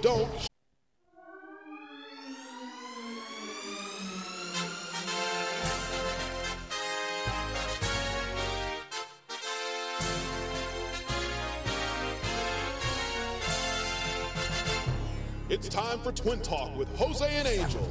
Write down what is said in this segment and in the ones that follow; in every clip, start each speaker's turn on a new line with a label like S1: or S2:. S1: Don't. It's time for Twin Talk with Jose and Angel,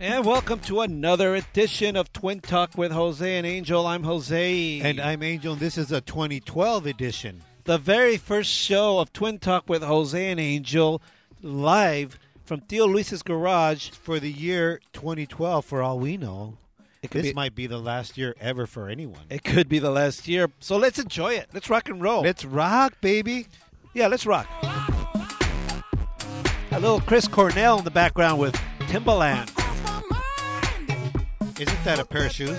S2: And welcome to another edition of Twin Talk with Jose and Angel. I'm Jose.
S3: And I'm Angel, and this is a 2012 edition.
S2: the very first show of Twin Talk with Jose and Angel live from Theo Luis's garage.
S3: For the year 2012, for all we know,
S2: It could
S3: this
S2: be-
S3: might be the last year ever for anyone.
S2: It could be the last year. So let's enjoy it. Let's rock and roll.
S3: Let's rock, baby.
S2: yeah, let's rock. A little Chris Cornell in the background with Timbaland.
S3: Isn't that a pair of shoes?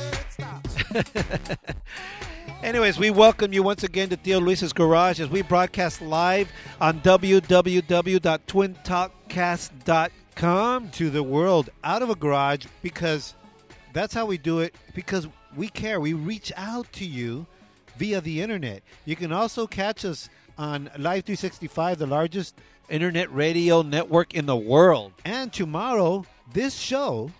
S2: Anyways, we welcome you once again to Theo Luis's Garage as we broadcast live on www.twintalkcast.com.
S3: To the world, out of a garage, because that's how we do it, because we care. We reach out to you via the internet. You can also catch us on Live 365, the largest
S2: Internet radio network in the world.
S3: And tomorrow, this show,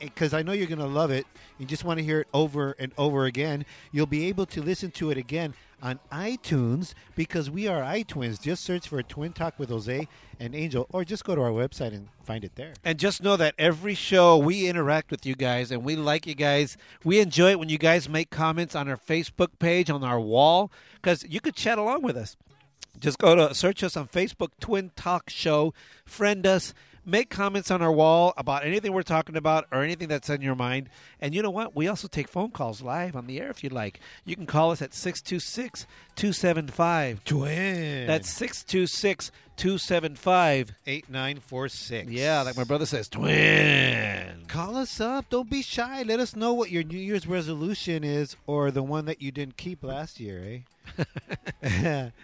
S3: because I know you're going to love it and just want to hear it over and over again, you'll be able to listen to it again on iTunes because we are iTwins. Just search for Twin Talk with Jose and Angel, or just go to our website and find it there.
S2: And just know that every show we interact with you guys and we like you guys. We enjoy it when you guys make comments on our Facebook page, on our wall, because you could chat along with us. Just go to search us on Facebook, Twin Talk Show, friend us, make comments on our wall about anything we're talking about or anything that's on your mind. And you know what? We also take phone calls live on the air if you'd like. You can call us at 626 275.
S3: Twin.
S2: That's 626 275.
S3: 8946.
S2: Yeah, like my brother says, twin.
S3: Call us up. Don't be shy. Let us know what your New Year's resolution is or the one that you didn't keep last year, eh?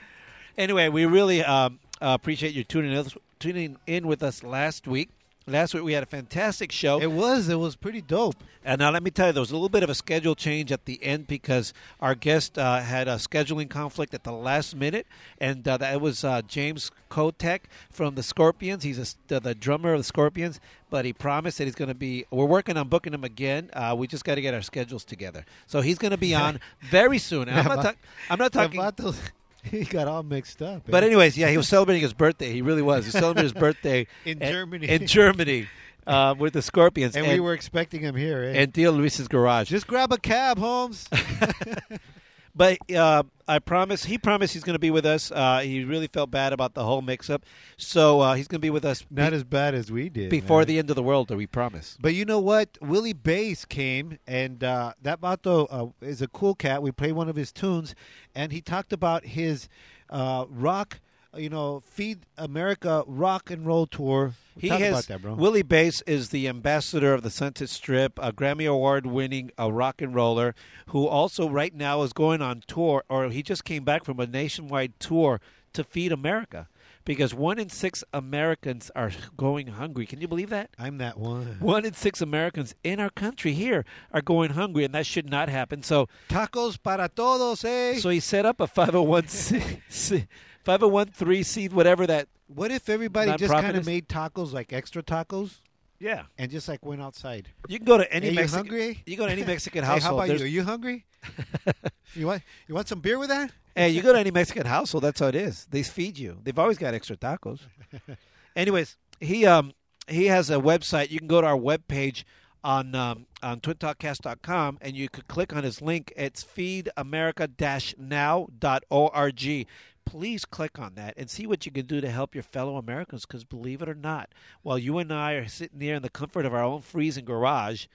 S2: Anyway, we really um, uh, appreciate you tuning in, tuning in with us last week. Last week we had a fantastic show,
S3: it was. It was pretty dope.
S2: and now let me tell you, there was a little bit of a schedule change at the end because our guest uh, had a scheduling conflict at the last minute, and uh, that was uh, James Kotek from the Scorpions. He's a, the, the drummer of the Scorpions, but he promised that he's going to be. We're working on booking him again. Uh, we just got to get our schedules together, so he's going to be on very soon. And I'm not. talk- I'm not
S3: The
S2: talking.
S3: vato- he got all mixed up.
S2: But
S3: eh?
S2: anyways, yeah, he was celebrating his birthday. He really was. He was celebrating his birthday
S3: In
S2: at-
S3: Germany.
S2: In Germany, uh, with the Scorpions,
S3: and, we were expecting him here. Eh?
S2: and Theo Luis's garage.
S3: just grab a cab, Holmes.
S2: But uh, I promise, he promised he's going to be with us. Uh, he really felt bad about the whole mix-up, so uh, he's going to be with us be-
S3: Not as bad as we did
S2: before
S3: man.
S2: the end of the world. That we promise.
S3: But you know what? Willie Bass came, and uh, that vato uh, is a cool cat. We played one of his tunes, and he talked about his uh, rock, you know, Feed America rock and roll tour.
S2: He
S3: Talk
S2: has
S3: about that, bro.
S2: Willie Bass is the ambassador of the Sunset Strip, a Grammy Award-winning uh, rock and roller who also right now is going on tour, or he just came back from a nationwide tour to feed America, because one in six Americans are going hungry. Can you believe that?
S3: I'm that one.
S2: One in six Americans in our country here are going hungry, and that should not happen. So,
S3: Tacos para todos, eh?
S2: so he set up a 501c, 501c, whatever that.
S3: what if everybody just
S2: Nonprofit
S3: kind of
S2: is-
S3: made tacos like extra tacos
S2: Yeah,
S3: and just like went outside?
S2: you can go to any
S3: Hey, you
S2: Mexican.
S3: hungry?
S2: You go to any Mexican
S3: Hey,
S2: household.
S3: how about
S2: there's-
S3: you? Are you hungry? you want you want some beer with that?
S2: Hey, you go to any Mexican household, that's how it is. They feed you. They've always got extra tacos. Anyways, he um he has a website. You can go to our webpage on um, on twintalkcast.com and you could click on his link. It's feedamerica-now.org. Please click on that and see what you can do to help your fellow Americans because believe it or not, while you and I are sitting there in the comfort of our own freezing garage,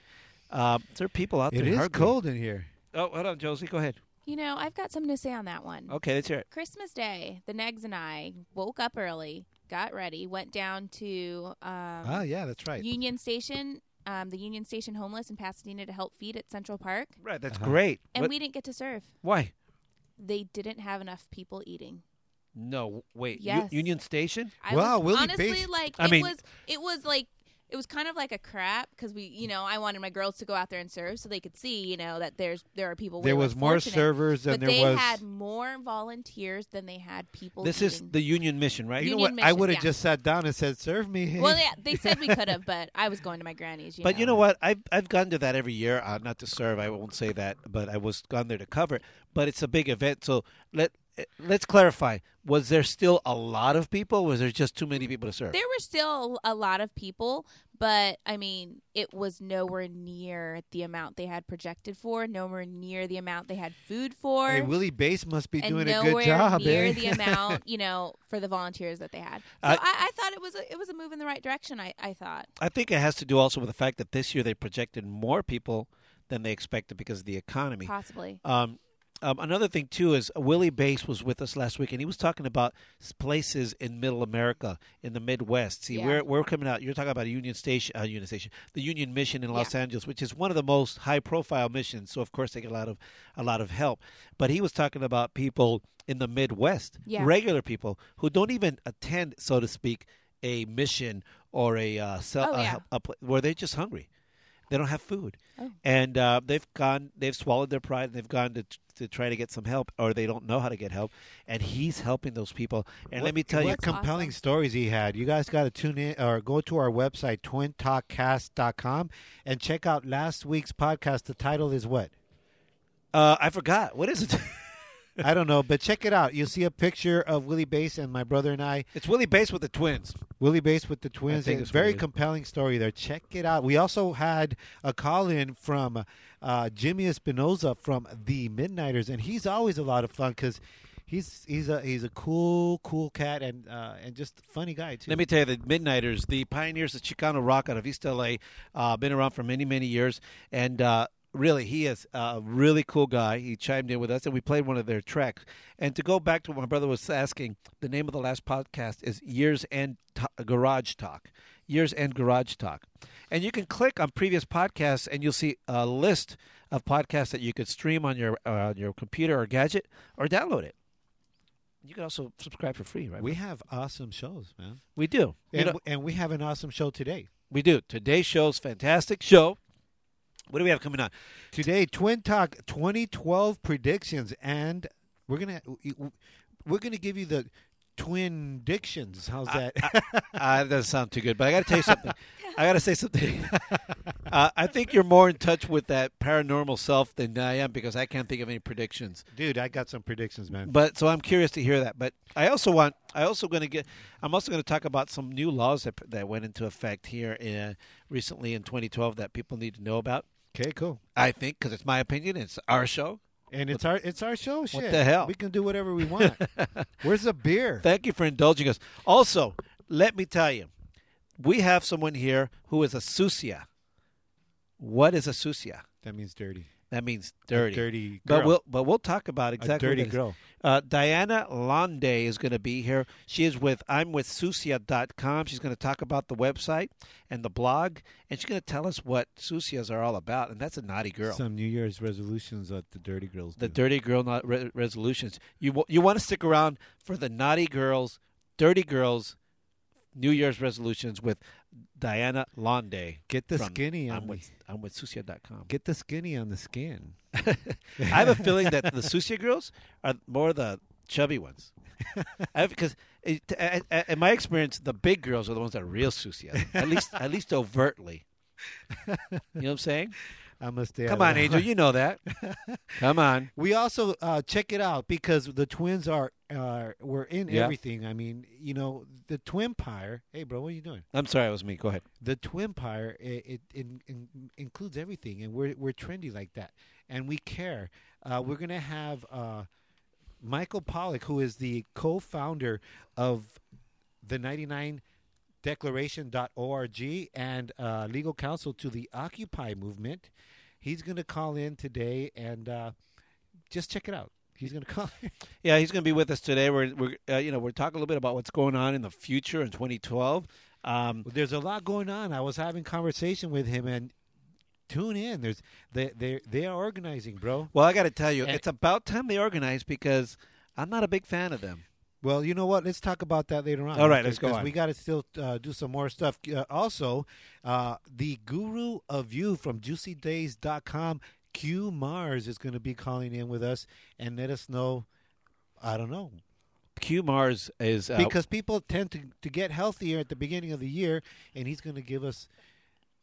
S2: Uh, there are people out
S3: It
S2: there.
S3: is
S2: hungry.
S3: cold in here.
S2: Oh, hold on, Josie. Go ahead.
S4: You know, I've got something to say on that one.
S2: Okay, let's hear it.
S4: Christmas Day, the Negs and I woke up early, got ready, went down to um,
S3: Ah, yeah, that's right.
S4: Union Station, um, the Union Station homeless in Pasadena to help feed at Central Park,
S2: Right, that's
S3: Uh-huh.
S2: great.
S4: and
S2: What-
S4: we didn't get to serve.
S2: why?
S4: They didn't have enough people eating.
S2: No, wait. U-
S4: Yes.
S2: Union Station.
S4: I
S3: Wow,
S4: was
S3: Willie
S4: honestly
S3: Bass-
S4: like
S2: I
S4: it
S2: mean-
S4: was it was like it was kind of like a crap because we you know I wanted my girls to go out there and serve so they could see you know that there's there are people.
S3: there
S4: we were
S3: was more
S4: fortunate.
S3: servers than
S4: but
S3: there
S4: they
S3: was.
S4: had more volunteers than they had people.
S2: This is
S4: eating.
S2: the Union Mission, right?
S3: you know
S4: Union
S3: what? I
S4: Mission,
S3: would have
S4: yeah.
S3: just sat down and said, "Serve me."
S4: well, yeah, they said we could have, but I was going to my granny's. You
S2: But
S4: know.
S2: you know what? I've I've gone to that every year. Uh, not to serve, I won't say that. But I was gone there to cover. it. But it's a big event, so let eh, let's clarify. Was there still a lot of people? Was there just too many people to serve?
S4: there were still a lot of people, but I mean, it was nowhere near the amount they had projected for, nowhere near the amount they had food for.
S3: Hey, Willie Bass must be
S4: and
S3: doing a
S4: nowhere
S3: good job.
S4: near
S3: eh?
S4: the amount you know for the volunteers that they had. So
S2: I-
S4: I, I thought it was a, it was a move in the right direction. I, I thought
S2: I think it has to do also with the fact that this year they projected more people than they expected because of the economy.
S4: possibly.
S2: Um, um, another thing too is Willie Bass was with us last week, and he was talking about s- places in Middle America, in the Midwest. See,
S4: Yeah.
S2: we're we're coming out. You're talking about Union Station, uh, Union Station, the Union Mission in Los
S4: Yeah.
S2: Angeles, which is one of the most high-profile missions. So of course they get a lot of a lot of help. But he was talking about people in the Midwest,
S4: Yeah.
S2: regular people who don't even attend, so to speak, a mission or a uh, cell,
S4: Oh,
S2: a-
S4: yeah.
S2: a pla- where they're just hungry. They don't have food,
S4: Oh.
S2: and uh, they've gone. They've swallowed their pride, and they've gone to to try to get some help, or they don't know how to get help. And he's helping those people. And let me tell you,
S3: what compelling
S4: awesome.
S3: stories he had. You guys got to tune in or go to our website, twintalkcast.com, and check out last week's podcast. The title is what?
S2: uh, I forgot what is it.
S3: I don't know, but check it out. You'll see a picture of Willie Bass and my brother and I.
S2: it's Willie Bass with the twins.
S3: Willie Bass with the twins.
S2: think
S3: and
S2: that's what
S3: very
S2: it is.
S3: compelling story there. Check it out. We also had a call in from uh, Jimmy Espinoza from the Midnighters, and he's always a lot of fun because he's he's a he's a cool cool cat and uh, and just funny guy too.
S2: Let me tell you, the Midnighters, the pioneers of Chicano rock out of East LA, uh, been around for many, many years. And uh, really, he is a really cool guy. He chimed in with us, and we played one of their tracks. And to go back to what my brother was asking, the name of the last podcast is Years End Ta- Garage Talk. Years End Garage Talk. And you can click on previous podcasts, and you'll see a list of podcasts that you could stream on your, uh, on your computer or gadget or download it. You can also subscribe for free, right?
S3: we have awesome shows, man,
S2: we do. You
S3: and
S2: know-
S3: and we have an awesome show today.
S2: we do. Today's show's fantastic show. What do we have coming on?
S3: Today, Twin Talk 2012 predictions, and we're gonna we're gonna give you the twin dictions. How's that?
S2: Uh, that doesn't sound too good, but I got to tell you something. I got to say something. uh, I think you're more in touch with that paranormal self than I am because I can't think of any predictions.
S3: Dude, I got some predictions, man.
S2: But so I'm curious to hear that. But I also want. I also going to get. I'm also going to talk about some new laws that that went into effect here in, recently in 2012 that people need to know about.
S3: Okay, cool.
S2: I think because it's my opinion. It's our show.
S3: And it's our it's our show. Shit,
S2: the hell?
S3: We can do whatever we want. Where's the beer?
S2: Thank you for indulging us. Also, let me tell you, we have someone here who is a sucia. What is a sucia?
S3: That means dirty.
S2: That means dirty.
S3: dirty
S2: But
S3: girl.
S2: we'll but we'll talk about exactly.
S3: dirty
S2: what it is.
S3: girl.
S2: Uh, Diana Londe is going to be here. She is with I'm with Sucia.com. She's going to talk about the website and the blog, and she's going to tell us what sucias are all about. And that's a naughty girl.
S3: Some New Year's resolutions that the dirty girls
S2: the
S3: do.
S2: dirty girl not re- resolutions. You w- you want to stick around for the naughty girls, dirty girls, New Year's resolutions with Diana Londe.
S3: Get the
S2: from
S3: skinny on
S2: I'm
S3: the-
S2: with I'm with Sucia.com.
S3: Get the skinny on the skin.
S2: I have a feeling that the Sucia girls are more the chubby ones. Because in my experience, the big girls are the ones that are real Sucia, at least at least overtly. You know what I'm saying?
S3: I must stay.
S2: Come
S3: out
S2: on,
S3: of that.
S2: Angel, you know that. Come on.
S3: We also uh, check it out because the twins are uh, were in
S2: Yeah.
S3: everything. I mean, you know, the Twimpire. Hey, bro, what are you doing?
S2: I'm sorry, it was me. Go ahead.
S3: the Twimpire it, it, in, in, includes everything, and we're we're trendy like that, and we care. Uh, we're gonna have uh, Michael Pollock, who is the co-founder of the ninety nine declaration.org and uh, legal counsel to the Occupy movement. He's going to call in today and uh, just check it out. He's going to call.
S2: Yeah, he's going to be with us today. We're, we're uh, you know we're talking a little bit about what's going on in the future in 2012. Um,
S3: Well, there's a lot going on. I was having conversation with him and tune in. There's they they they are organizing, bro.
S2: well, I got to tell you,
S3: And-
S2: it's about time they organize because I'm not a big fan of them.
S3: Well, you know what? Let's talk about that later on.
S2: All right, let's go
S3: 'Cause
S2: on.
S3: We got to still uh, do some more stuff. Uh, also, uh, the guru of you from juicydays.com, Q Mars, is going to be calling in with us and let us know. I don't know.
S2: Q Mars is uh,
S3: Because people tend to, to get healthier at the beginning of the year, and he's going to give us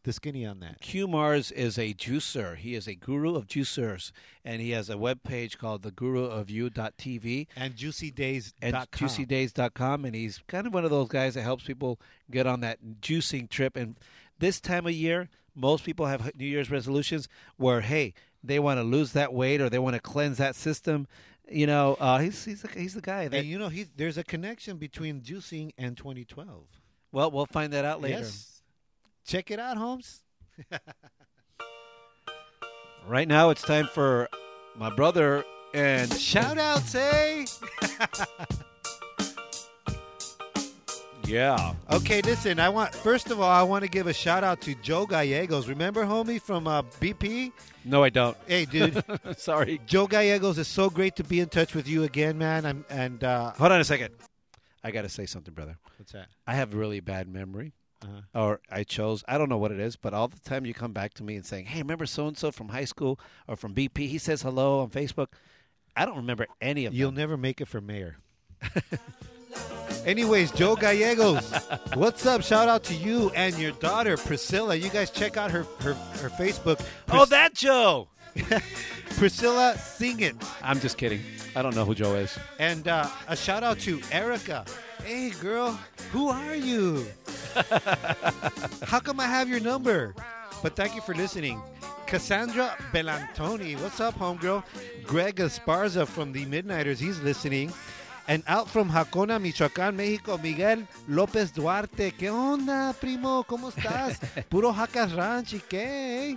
S3: the skinny on that.
S2: Q Mars is a juicer. He is a guru of juicers, and he has a webpage called theguruofyou.tv
S3: And juicydays.com.
S2: and juicydays.com. And he's kind of one of those guys that helps people get on that juicing trip. And this time of year, most people have New Year's resolutions where, hey, they want to lose that weight or they want to cleanse that system. You know, uh, he's he's the, he's the guy. That,
S3: And you know, he, there's a connection between juicing and 2012.
S2: well, we'll find that out later.
S3: Yes. Check it out, Holmes.
S2: Right now, it's time for my brother and
S3: Shout out, say.
S2: Yeah.
S3: Okay, listen. I want first of all, I want to give a shout out to Joe Gallegos. Remember, homie from uh, BP?
S2: No, I don't.
S3: Hey, dude,
S2: Sorry.
S3: Joe Gallegos is so great to be in touch with you again, man. I'm, and uh,
S2: Hold on a second. I got to say something, brother.
S3: what's that?
S2: I have really bad memory.
S3: Uh-huh.
S2: Or I chose, I don't know what it is, but all the time you come back to me and saying, hey, remember so and so from high school or from BP? He says hello on Facebook. I don't remember any of you.
S3: You'll never make it for mayor. Anyways, Joe Gallegos, what's up? Shout out to you and your daughter Priscilla. You guys check out her her, her Facebook.
S2: Oh, that Joe!
S3: Priscilla Sing It.
S2: I'm just kidding. I don't know who Joe is.
S3: And uh, a shout out to Erica. Hey, girl, who are you? How come I have your number? But thank you for listening. Cassandra Bellantoni, what's up, homegirl? Greg Esparza from the Midnighters, he's listening. And out from Jacona, Michoacán, Mexico, Miguel López Duarte. ¿Qué onda, primo? ¿Cómo estás? Puro Jacas Ranch, ¿y qué? eh?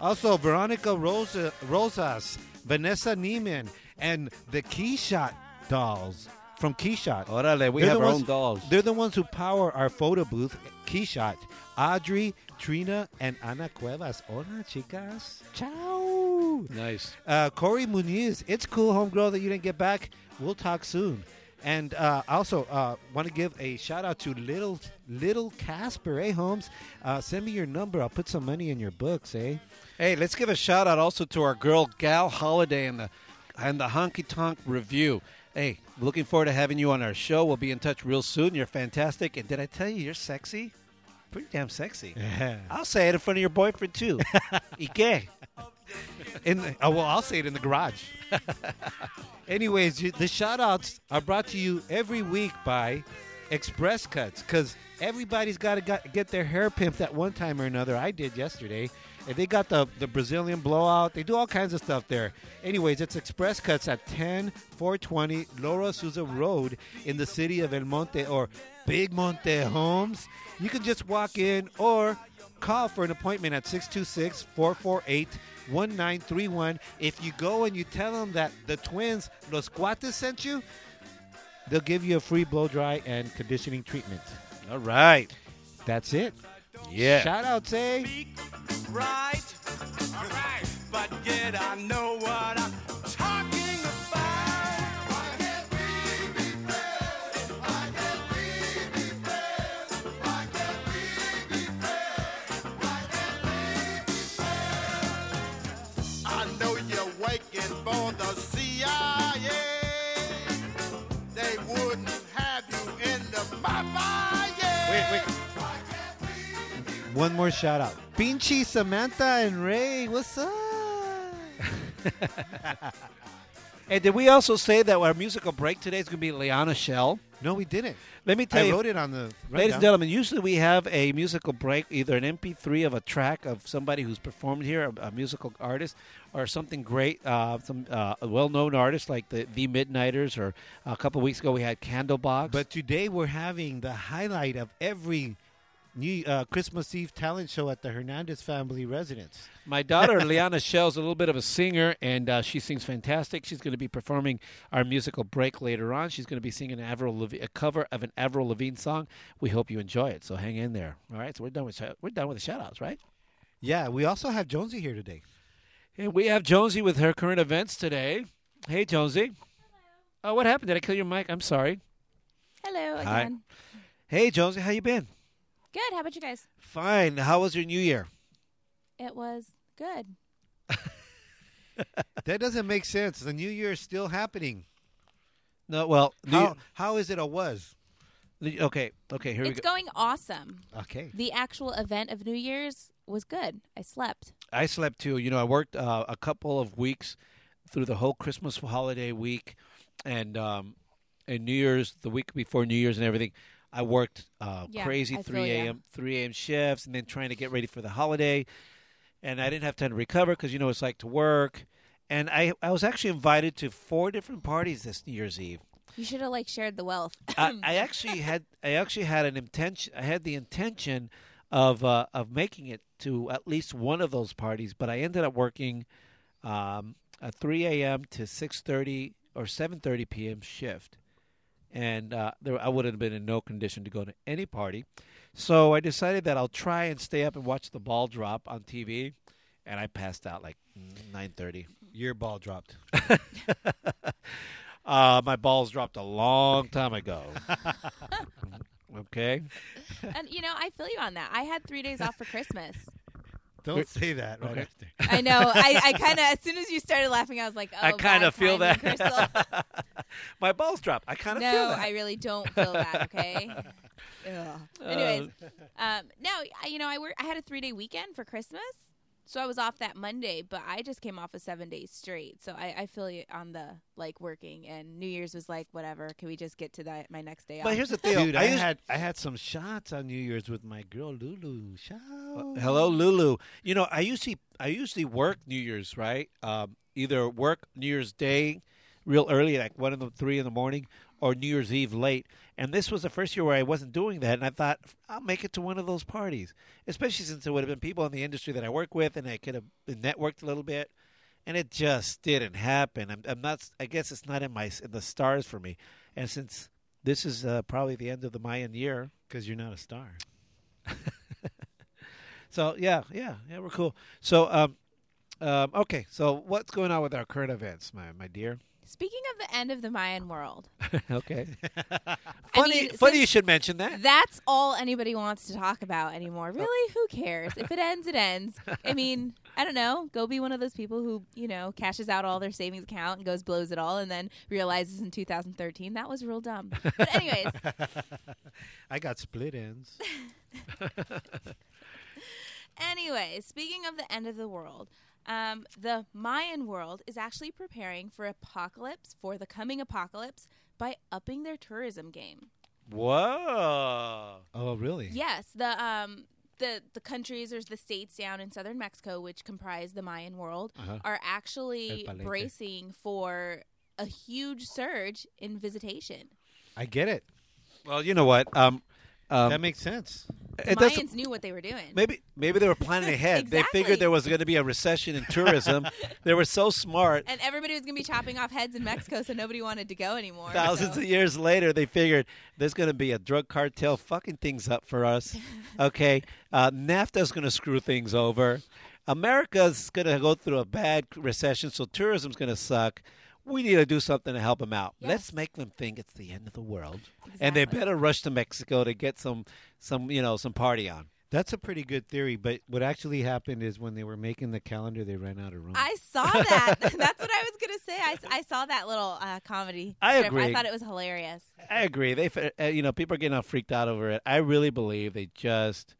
S3: Also, Veronica Rosa, Rosas, Vanessa Neiman, and the Keyshot dolls from Keyshot.
S2: Orale, we
S3: They're
S2: have
S3: the
S2: our
S3: ones-
S2: own dolls.
S3: They're the ones who power our photo booth, Keyshot. Audrey, Trina, and Ana Cuevas. Hola, chicas. Ciao.
S2: Nice.
S3: Uh, Corey Muniz, it's cool, homegirl, that you didn't get back. We'll talk soon. And uh, also uh, want to give a shout out to little little Casper, eh, Holmes? Uh, send me your number. I'll put some money in your books, eh?
S2: Hey, let's give a shout out also to our girl Gal Holiday and the and the Honky Tonk Review. Hey, looking forward to having you on our show. We'll be in touch real soon. You're fantastic, and did I tell you you're sexy? Pretty damn sexy. I'll say it in front of your boyfriend too. Ike.
S3: In the, oh, well, I'll say it in the garage. Anyways, you, the shout outs are brought to you every week by Express Cuts because everybody's gotta got to get their hair pimped at one time or another. I did yesterday. And they got the, the Brazilian blowout. They do all kinds of stuff there. Anyways, it's Express Cuts at 10 420 Laura Souza Road in the city of El Monte or Big Monte Homes. You can just walk in or call for an appointment at 626 448 1931. If you go and you tell them that the twins, Los Cuates, sent you, they'll give you a free blow dry and conditioning treatment.
S2: All right.
S3: That's it.
S2: Yeah.
S3: Shout out, say.
S5: speak right. All right. But yet I know what I'm talking about. Why can't we be friends? Why can't we be friends? Why can't we be friends? Why can't we be friends? I know you're working for the CIA. They wouldn't have you in the Popeye.
S3: Wait, One more shout out. Pinchy, Samantha, and Ray. What's up?
S2: And did we also say that our musical break today is going to be Liana Shell?
S3: No, we didn't.
S2: Let me tell
S3: I
S2: you,
S3: wrote it on the.
S2: Ladies
S3: rundown.
S2: and gentlemen, usually we have a musical break, either an MP3 of a track of somebody who's performed here, a, a musical artist, or something great, uh, some uh, well-known artist like the The Midnighters, or a couple weeks ago we had Candlebox.
S3: But today we're having the highlight of every new uh, Christmas Eve talent show at the Hernandez family residence.
S2: my daughter Liana Shell's a little bit of a singer, and uh, she sings fantastic. She's going to be performing our musical break later on. She's going to be singing an Avril Lavigne, a cover of an Avril Lavigne song. We hope you enjoy it. So hang in there. All right, so we're done with shout- we're done with the shout-outs, right?
S3: Yeah, we also have Jonesy here today.
S2: And we have Jonesy with her current events today. Hey, Jonesy. Oh, what happened? Did I kill your mic? I'm sorry.
S4: Hello
S2: Hi.
S4: again.
S2: Hey, Jonesy, how you been?
S4: Good. How about you guys?
S2: Fine. How was your New Year?
S4: It was good.
S3: That doesn't make sense. The New Year is still happening.
S2: No, well,
S3: How, how is it a was?
S2: New- okay, okay, here we
S4: It's
S2: go.
S4: going awesome.
S3: Okay.
S4: The actual event of New Year's was good. I slept.
S2: I slept too. You know, I worked uh, a couple of weeks through the whole Christmas holiday week, and um, and New Year's the week before New Year's and everything. I worked uh,
S4: Yeah,
S2: crazy
S4: I feel
S2: three
S4: ya.
S2: a.m. three a.m. shifts, and then trying to get ready for the holiday, and I didn't have time to recover because you know it's like to work. And I I was actually invited to four different parties this New Year's Eve.
S4: You should have like shared the wealth.
S2: I, I actually had I actually had an intention I had the intention of uh, of making it to at least one of those parties, but I ended up working um, a 3 a.m. to 6:30 or 7:30 p.m. shift, and uh, there, I would have been in no condition to go to any party. So I decided that I'll try and stay up and watch the ball drop on TV, and I passed out like 9:30.
S3: Your ball dropped.
S2: Uh, my balls dropped a long time ago. okay.
S4: and you know, I feel you on that. I had three days off for Christmas.
S3: Don't say that right
S2: Okay.
S3: after.
S4: I know. I, I kind of, as soon as you started laughing, I was like, oh,
S2: I kind
S4: bad
S2: of feel that.
S4: timing, Crystal.
S2: My balls drop. I kind of
S4: no,
S2: feel that.
S4: I really don't feel that. Okay. Ugh. Anyways, um, no, I- you know, I work. I had a three day weekend for Christmas, so I was off that Monday. But I just came off of seven days straight, so I, I feel you on the like working. And New Year's was like, whatever. Can we just get to that my next day off?
S2: but here's the thing.
S3: Dude, I,
S2: used-
S3: had I had some shots on New Year's with my girl Lulu. Shout.
S2: Uh, Hello, Lulu. You know, I usually I usually work New Year's, right? Um, either work New Year's Day real early, like one in the three in the morning, or New Year's Eve late. And this was the first year where I wasn't doing that, and I thought I'll make it to one of those parties, especially since there would have been people in the industry that I work with, and I could have networked a little bit. And it just didn't happen. I'm, I'm not. I guess it's not in my in the stars for me. And since this is uh, probably the end of the Mayan year,
S3: Because you're not a star.
S2: So yeah, yeah, yeah, we're cool. So um, um, okay. So what's going on with our current events, my my dear?
S4: Speaking of the end of the Mayan world,
S2: okay.
S4: I
S2: Funny,
S4: mean,
S2: funny
S4: since-
S2: you should mention that.
S4: that's all anybody wants to talk about anymore. Really, who cares? If it ends, it ends. I mean, I don't know. Go be one of those people who, you know, cashes out all their savings account and goes blows it all and then realizes in 2013 that was real dumb. But anyways,
S3: I got split ends.
S4: anyways, speaking of the end of the world, um, the Mayan world is actually preparing for apocalypse, for the coming apocalypse, by upping their tourism game.
S2: Whoa.
S3: Oh, really?
S4: Yes, the um the the countries or the states down in southern Mexico, which comprise the Mayan world,
S3: Uh-huh.
S4: are
S3: El
S4: actually
S3: Palenque.
S4: bracing for a huge surge in visitation.
S3: I get it.
S2: Well, you know what? Um, um,
S3: that makes sense.
S4: The
S2: it doesn't.
S4: Mayans knew what they were doing.
S2: Maybe maybe they were planning ahead. They
S4: Exactly.
S2: figured there was going to be a recession in tourism. they were so smart.
S4: and everybody was going to be chopping off heads in Mexico, so nobody wanted to go anymore.
S2: Thousands
S4: so-
S2: of years later, they figured there's going to be a drug cartel fucking things up for us. Okay, uh, NAFTA's going to screw things over. America's going to go through a bad recession, so tourism's going to suck. We need to do something to help them out. Let's
S4: Yes.
S2: make them think it's the end of the world, and they
S4: Exactly.
S2: better rush to Mexico to get some, some you know, some party on.
S3: That's a pretty good theory, but what actually happened is when they were making the calendar, they ran out of room.
S4: I saw that. That's what I was going to say. I, I saw that little uh, comedy.
S2: I
S4: strip.
S2: agree.
S4: I thought it was hilarious.
S2: I agree. They, f- uh, you know, people are getting all freaked out over it. I really believe they just,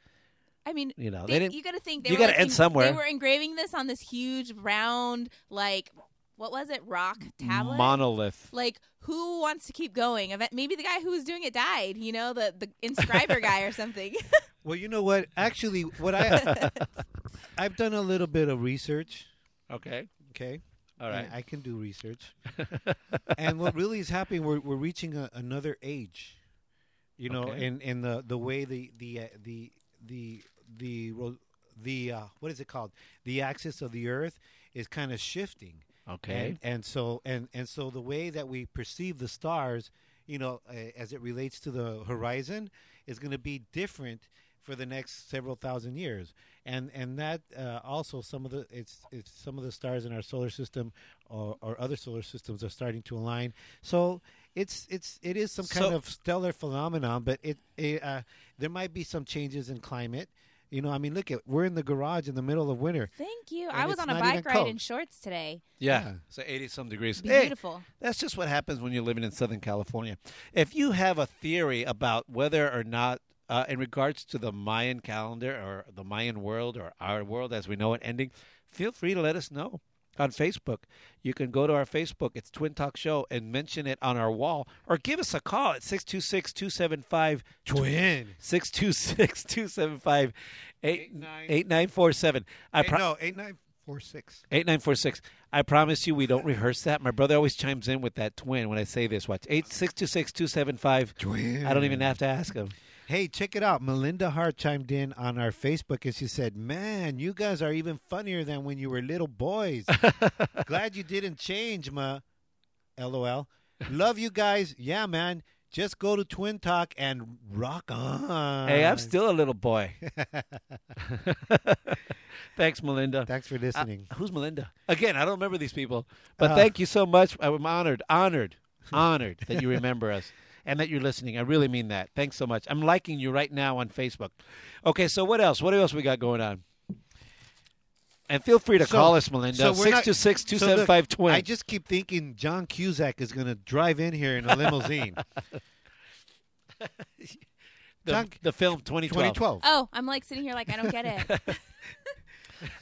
S4: I mean,
S2: you know,
S4: They-
S2: they didn't.
S4: you got to think. They
S2: you
S4: got
S2: gotta end somewhere.
S4: They were engraving this on this huge round, like what was it? Rock tablet.
S2: Monolith.
S4: like who wants to keep going? Event- Maybe the guy who was doing it died. You know, the the inscriber guy or something.
S3: Well, you know what? Actually, what I I've done a little bit of research.
S2: Okay.
S3: Okay.
S2: All right.
S3: And I can do research. and what really is happening, we're, we're reaching a, another age, you know,
S2: Okay.
S3: in, in the, the way the the uh, the the the ro- the uh, what is it called? The axis of the Earth is kind of shifting.
S2: okay.
S3: And, and so and and so the way that we perceive the stars, you know, uh, as it relates to the horizon, is going to be different for the next several thousand years. And and that uh, also some of the it's, it's some of the stars in our solar system or, or other solar systems are starting to align. So. It's it's it is some kind
S2: So-
S3: of stellar phenomenon, but it, it uh, there might be some changes in climate. You know, I mean, look at we're in the garage in the middle of winter.
S4: Thank you.
S3: And
S4: I was
S3: it's
S4: on a
S3: not even
S4: bike ride in
S3: cold.
S4: shorts today.
S2: yeah.
S3: yeah.
S2: So 80 some degrees. Hey,
S4: Beautiful.
S2: that's just what happens when you're living in Southern California. If you have a theory about whether or not, uh, in regards to the Mayan calendar or the Mayan world or our world as we know it ending, feel free to let us know on Facebook. You can go to our Facebook, it's Twin Talk Show, and mention it on our wall or give us a call at 626 275
S3: Twin.
S2: 626 275 8947. I pro-
S3: no, eight nine four six.
S2: 8946. I promise you we don't rehearse that. My brother always chimes in with that twin when I say this. Watch. 8626275.
S3: Twin.
S2: I don't even have to ask him.
S3: Hey, check it out. Melinda Hart chimed in on our Facebook and she said, Man, you guys are even funnier than when you were little boys. Glad you didn't change, ma. LOL. Love you guys. Yeah, man. Just go to Twin Talk and rock on.
S2: Hey, I'm still a little boy. Thanks, Melinda.
S3: Thanks for listening.
S2: Uh, who's Melinda? Again, I don't remember these people. But
S3: Uh.
S2: thank you so much. I'm honored, honored, honored that you remember us and that you're listening. I really mean that. Thanks so much. I'm liking you right now on Facebook. Okay, so what else? What else we got going on? And feel free to
S3: So-
S2: call us, Melinda.
S3: we're not-
S2: 626
S3: so look, I just keep thinking John Cusack is going to drive in here in a limousine.
S2: the,
S3: John-
S2: the film 2012.
S3: 2012.
S4: Oh, I'm like sitting here like I don't get it.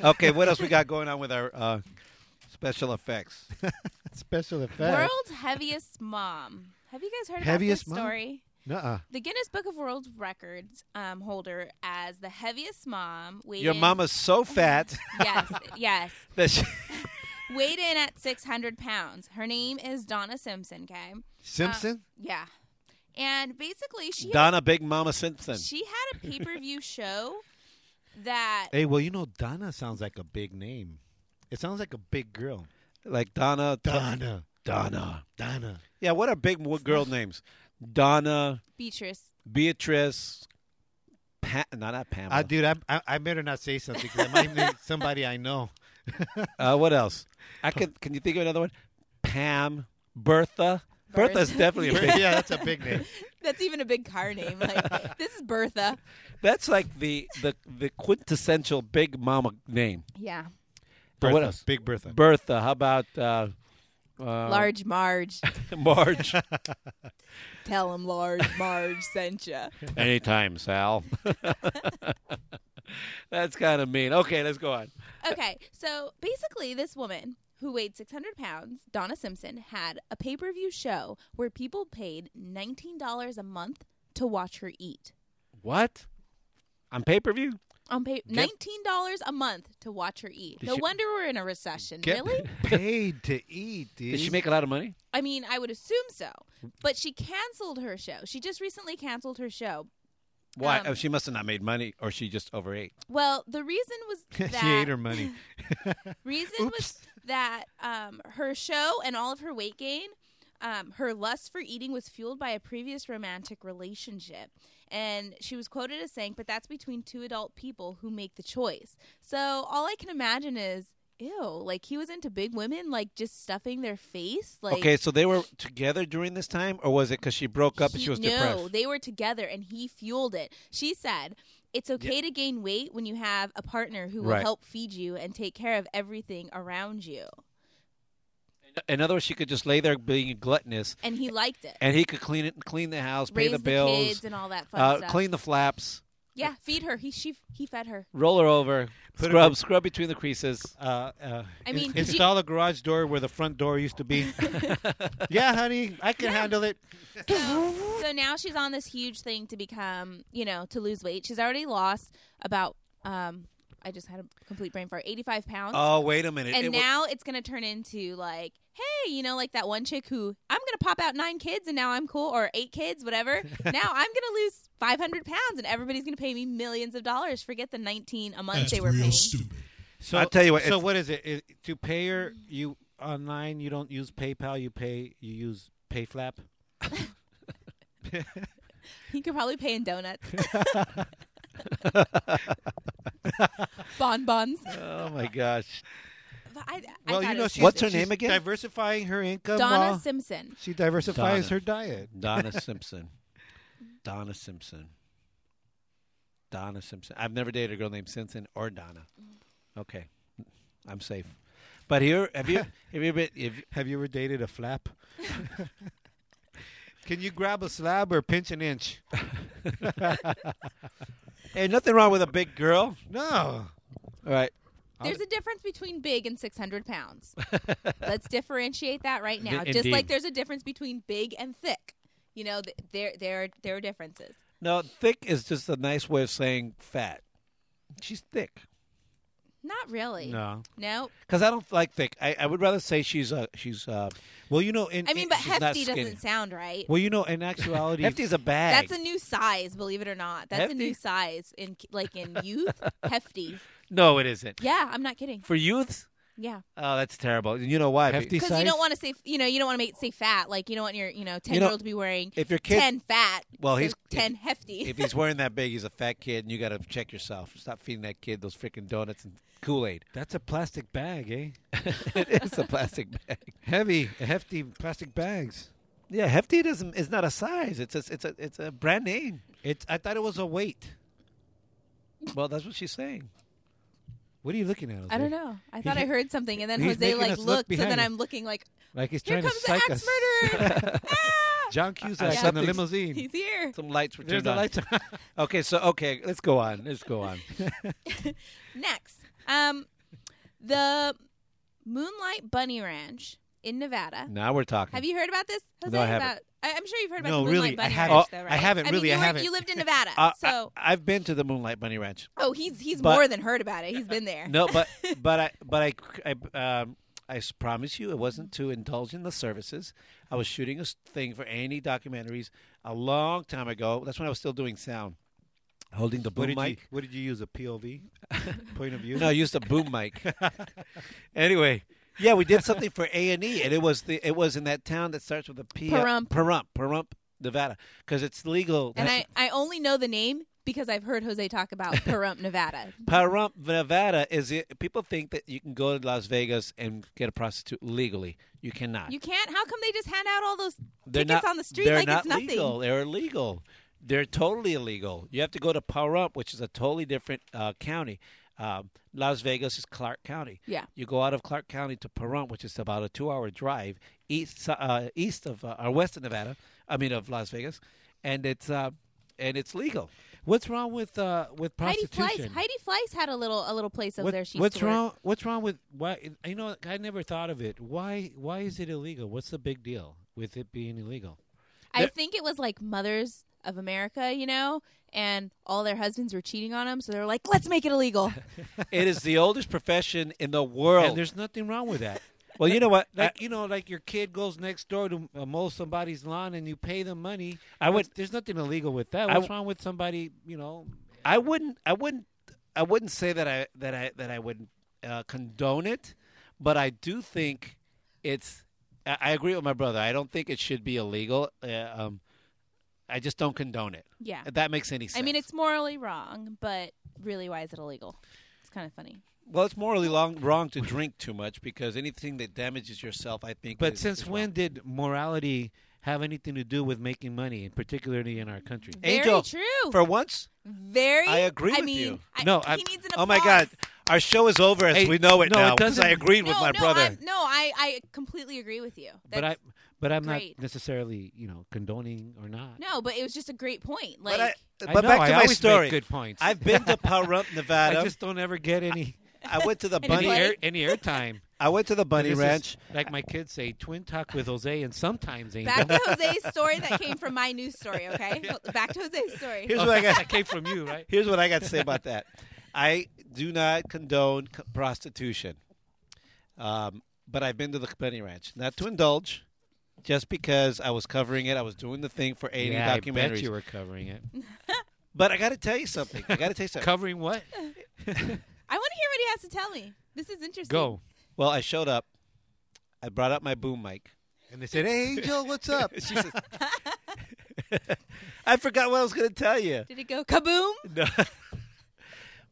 S2: Okay, what else we got going on with our uh, special effects?
S3: Special effects.
S4: World's heaviest mom. Have you guys heard
S3: Heaviest mom?
S4: about this story?
S3: Nuh-uh.
S4: The Guinness Book of World Records um, holder as the heaviest mom. Weighed
S2: Your
S4: in-
S2: mama's so fat
S4: Yes, yes.
S2: that she,
S4: Weighed in at 600 pounds. Her name is Donna Simpson. Okay. Uh,
S3: Simpson?
S4: Yeah. And basically, she
S2: Donna Big Mama Simpson.
S4: she had a pay per view show that
S3: Hey, well, you know, Donna sounds like a big name. It sounds like a big girl.
S2: Like Donna.
S3: Donna.
S2: Donna.
S3: Donna.
S2: Yeah, what are big wo- girl names? Donna,
S4: Beatrice.
S2: Beatrice, pa- no, not Pamela.
S3: Uh, dude, I, I, I better not say something because I might name somebody I know.
S2: Uh, what else? I could. Can you think of another one? Pam, Bertha. Bertha's
S4: Bertha.
S2: definitely a big.
S3: yeah, that's a big name.
S4: That's even a big car name. Like this is Bertha.
S2: That's like the the the quintessential big mama name.
S4: Yeah.
S2: But
S3: Bertha,
S2: what else?
S3: Big Bertha.
S2: Bertha. How about uh, uh,
S4: Large Marge.
S2: Marge?
S4: Tell him Large Marge sent ya.
S2: Anytime, Sal. That's kind of mean. Okay, let's go on.
S4: Okay, so basically, this woman who weighed 600 pounds, Donna Simpson, had a pay per view show where people paid $19 a month to watch her eat.
S2: What? On pay per view?
S4: On pay- $19 a month to watch her eat. No
S2: she-
S4: wonder we're in a recession, really?
S3: Paid to eat, dude.
S2: Did she make a lot of money?
S4: I mean, I would assume so. But she canceled her show. She just recently canceled her show.
S2: Why?
S4: Um,
S2: oh, she must have not made money, or she just overate.
S4: Well, the reason was that
S3: she ate her money.
S4: reason was that um, her show and all of her weight gain, um, her lust for eating was fueled by a previous romantic relationship. And she was quoted as saying, but that's between two adult people who make the choice. So all I can imagine is, ew, like he was into big women, like just stuffing their face. Like,
S2: okay, so they were together during this time, or was it because she broke up and she was
S4: no,
S2: depressed?
S4: they were together and he fueled it. She said, it's okay to gain weight when you have a partner who will
S2: Right.
S4: help feed you and take care of everything around you.
S2: In other words, she could just lay there being gluttonous,
S4: And he liked it.
S2: and he could clean it, clean the house, pay
S4: raise
S2: the bills,
S4: kids and all that fun
S2: uh,
S4: stuff.
S2: clean the flaps.
S4: Yeah, feed her. He she he fed her.
S2: Roll her over.
S3: Put her-
S2: scrub, scrub between the creases.
S3: Uh, uh,
S4: I mean, he-
S3: install a garage door where the front door used to be. yeah, honey, I can handle it.
S4: So, so now she's on this huge thing to become, you know, to lose weight. She's already lost about um I just had a complete brain fart. 85 pounds.
S2: Oh, wait a minute.
S4: and
S2: It wa-
S4: now it's going to turn into like, hey, you know, like that one chick who I'm going to pop out 9 kids and now I'm cool or 8 kids, whatever. now I'm going to lose 500 pounds and everybody's going to pay me millions of dollars. Forget the 19 a month they were paying.
S3: So
S2: I'll tell you what,
S3: So
S2: it's-
S3: what is it? Is- to pay her, you online, you don't use PayPal. You pay, you use PayFlap.
S4: You could probably pay in donuts. Bonbons.
S2: Oh, my gosh.
S4: But I, I
S3: Well,
S4: thought
S3: you
S4: it
S3: know,
S4: was
S3: she's,
S4: just-
S2: What's her name
S3: she's
S2: again?
S3: Diversifying her income.
S4: Donna
S3: while
S4: Simpson.
S3: she diversifies
S2: Donna.
S3: her diet.
S2: Donna Simpson. Donna Simpson. Donna Simpson. I've never dated a girl named Simpson or Donna. Okay, I'm safe. But here, have you? Have you been? Have,
S3: Have you ever dated a flap? Can you grab a slab or pinch an inch?
S2: hey, nothing wrong with a big girl.
S3: No.
S2: All right.
S4: There's a difference between big and 600 pounds. Let's differentiate that right now.
S2: Th-
S4: Just like
S2: indeed.
S4: there's a difference between big and thick. You know, th- there there are, there are differences.
S2: No, thick is just a nice way of saying fat. She's thick.
S4: Not really.
S3: No.
S4: No.
S2: Because I don't like thick. I, I would rather say she's a she's. uh, A,
S3: Well, you know, in
S4: I mean, but
S2: she's not
S4: hefty
S2: skinny.
S4: doesn't sound right.
S3: well, you know, in actuality,
S2: hefty's a bag.
S4: That's a new size, believe it or not. That's a
S2: Hefty?
S4: new size in ki- like in youth. hefty.
S2: no, it isn't.
S4: Yeah, I'm not kidding.
S2: For youths,
S4: Yeah,
S2: oh, that's terrible. And You know why?
S3: Hefty
S4: because you
S3: size?
S4: don't want to say you know you don't want to make say fat like you don't want your you know ten year old to be wearing
S2: If your kid,
S4: ten fat.
S2: Well,
S4: so
S2: he's-
S4: ten hefty.
S2: if he's wearing that big, he's a fat kid, and you got to check yourself. Stop feeding that kid those freaking donuts and Kool Aid.
S3: that's a plastic bag, eh?
S2: it is a plastic bag.
S3: Heavy, hefty plastic bags.
S2: Yeah, hefty doesn't is not a size. It's a it's a it's a brand name.
S3: It's. I thought it was a weight.
S2: Well, that's what she's saying.
S3: What are you looking at?
S4: I don't
S3: Jose?
S4: know. I thought I heard something, and then
S3: he's
S4: Jose
S3: making
S4: like
S3: us look
S4: looked, and
S3: behind
S4: then
S3: him.
S4: I'm looking like,
S3: Like he's
S4: here
S3: trying to
S4: comes the
S3: psych
S4: axe
S3: us.
S4: murderer! ah,
S3: John Cusack in the
S4: something's-
S3: limousine.
S4: he's here.
S2: Some lights were
S3: There's
S2: turned
S3: the
S2: on.
S3: lights. on.
S2: Okay, so okay, let's go on. Let's go on.
S4: Next, um, the Moonlight Bunny Ranch in Nevada.
S2: now we're talking.
S4: Have you heard about this? Jose,
S2: No, I haven't.
S4: About, I, I'm sure you've heard about
S3: No,
S4: the Moonlight
S3: really, I
S4: Bunny
S3: haven't.
S4: Ranch,
S2: Oh,
S4: though,
S2: I
S4: right?
S3: haven't,
S4: I mean,
S3: really,
S4: you
S3: I
S4: were-
S3: haven't.
S4: You lived in Nevada,
S2: Uh,
S4: so
S2: I, have been to the Moonlight Bunny Ranch.
S4: oh, he's he's
S2: but-
S4: more than heard about it. He's been there.
S2: No, but but I but I I um, I s- promise you, it wasn't to indulge in the services. I was shooting a s- thing for any documentaries a long time ago. That's when I was still doing sound, holding the
S3: What
S2: boom
S3: did, you,
S2: mic.
S3: what did you use? A POV? Point of view?
S2: No, I used a boom mic. anyway, yeah, we did something for A and E, and it was the it was in that town that starts with a P. uh,
S4: Pahrump.
S2: Pahrump, Pahrump, Nevada, because it's legal.
S4: and I,
S2: That's-
S4: I only know the name because I've heard Jose talk about Pahrump, Nevada.
S2: Pahrump, Nevada is it, people think that you can go to Las Vegas and get a prostitute legally. You cannot.
S4: You can't. How come they just hand out all those
S2: they're
S4: tickets
S2: not,
S4: on the street
S2: they're
S4: like
S2: not
S4: it's nothing?
S2: legal. They're illegal. They're totally illegal. You have to go to Pahrump, which is a totally different uh, county. Um, Las Vegas is Clark County.
S4: Yeah.
S2: You go out of Clark County to Pahrump, which is about a two-hour drive east uh, east of uh, or west of Nevada. I mean of Las Vegas, and it's uh, and it's legal.
S3: What's wrong with uh, with
S4: Heidi
S3: prostitution?
S4: Fleiss, Heidi Fleiss had a little a little place over
S3: What-
S4: there. She used
S3: what's
S4: to work.
S3: wrong? What's wrong with why? You know, I never thought of it. Why? Why is it illegal? What's the big deal with it being illegal?
S4: I
S2: There-
S4: think it was like Mothers of America, you know, and all their husbands were cheating on them, so they're like, let's make it illegal.
S2: it is the oldest profession in the world.
S3: And there's nothing wrong with that.
S2: well, you know what? I-
S3: Like you know, like your kid goes next door to uh, mow somebody's lawn, and you pay them money. I
S2: would-
S3: There's nothing illegal with that.
S2: I
S3: What's
S2: w-
S3: wrong with somebody? You know,
S2: I wouldn't. I wouldn't. I wouldn't say that I that I that I would uh, condone it, but I do think it's. I, I agree with my brother. I don't think it should be illegal. Uh, um, I just don't condone it.
S4: yeah.
S2: If that makes any sense.
S4: I mean, it's morally wrong, but really, why is it illegal? It's kind of funny.
S2: well, it's morally long, wrong to drink too much because anything that damages yourself, I think.
S3: But
S2: is-
S3: since
S2: is
S3: when
S2: wrong.
S3: did morality have anything to do with making money, particularly in our country.
S4: Very
S2: Angel,
S4: true.
S2: For once,
S4: Very.
S2: I agree with
S4: mean,
S2: you.
S4: I,
S2: no,
S4: he
S2: I'm-
S4: needs an
S2: oh my
S4: applause.
S2: God, our show is over as
S3: Hey,
S2: we know it
S3: no, it
S2: now. 'cause I
S3: doesn't-
S2: agreed with
S4: no,
S2: my
S4: no,
S2: brother.
S4: I'm, no, I, I completely agree with you. That's,
S3: but I, but I'm
S4: great.
S3: not necessarily, you know, condoning or not.
S4: no, but it was just a great point. Like,
S2: but I,
S3: I
S2: but
S3: know,
S2: back
S3: I
S2: to my
S3: always make
S2: story.
S3: good points.
S2: I've been to Pahrump, Nevada.
S3: I just don't ever get any
S2: I went to the
S4: Any
S2: bunny.
S3: any
S4: play?
S3: air any airtime.
S2: I went to the bunny
S3: This is-
S2: ranch.
S3: like my kids say, twin talk with Jose, and sometimes ain't
S4: back to Jose's story that came from my news story. Okay, back to Jose's story.
S2: Here's
S3: Oh,
S2: what I got.
S3: that came from you, right?
S2: Here's what I got to say about that. I do not condone c- prostitution, um, but I've been to the Penny Ranch not to indulge, just because I was covering it. I was doing the thing for eighty
S3: yeah, I
S2: documentaries.
S3: bet you were covering it.
S2: But I got to tell you something. I got to tell you something.
S3: Covering what?
S4: I want to hear what he has to tell me. This is interesting.
S3: Go.
S2: well, I showed up. I brought out my boom mic.
S3: And they said, "Hey, Angel, what's up?"
S2: She says, I forgot what I was going to tell you.
S4: Did it go kaboom?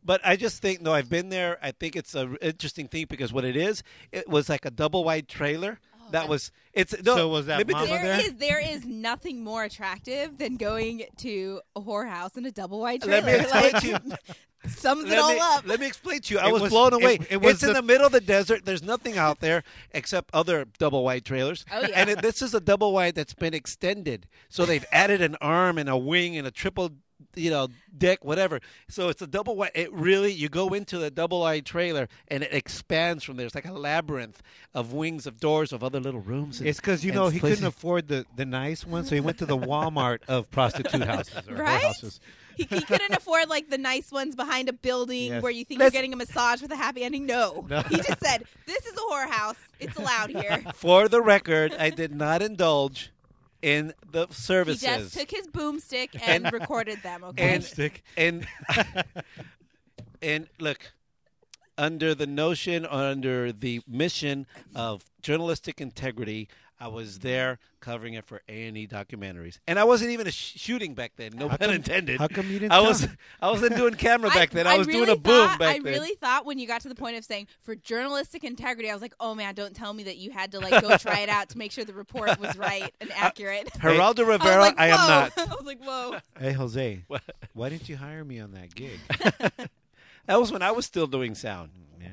S2: But I just think no, I've been there. I think it's an interesting thing because what it is, it was like a double wide trailer. that was it's no.
S3: So was that
S2: let me
S3: mama
S2: just-
S4: Oh, There
S3: there?
S4: is there is nothing more attractive than going to a whorhouse in a double wide trailer.
S2: Let me explain
S4: Like,
S2: to you.
S4: sums it
S2: Let
S4: all
S2: me,
S4: up.
S2: let me explain to you. I
S3: It
S2: was,
S3: was-
S2: blown away.
S3: it- it was
S2: it's in
S3: the-
S2: the middle of the desert. There's nothing out there except other double wide trailers.
S4: Oh, yeah.
S2: And it, this is a double wide that's been extended. So they've added an arm and a wing and a triple, you know, deck, whatever. So it's a double wide. It really, you go into the double wide trailer and it expands from there. It's like a labyrinth of wings, of doors, of other little rooms. and-
S3: It's because you
S2: and
S3: know he
S2: places.
S3: couldn't afford the, the nice one, so he went to the Walmart of prostitute houses or
S4: Right?
S3: houses.
S4: He, he couldn't afford like the nice ones behind a building
S3: Yes.
S4: where you think
S2: Let's-
S4: you're getting a massage with a happy ending. No. He just said, This is a whorehouse. It's allowed here.
S2: For the record, I did not indulge in the
S4: he
S2: services.
S4: just took his boomstick and recorded them, okay?
S2: and and and look under the notion or under the mission of journalistic integrity i was there covering it for a&e documentaries and i wasn't even a sh- shooting back then no pun
S3: come-
S2: intended
S3: how come you didn't
S2: i
S3: tell
S2: was
S3: me?
S2: i wasn't doing camera back then i, was doing
S4: really
S2: a boom
S4: thought-
S2: back
S4: I
S2: then
S4: really thought when you got to the point of saying for journalistic integrity, I was like, "Oh man, don't tell me that you had to like go try it out to make sure the report was right and accurate."
S2: geraldo
S4: I was
S2: rivera
S4: like,
S2: i am
S4: "Whoa."
S2: not
S4: Oh, I was like, "Whoa."
S3: Hey Jose, why didn't you hire me on that gig?
S2: that was when i was still doing sound
S3: Yeah,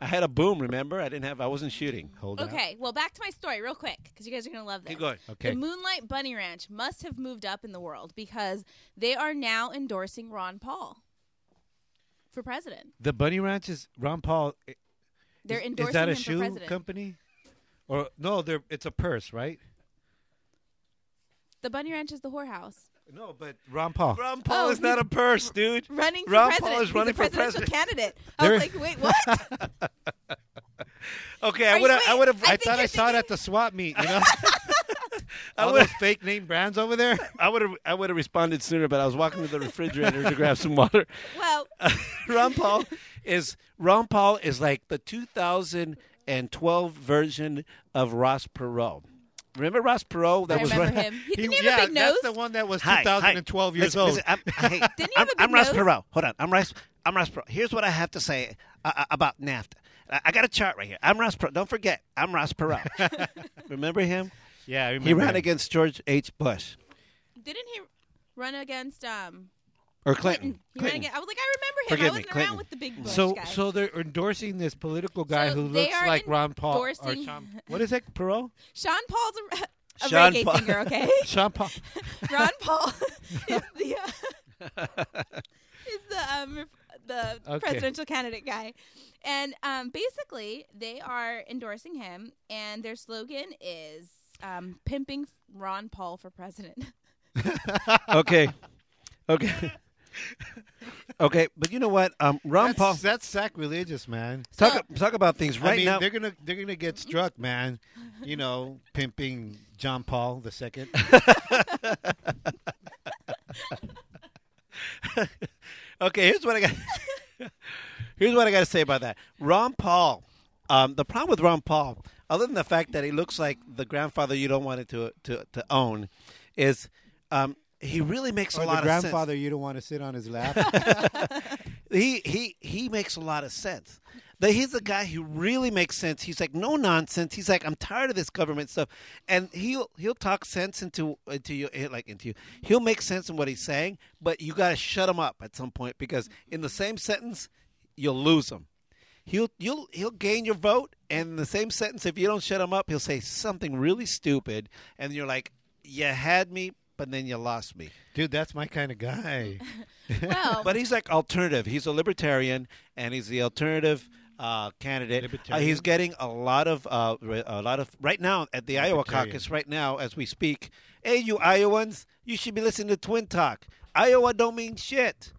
S2: i had a boom remember i didn't have i wasn't shooting
S3: hold on.
S4: Okay, well, back to my story real quick because you guys are gonna love this.
S2: keep going
S3: Okay.
S4: The Moonlight Bunny Ranch must have moved up in the world because they are now endorsing Ron Paul for president.
S3: The Bunny Ranch is Ron Paul. i-
S4: They're
S3: is,
S4: endorsing
S3: is that a
S4: him
S3: shoe
S4: for president.
S3: company? Or no, they're, it's a purse, right?
S4: the Bunny Ranch is the whorehouse.
S3: No, but Ron Paul.
S2: ron paul
S4: Oh,
S2: is not
S4: he's-
S2: a purse dude
S4: Running for
S2: Ron Paul
S4: president.
S2: is
S4: He's
S2: running
S4: a
S2: for
S4: presidential
S2: president.
S4: candidate. I was like, wait, what?
S2: okay i
S4: Are
S2: would
S4: you-
S2: i
S4: wait,
S2: would have
S4: I
S3: I
S4: think
S3: thought
S4: you're
S3: I saw it
S4: thinking-
S3: at the swap meet. You know,
S2: I
S3: all
S2: would-
S3: those fake name brands over there.
S2: I would have I would have responded sooner, but I was walking to the refrigerator to grab some water.
S4: well,
S2: Ron Paul is Ron Paul is like the 2012 version of Ross Perot. Remember Ross Perot?
S4: I remember him. He, didn't he have
S3: yeah,
S4: a big nose?
S3: that's the one that was
S2: Hi, hi.
S3: 2012 years
S2: Listen,
S3: old.
S2: listen, I'm, hey,
S4: Didn't he
S2: I'm,
S4: have a
S2: I'm
S4: big
S2: Ross
S4: nose?
S2: Perot. Hold on, I'm Ross. I'm Ross Perot. Here's what I have to say uh, uh, about NAFTA. I, I got a chart right here. I'm Ross Perot. Don't forget, I'm Ross Perot. remember him?
S3: yeah, I
S2: He
S3: remember
S2: ran
S3: him.
S2: against George H. Bush
S4: Didn't he run against um?
S2: or Clinton.
S4: Clinton. He ran against, I was like, I remember him.
S2: Forgive
S4: I
S2: me,
S4: wasn't
S2: Clinton.
S4: around with the big Bush
S3: So,
S4: guy.
S3: so they're endorsing this political guy
S4: So
S3: who
S4: they
S3: looks
S4: are
S3: like Ron Paul. Or
S4: endorsing-
S3: Sean, what is that? Perot?
S4: Sean Paul's a, a
S2: Sean
S4: reggae
S2: Paul.
S4: singer, okay?
S3: Sean Paul.
S4: Ron Paul is the uh, is the um, the
S3: Okay.
S4: presidential candidate guy, and um, basically they are endorsing him, and their slogan is um, "Pimping Ron Paul for President."
S2: okay. Okay. okay, but you know what? Um, Ron
S3: That's,
S2: Paul,
S3: that's sacrilegious, man.
S2: talk talk about things right
S3: I mean,
S2: now.
S3: they're gonna they're gonna get struck, man. You know, pimping John Paul the second.
S2: Okay, here's what I got. here's what I got to say about that. Ron Paul. Um, the problem with Ron Paul, other than the fact that he looks like the grandfather you don't want it to to, to own, is um, he really makes
S3: or the
S2: a lot of sense.
S3: grandfather you don't want to sit on his lap.
S2: he he he makes a lot of sense. That he's a guy who really makes sense. He's like no nonsense. He's like I'm tired of this government stuff, and he'll he'll talk sense into into you eh, like into you. He'll make sense in what he's saying, but you got to shut him up at some point because in the same sentence you'll lose him. He'll you'll he'll gain your vote, and in the same sentence if you don't shut him up, he'll say something really stupid, and you're like you had me, but then you lost me.
S3: Dude, that's my kind of guy.
S4: Well,
S2: But he's like alternative. He's a libertarian, and he's the alternative uh, candidate. Uh, he's
S3: Libertarian?
S2: getting a lot of uh, re- a lot of right now at the Iowa
S3: Libertarian.
S2: caucus. Right now, as we speak, hey, you Iowans, you should be listening to Twin Talk. Iowa don't mean shit.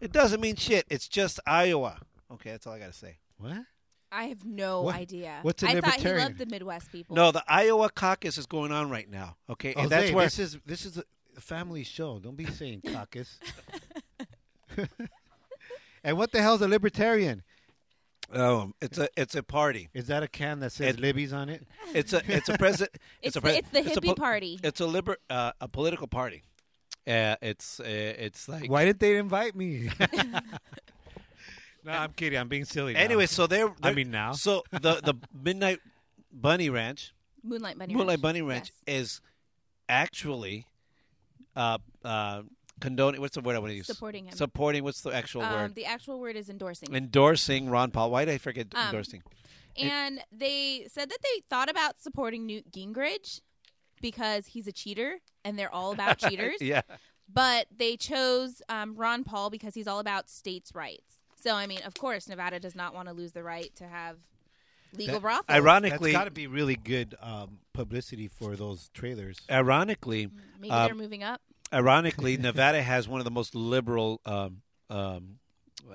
S2: It doesn't mean shit. It's just Iowa. Okay, that's all I gotta say.
S3: what?
S4: I have no
S3: What-
S4: idea.
S3: what's a
S4: I thought he
S3: libertarian?
S4: loved the Midwest people.
S2: No, the Iowa caucus is going on right now. Okay, and that's
S3: Jose,
S2: where
S3: this is this is a family show. Don't be saying caucus. and what the hell's a libertarian?
S2: um, it's a it's a party.
S3: Is that a can that says
S2: It-
S3: Libby's on it?
S2: It's a it's a president.
S4: it's,
S2: a
S4: the,
S2: pres-
S4: it's the
S2: it's a
S4: hippie
S2: pol-
S4: party.
S2: It's a liber- uh, a political party. Uh, it's uh, it's like
S3: Why didn't they invite me? no, I'm kidding. I'm being silly. now.
S2: anyway. So they're,
S3: I
S2: they're-
S3: mean now.
S2: So the the Midnight Bunny Ranch,
S4: Moonlight Bunny.
S2: Moonlight
S4: Ranch.
S2: Bunny Ranch
S4: Yes.
S2: is actually uh, uh, condoning. What's the word I want to use?
S4: Supporting him.
S2: Supporting. What's the actual
S4: Um,
S2: word?
S4: the actual word is endorsing.
S2: Endorsing Ron Paul. Why did I forget
S4: Um,
S2: endorsing?
S4: and they said that they thought about supporting Newt Gingrich because he's a cheater and they're all about cheaters.
S2: Yeah.
S4: But they chose um, Ron Paul because he's all about states' rights. So, I mean, of course, Nevada does not want to lose the right to have legal
S3: That-
S4: brothels.
S2: Ironically,
S3: that's got to be really good um, publicity for those trailers.
S2: ironically,
S4: Maybe
S2: uh,
S4: they're moving up.
S2: ironically, Nevada has one of the most liberal, um, um, uh,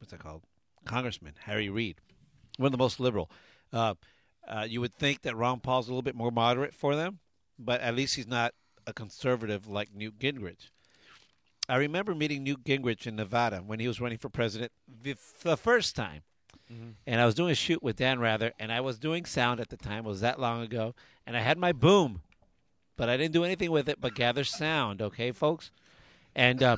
S2: what's that called? Congressman Harry Reid, one of the most liberal. Uh, uh, you would think that Ron Paul's a little bit more moderate for them, but at least he's not a conservative like Newt Gingrich. I remember meeting Newt Gingrich in Nevada when he was running for president the, the first time. Mm-hmm. And I was doing a shoot with Dan Rather, and I was doing sound at the time. It was that long ago. And I had my boom but I didn't do anything with it but gather sound, okay, folks? And uh,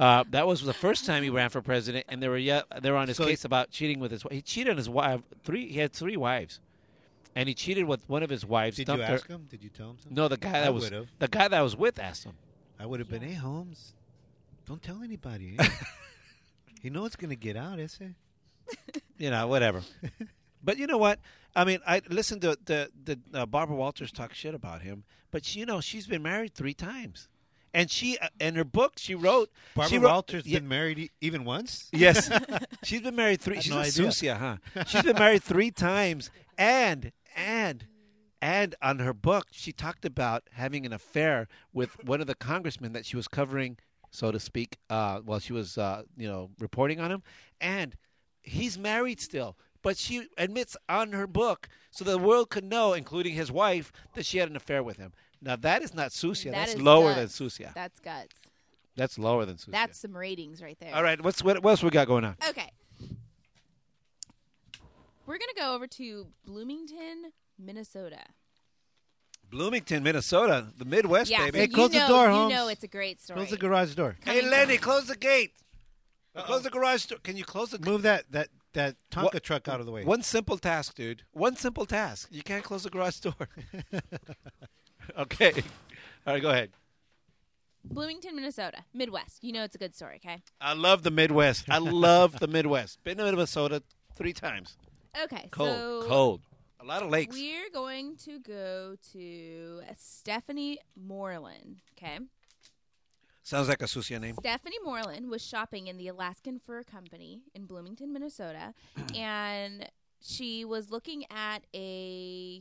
S2: uh, that was the first time he ran for president, and they were yeah, they were on his
S3: So-
S2: case about cheating with his wife. He cheated on his wife. Three, he had three wives, and he cheated with one of his wives.
S3: Did you
S2: dumped her-
S3: ask him? Did you tell him something?
S2: No, the guy
S3: I
S2: that was
S3: would've.
S2: the guy that I was with asked him.
S3: I would have been, hey, Holmes, don't tell anybody. eh?" you know it's going to get out, is it?
S2: you know, whatever. but you know what? I mean, I listened to the the uh, Barbara Walters talk shit about him, but she, you know, she's been married three times, and she uh, in her book she wrote
S3: Barbara
S2: she
S3: Walters
S2: wrote, Yeah,
S3: been married e- even once?
S2: Yes, she's been married three.
S3: Had
S2: She's
S3: no
S2: a
S3: idea.
S2: Susia, huh? She's been married three times, and and and on her book, she talked about having an affair with one of the congressmen that she was covering, so to speak, uh, while she was uh, you know reporting on him, and he's married still. But she admits on her book, so the world could know, including his wife, that she had an affair with him. Now that is not Susia.
S4: That
S2: that's
S4: is
S2: lower
S4: guts.
S2: than Susia.
S4: That's guts.
S2: That's lower than Susia.
S4: That's some ratings right there.
S2: all right. What's what, what else we got going on?
S4: Okay. We're going to go over to Bloomington, Minnesota.
S2: Bloomington, Minnesota, the Midwest,
S4: yeah,
S2: baby.
S4: so
S3: Hey,
S4: you
S3: close the
S4: know,
S3: door,
S4: you
S3: Holmes.
S4: know it's a great story.
S3: Close the garage door.
S2: Hey, Lenny, close the gate. Close the garage door. Can you close the?
S3: Move that that that Tonka
S2: What-
S3: truck out of the way.
S2: One simple task, dude. One simple task. You can't close the garage door. okay. All right, go ahead.
S4: Bloomington, Minnesota, Midwest. You know it's a good story, okay?
S2: I love the Midwest. I love the Midwest. Been to Minnesota three times.
S4: Okay,
S2: Cold,
S4: so
S2: cold. A lot of lakes.
S4: we're going to go to Stephanie Moreland, okay?
S2: Sounds like a Susia name.
S4: Stephanie Moreland was shopping in the Alaskan Fur Company in Bloomington, Minnesota, and she was looking at a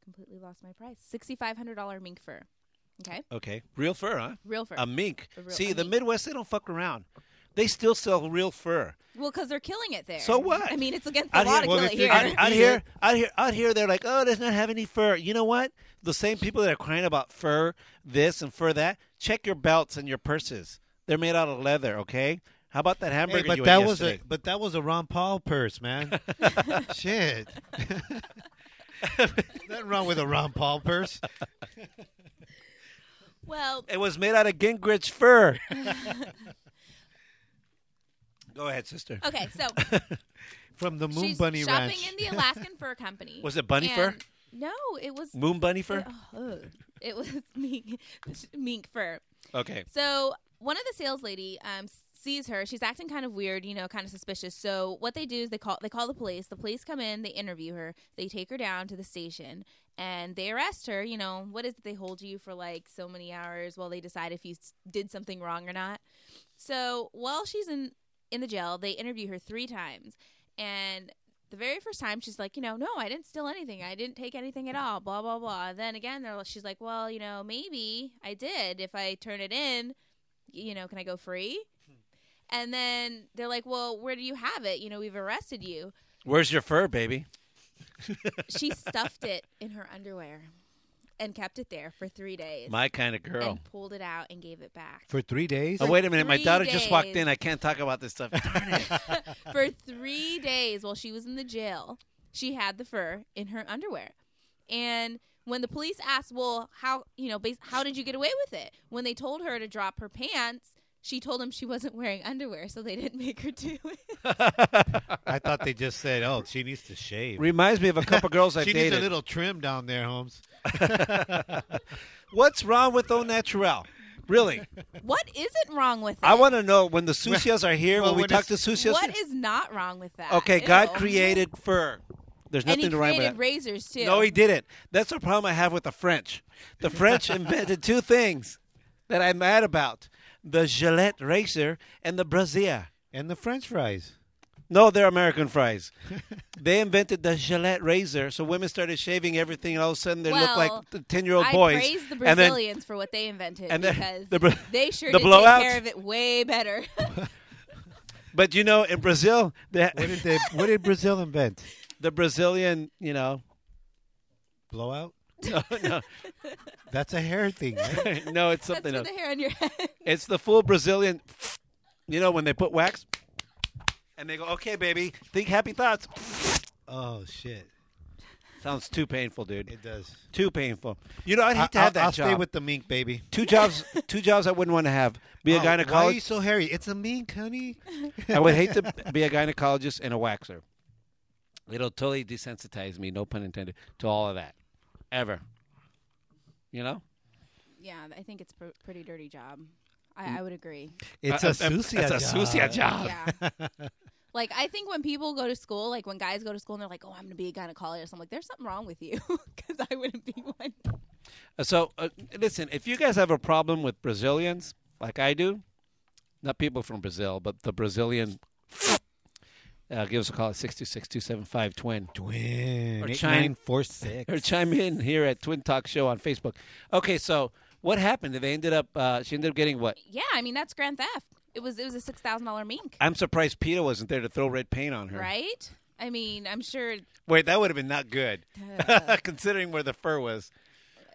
S4: I completely lost my price sixty five hundred dollar mink fur. Okay,
S2: Okay, real fur, huh?
S4: real fur.
S2: A mink.
S4: A real-
S2: See,
S4: a
S2: the
S4: mink.
S2: Midwest, they don't fuck around. They still sell real fur.
S4: well, because they're killing it there.
S2: So what?
S4: I mean, it's against the
S2: Out
S4: law to
S2: here,
S3: well,
S4: kill
S3: if
S4: it
S3: you're
S4: here.
S2: out,
S3: gonna-
S2: out
S3: Eat
S2: here,
S3: it.
S2: out here, out here, they're like, oh, it does not have any fur. You know what? The same people that are crying about fur this and fur that, check your belts and your purses. They're made out of leather. Okay. How about that
S3: Hey,
S2: hamburger?
S3: but
S2: you
S3: that
S2: ate
S3: was a
S2: yesterday?
S3: but that was a Ron Paul purse, man. Shit. Nothing wrong with a Ron Paul purse.
S4: well,
S2: It was made out of Gingrich fur. Go ahead, sister.
S4: Okay, so
S3: From the Moon
S4: she's
S3: Bunny
S4: shopping
S3: Ranch.
S4: in the Alaskan Fur Company.
S2: Was it bunny fur?
S4: And- No, it was
S2: Moon bunny fur?
S4: Oh, it was mink, mink fur.
S2: Okay.
S4: So one of the sales lady um, sees her. She's acting kind of weird, you know, kind of suspicious. So what they do is they call they call the police. The police come in, they interview her, they take her down to the station, and they arrest her. You know, what is it? They hold you for like so many hours while they decide if you s- did something wrong or not. So while she's in in the jail, they interview her three times, and the very first time she's like, you know, no, I didn't steal anything, I didn't take anything at all, blah blah blah. And then again, they're, she's like, well, you know, maybe I did. If I turn it in, you know, can I go free? And then they're like, well, where do you have it? You know, we've arrested you.
S2: Where's your fur, baby?
S4: She stuffed it in her underwear and kept it there for three days.
S2: My kind of girl.
S4: And pulled it out and gave it back.
S3: for three days.
S2: Oh wait a minute! My
S4: three
S2: daughter just walked
S4: days.
S2: in. I can't talk about this stuff. Darn it!
S4: for three days while she was in the jail, she had the fur in her underwear. And when the police asked, "Well, how you know, bas- how did you get away with it?" When they told her to drop her pants, she told them she wasn't wearing underwear, so they didn't make her do it.
S3: I thought they just said, "Oh, she needs to shave."
S2: Reminds me of a couple girls I
S3: she
S2: dated.
S3: needs a little trim down there, Holmes.
S2: What's wrong with au naturel? Really,
S4: what isn't wrong with it?
S2: I want to know when the sucias are here.
S3: Well,
S2: when we
S3: when
S2: talk to
S3: it's-
S2: sucias,
S4: what is not wrong with that?
S2: okay. God
S4: Ew.
S2: created fur. There's
S4: and
S2: nothing
S4: he
S2: to wrong with
S4: created
S2: that.
S4: razors too.
S2: No, he didn't. That's the problem I have with the French. The French invented two things that I'm mad about: the Gillette razor and the Brazier.
S3: And the French fries.
S2: No, they're American fries. they invented the Gillette razor, so women started shaving everything, and all of a sudden they
S4: Well,
S2: look like ten-year-old
S4: I
S2: boys.
S4: praise the
S2: And then-
S4: Brazilians for what they invented
S2: and then
S4: because
S2: the Bra-
S4: they sure
S2: the
S4: did
S2: blowout.
S4: take care of it way better.
S2: but you know, in Brazil,
S3: What
S2: the,
S3: did they, What did Brazil invent?
S2: the Brazilian, you know,
S3: Blowout.
S2: no, no,
S3: That's a hair thing. right?
S2: no, it's
S4: That's for
S2: something else.
S4: the hair on your head.
S2: It's the full Brazilian. You know, when they put wax, and they go, "Okay, baby, think happy thoughts."
S3: oh shit!
S2: Sounds too painful, dude.
S3: It does.
S2: Too painful. You know, I'd hate to
S3: I-
S2: have that
S3: I'll
S2: job.
S3: stay with the mink, baby.
S2: two jobs, two jobs I wouldn't want to have. Be a
S3: Oh, Why are you
S2: gynecologist.
S3: so hairy? It's a mink, honey.
S2: I would hate to be a gynecologist and a waxer. It'll totally desensitize me, no pun intended, to all of that. Ever. You know?
S4: Yeah, I think it's a pr- pretty dirty job.
S2: Mm.
S4: I, I would agree.
S3: It's
S2: Uh,
S3: a
S2: uh,
S3: sucia.
S2: It's a sucia job.
S4: Yeah. like I think when people go to school, like when guys go to school and they're like, "Oh, I'm going to be a gynecologist," I'm like, "There's something wrong with you," because I wouldn't be one.
S2: So, uh, listen, if you guys have a problem with Brazilians, like I do, not people from Brazil, but the Brazilian, uh, give us a call at 626 twin
S3: Twin.
S2: Or
S3: Eight,
S2: China-
S3: nine, four,
S2: Or
S3: six.
S2: chime in here at Twin Talk Show on Facebook. Okay, so what happened? They ended up, uh, she ended up getting what?
S4: Yeah, I mean that's grand theft. It was it was a six thousand dollar mink,
S2: I'm surprised PETA wasn't there to throw red paint on her.
S4: right? I mean, I'm sure
S2: Wait, that would have been not good,
S4: Uh.
S2: considering where the fur was.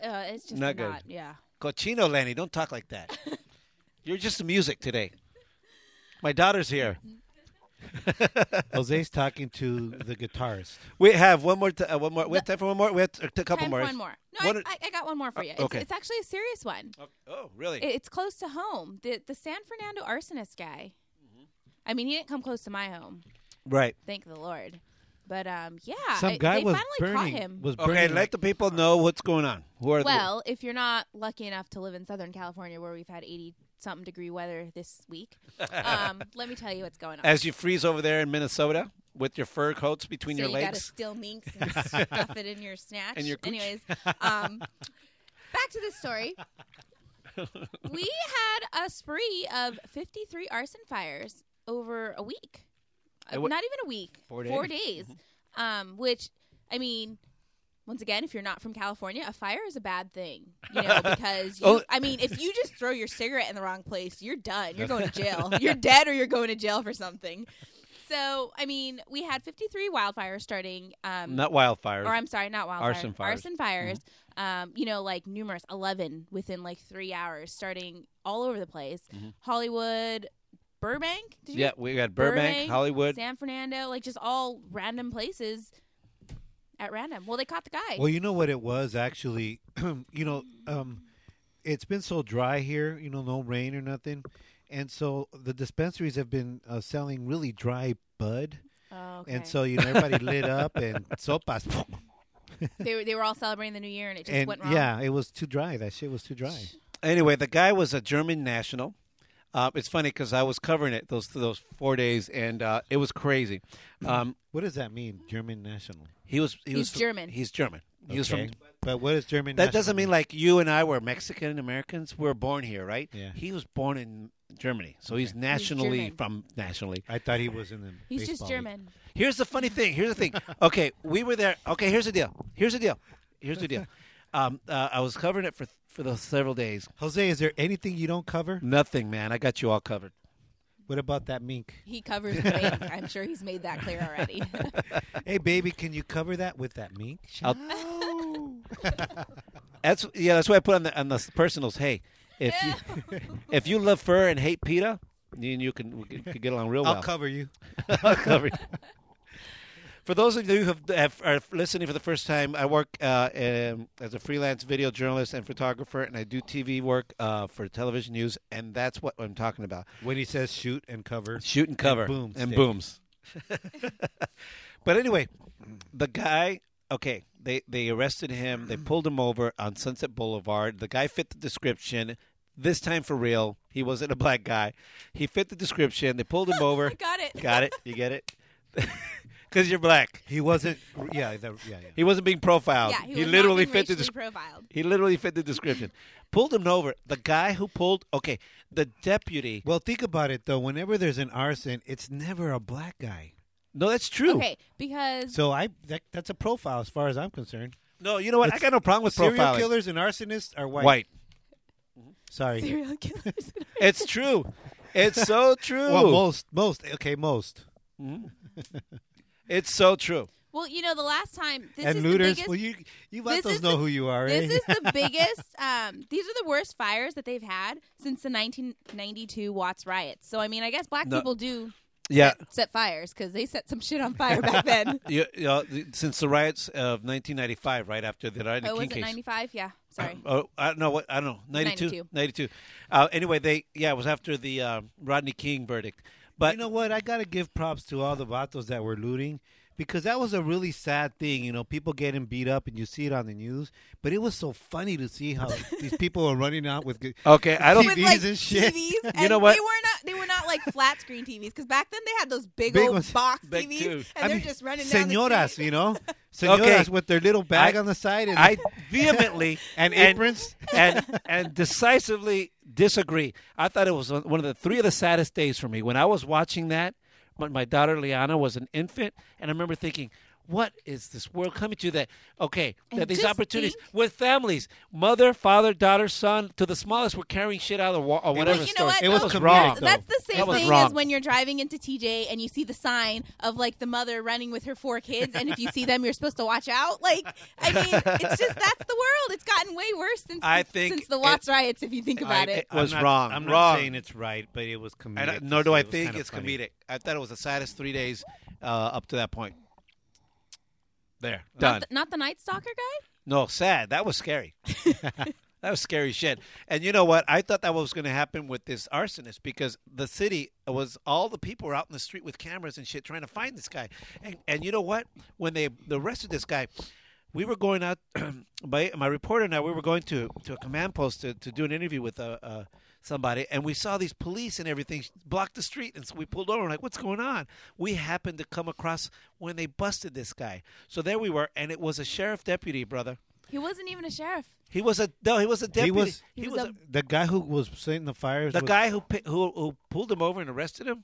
S4: uh, it's just
S2: Not
S4: not.
S2: good.
S4: yeah.
S2: Cochino, Lanny, don't talk like that. You're just music today. My daughter's here.
S3: Jose's talking to the guitarist.
S2: We have one more, t- uh, one more. We have time for one more. We have t- a couple
S4: Time
S2: more.
S4: for one more. No,
S2: What
S4: I,
S2: are- Uh,
S4: I, I got one more for you. It's,
S2: okay.
S4: it's actually a serious one.
S2: oh, really?
S4: It- It's close to home. The the San Fernando arsonist guy. I mean, he didn't come close to my home.
S2: right.
S4: Thank the Lord. But um, yeah,
S3: Some
S4: I-
S3: guy
S4: they
S3: was
S4: finally
S3: burning.
S4: caught him.
S3: Was burning.
S2: Okay,
S3: like-
S2: let the people know what's going on. Who are
S4: well, if you're not lucky enough to live in Southern California, where we've had 80 something degree weather this week, um, let me tell you what's going on.
S2: the, as you freeze over there in Minnesota with your fur coats between
S4: so
S2: your
S4: you gotta
S2: legs?
S4: steal minks and stuff it in your snatch.
S2: And your cooch.
S4: Anyways, um, back to this story. we had a spree of 53 arson fires over a week. Uh,
S2: It wa-
S4: not even a week.
S2: Four Mm-hmm.
S4: days. Um, which, I mean, once again, if you're not from California, a fire is a bad thing, you know, because you,
S2: Oh.
S4: I mean, if you just throw your cigarette in the wrong place, you're done. You're going to jail. You're dead, or you're going to jail for something. So, I mean, we had 53 wildfires starting. Um,
S2: Not wildfires.
S4: or I'm sorry, not wildfires.
S2: Arson fires.
S4: Arson fires.
S3: Mm-hmm.
S4: Um, you know, like numerous, 11 within like three hours, starting all over the place.
S3: Mm-hmm.
S4: Hollywood, Burbank. Did you
S2: yeah, we got Burbank, Hollywood.
S4: San Fernando, like just all random places at random. Well, they caught the guy.
S3: well, you know what it was actually. you know, um, it's been so dry here. You know, no rain or nothing, and so the dispensaries have been uh, selling really dry bud,
S4: Oh,
S3: and so you know everybody lit up and sopas,
S4: they were they were all celebrating the new year and it just
S3: and
S4: went wrong.
S3: yeah, it was too dry. That shit was too dry.
S2: anyway, the guy was a German national. Uh, it's funny because I was covering it those those four days, and uh, it was crazy. Um,
S3: What does that mean, German national?
S2: he was he
S4: He's
S2: was fr-
S4: German.
S2: He's German. He was from.
S3: Okay. but what is German?
S2: That
S3: national
S2: doesn't mean like you and I were Mexican Americans. We're born here, right?
S3: Yeah.
S2: He was born in Germany, so he's nationally
S4: German.
S2: from nationally.
S3: I thought he was in the.
S4: He's
S3: baseball
S4: just
S3: league.
S4: German.
S2: Here's the funny thing. Here's the thing. Okay, we were there. Okay, here's the deal. Here's the deal. Here's the deal. Um, uh, I was covering it for for those several days.
S3: Jose, is there anything you don't cover?
S2: Nothing, man. I got you all covered.
S3: What about that mink?
S4: He covers the bank. I'm sure he's made that clear already.
S3: Hey, baby, can you cover that with that mink?
S2: I'll-
S3: Ciao.
S2: That's yeah. That's why I put on the on the personals. Hey, if you if you love fur and hate pita, you, you can we could could get along real well.
S3: I'll cover you.
S2: I'll cover you. For those of you who have, have, are listening for the first time, I work uh, um, as a freelance video journalist and photographer, and I do TV work uh, for television news, and that's what I'm talking about.
S3: When he says shoot and cover,
S2: Shoot and cover.
S3: boom
S2: And
S3: stick.
S2: booms. but anyway, the guy, okay, they, they arrested him. They pulled him over on Sunset Boulevard. The guy fit the description. This time for real. He wasn't a black guy. He fit the description. They pulled him over.
S4: got it.
S2: Got it. You get it? Because you're black.
S3: he wasn't. Yeah, that, yeah, yeah.
S2: He wasn't being profiled.
S4: yeah, he, was
S2: literally
S4: not being
S2: fit the
S4: racially
S2: description.
S4: profiled.
S2: He literally fit the description. pulled him over. The guy who pulled, okay, the deputy.
S3: Well, think about it though. Whenever there's an arson, it's never a black guy.
S2: No, that's true.
S4: Okay, because
S3: So I that, that's a profile as far as I'm concerned.
S2: No, you know what? I got no problem with profiling.
S3: Serial killers and arsonists are white.
S2: White.
S3: Sorry.
S4: serial killers.
S2: It's true. It's so true. Mm-hmm.
S3: Well, most, most. Okay, most.
S2: it's so true.
S4: well, you know, the last time this
S3: and
S4: is
S3: looters.
S4: the biggest.
S3: well, you you let
S4: this
S3: those
S4: is
S3: know
S4: the-
S3: who you are.
S4: this
S3: eh?
S4: is the biggest. Um, these are the worst fires that they've had since the 1992 Watts riots. So I mean, I guess black
S2: No.
S4: people do
S2: Yeah.
S4: set fires because they set some shit on fire back then.
S2: You, you know, th- since the riots of 1995, right after the Rodney
S4: oh, was
S2: King
S4: it
S2: case.
S4: 95? Yeah, sorry.
S2: Oh, I don't know what I don't know. 92.
S4: 92.
S2: 92. Uh, anyway, they yeah, it was after the um, Rodney King verdict. But
S3: you know what? I gotta give props to all the vatos that were looting because that was a really sad thing. You know, people getting beat up, and you see it on the news. But it was so funny to see how these people are running out with. Good,
S2: okay, I don't
S3: With,
S4: With
S3: TVs
S4: like
S3: and shit.
S4: TVs,
S2: You
S4: and
S2: know what?
S4: They were not. They were not like flat screen TVs because back then they had those big,
S3: Big
S4: old
S3: ones.
S4: box
S2: Big
S4: TVs,
S2: too.
S4: and
S3: I
S4: they're
S3: mean,
S4: just running down the
S3: Senoras,
S4: street.
S3: you know, senoras with their little bag
S2: I-
S3: on the side and,
S2: I vehemently
S3: and
S2: and,
S3: aprons.
S2: and and decisively disagree. I thought it was one of the three of the saddest days for me when I was watching that. My, my daughter Liana was an infant, and I remember thinking, "What is this world coming to? That okay, that
S4: And
S2: these
S4: just
S2: opportunities
S4: think-
S2: with families, mother, father, daughter, son, to the smallest, were carrying shit out of the wall or whatever."
S4: Well, you
S2: store.
S4: know what?
S3: It was
S4: though?
S2: That
S3: comedic,
S2: wrong.
S3: though.
S4: That's the same
S2: That was
S4: thing
S2: wrong.
S4: as when you're driving into TJ and you see the sign of like the mother running with her four kids, and if you see them, you're supposed to watch out. Like, I mean, it's just that's the world. It's gotten way worse since
S2: I
S4: the,
S2: think
S4: since the
S2: it-
S4: Watts riots. If you think about it,
S2: was
S3: I'm not-
S2: wrong.
S3: I'm
S2: Wrong.
S3: not saying it's right, but it was comedic.
S2: And I,
S3: to
S2: nor do
S3: see.
S2: I
S3: It was
S2: think
S3: kinda
S2: it's
S3: funny.
S2: comedic. I thought it was the saddest three days uh, up to that point. There,
S4: not
S2: done.
S4: the, not the Night Stalker guy.
S2: No, sad. That was scary. that was scary shit. And you know what? I thought that was going to happen with this arsonist because the city was all the people were out in the street with cameras and shit trying to find this guy. And and you know what? When they arrested this guy, we were going out. my my reporter and I we were going to to a command post to, to do an interview with uh, uh, somebody, and we saw these police and everything block the street, and so we pulled over. and like, what's going on? We happened to come across when they busted this guy. So there we were, and it was a sheriff deputy, brother.
S4: He wasn't even a sheriff.
S2: He was a no. He was a deputy.
S3: was-
S2: he
S4: He
S2: was,
S4: was
S2: a-
S3: The guy who was setting the fires.
S2: the
S3: was-
S2: guy who, pi- who who pulled him over and arrested him.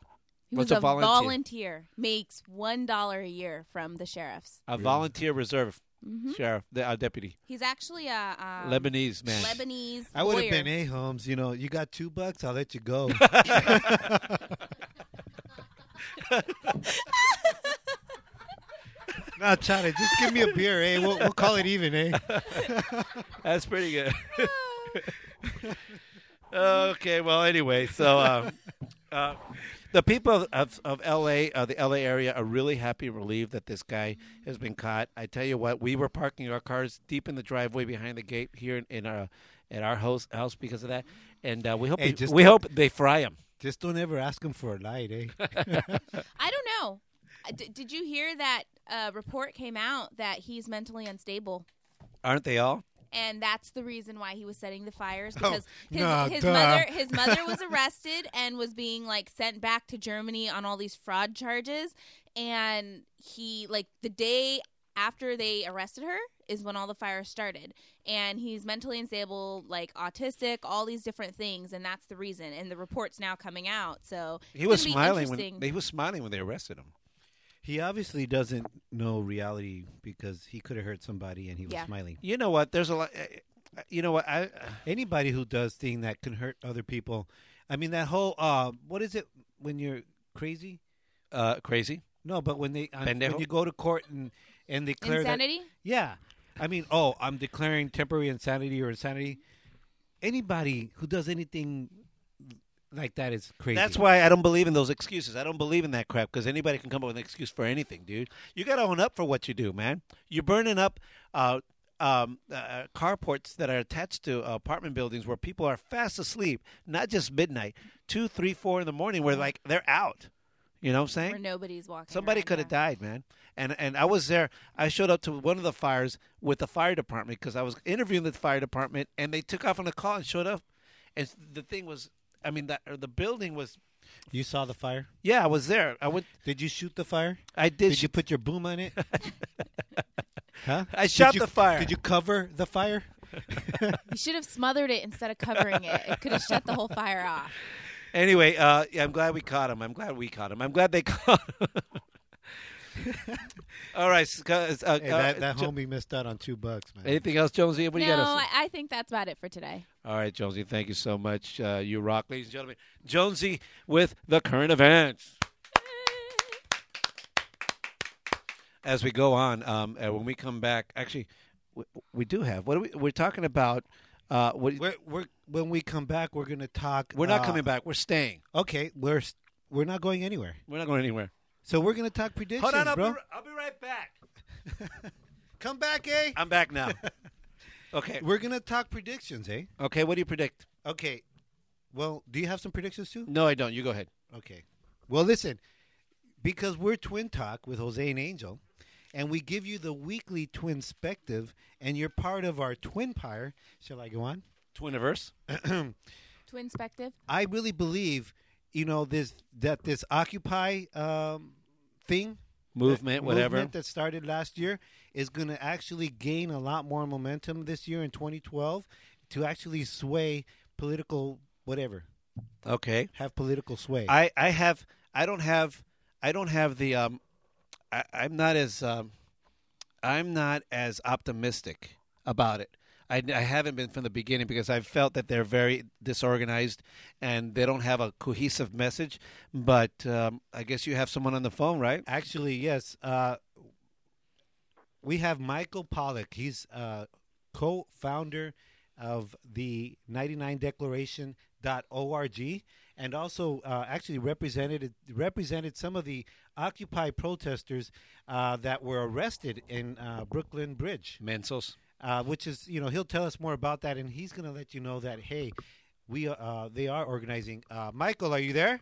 S4: He
S2: Was
S4: was,
S2: a
S4: a,
S2: volunteer.
S4: volunteer. Makes one dollar a year from the sheriffs.
S2: A volunteer reserve
S4: Mm-hmm.
S2: sheriff, the, our deputy,
S4: He's actually a um,
S2: Lebanese man.
S4: Lebanese.
S3: I would have
S4: lawyer.
S3: been, hey Holmes, you know, you got two bucks, I'll let you go. no, China, just give me a beer, eh? We'll, we'll call it even, eh?
S2: That's pretty good. okay. Well, anyway, so um, uh, the people of, of, of LA, uh, the LA area, are really happy and relieved that this guy has been caught. I tell you what, we were parking our cars deep in the driveway behind the gate here in, in our at our house house because of that, and uh, we hope
S3: Hey,
S2: we,
S3: just
S2: we
S3: don't-
S2: hope they fry him.
S3: Just don't ever ask him for a light, eh?
S4: I don't know. Uh, D- did you hear that uh, report came out that he's mentally unstable?
S2: Aren't they all?
S4: And that's the reason why he was setting the
S2: Oh,
S4: fires because his,
S3: nah,
S4: his
S3: duh.
S4: mother his mother was arrested and was being like sent back to Germany on all these fraud charges. And he like the day after they arrested her is when all the fires started. And he's mentally unstable, like autistic, all these different things, and that's the reason. And the report's now coming out. So
S2: He
S4: it's
S2: was
S4: gonna be
S2: smiling
S4: interesting.
S2: when he was smiling when they arrested him.
S3: He obviously doesn't know reality because he could have hurt somebody and he was
S4: Yeah.
S3: smiling.
S2: You know what? There's a lot. uh, You know what? I
S3: Anybody who does thing that can hurt other people, I mean that whole uh, what is it when you're crazy?
S2: uh, crazy.
S3: No, but when they on,
S2: Pendejo.
S3: when you go to court and and declare
S4: insanity.
S3: that yeah, I mean oh I'm declaring temporary insanity or insanity. Anybody who does anything like that is crazy.
S2: That's why I don't believe in those excuses. I don't believe in that crap because anybody can come up with an excuse for anything, dude. You got to own up for what you do, man. You're burning up uh, um, uh, carports that are attached to apartment buildings where people are fast asleep, not just midnight, two, three, four in the morning, where like they're out. You know what I'm saying?
S4: where nobody's walking.
S2: Somebody
S4: around,
S2: could
S4: yeah.
S2: have died, man. And and I was there. I showed up to one of the fires with the fire department because I was interviewing the fire department, and they took off on a call and showed up. And the thing was, I mean, that or the building was.
S3: you saw the fire.
S2: Yeah, I was there. I went.
S3: Did you shoot the fire?
S2: I did.
S3: Did
S2: sh-
S3: you put your boom on it? huh?
S2: I
S3: Did
S2: shot
S3: you-
S2: the fire.
S3: Did you cover the fire?
S4: You should have smothered it instead of covering it. It could have shut the whole fire off.
S2: anyway, uh, yeah, I'm glad we caught him. I'm glad we caught him. I'm glad they caught. him. All right. Sc- Uh, uh,
S3: Hey, that,
S2: uh,
S3: that
S2: Jo-
S3: homie missed out on two bucks, man.
S2: Anything else, Jonesy? What do
S4: no,
S2: you got? to say?
S4: I, I think that's about it for today.
S2: All right, Jonesy, thank you so much. Uh, you rock, ladies and gentlemen. Jonesy with the current events. As we go on, um, and when we come back, actually, we, we do have. What are we, we're talking about? Uh, what, we're,
S3: We're, we're when we come back, we're gonna talk.
S2: not
S3: uh,
S2: coming back. We're staying.
S3: Okay, we're s- we're not going anywhere.
S2: We're not going anywhere.
S3: So we're gonna talk predictions,
S2: Hold on, I'll,
S3: bro.
S2: Be, ri- I'll be right back.
S3: Come back, eh?
S2: I'm back now. okay.
S3: We're gonna talk predictions, eh?
S2: Okay. What do you predict?
S3: Okay. Well, do you have some predictions too?
S2: No, I don't. You go ahead.
S3: Okay. Well, listen, because we're Twin Talk with Jose and Angel, and we give you the weekly twin spective, and you're part of our twin pyre. Shall I go on?
S2: Twiniverse.
S4: Twin spective.
S3: I really believe, you know, this that this Occupy um, thing
S2: Movement,
S3: that
S2: whatever.
S3: movement that started last year is going to actually gain a lot more momentum this year in 2012 to actually sway political whatever
S2: Okay.
S3: have political sway
S2: I, I have I don't have I don't have the um I, I'm not as um I'm not as optimistic about it. I, I haven't been from the beginning because I've felt that they're very disorganized and they don't have a cohesive message. But um, I guess you have someone on the phone, right?
S3: actually yes uh, we have michael pollock he's uh, co-founder of the 99 declaration.org and also uh, actually represented represented some of the occupy protesters uh, that were arrested in uh, brooklyn bridge
S2: Mensos.
S3: uh, which is you know he'll tell us more about that, and he's going to let you know that hey, we uh, they are organizing. Uh, Michael, are you there?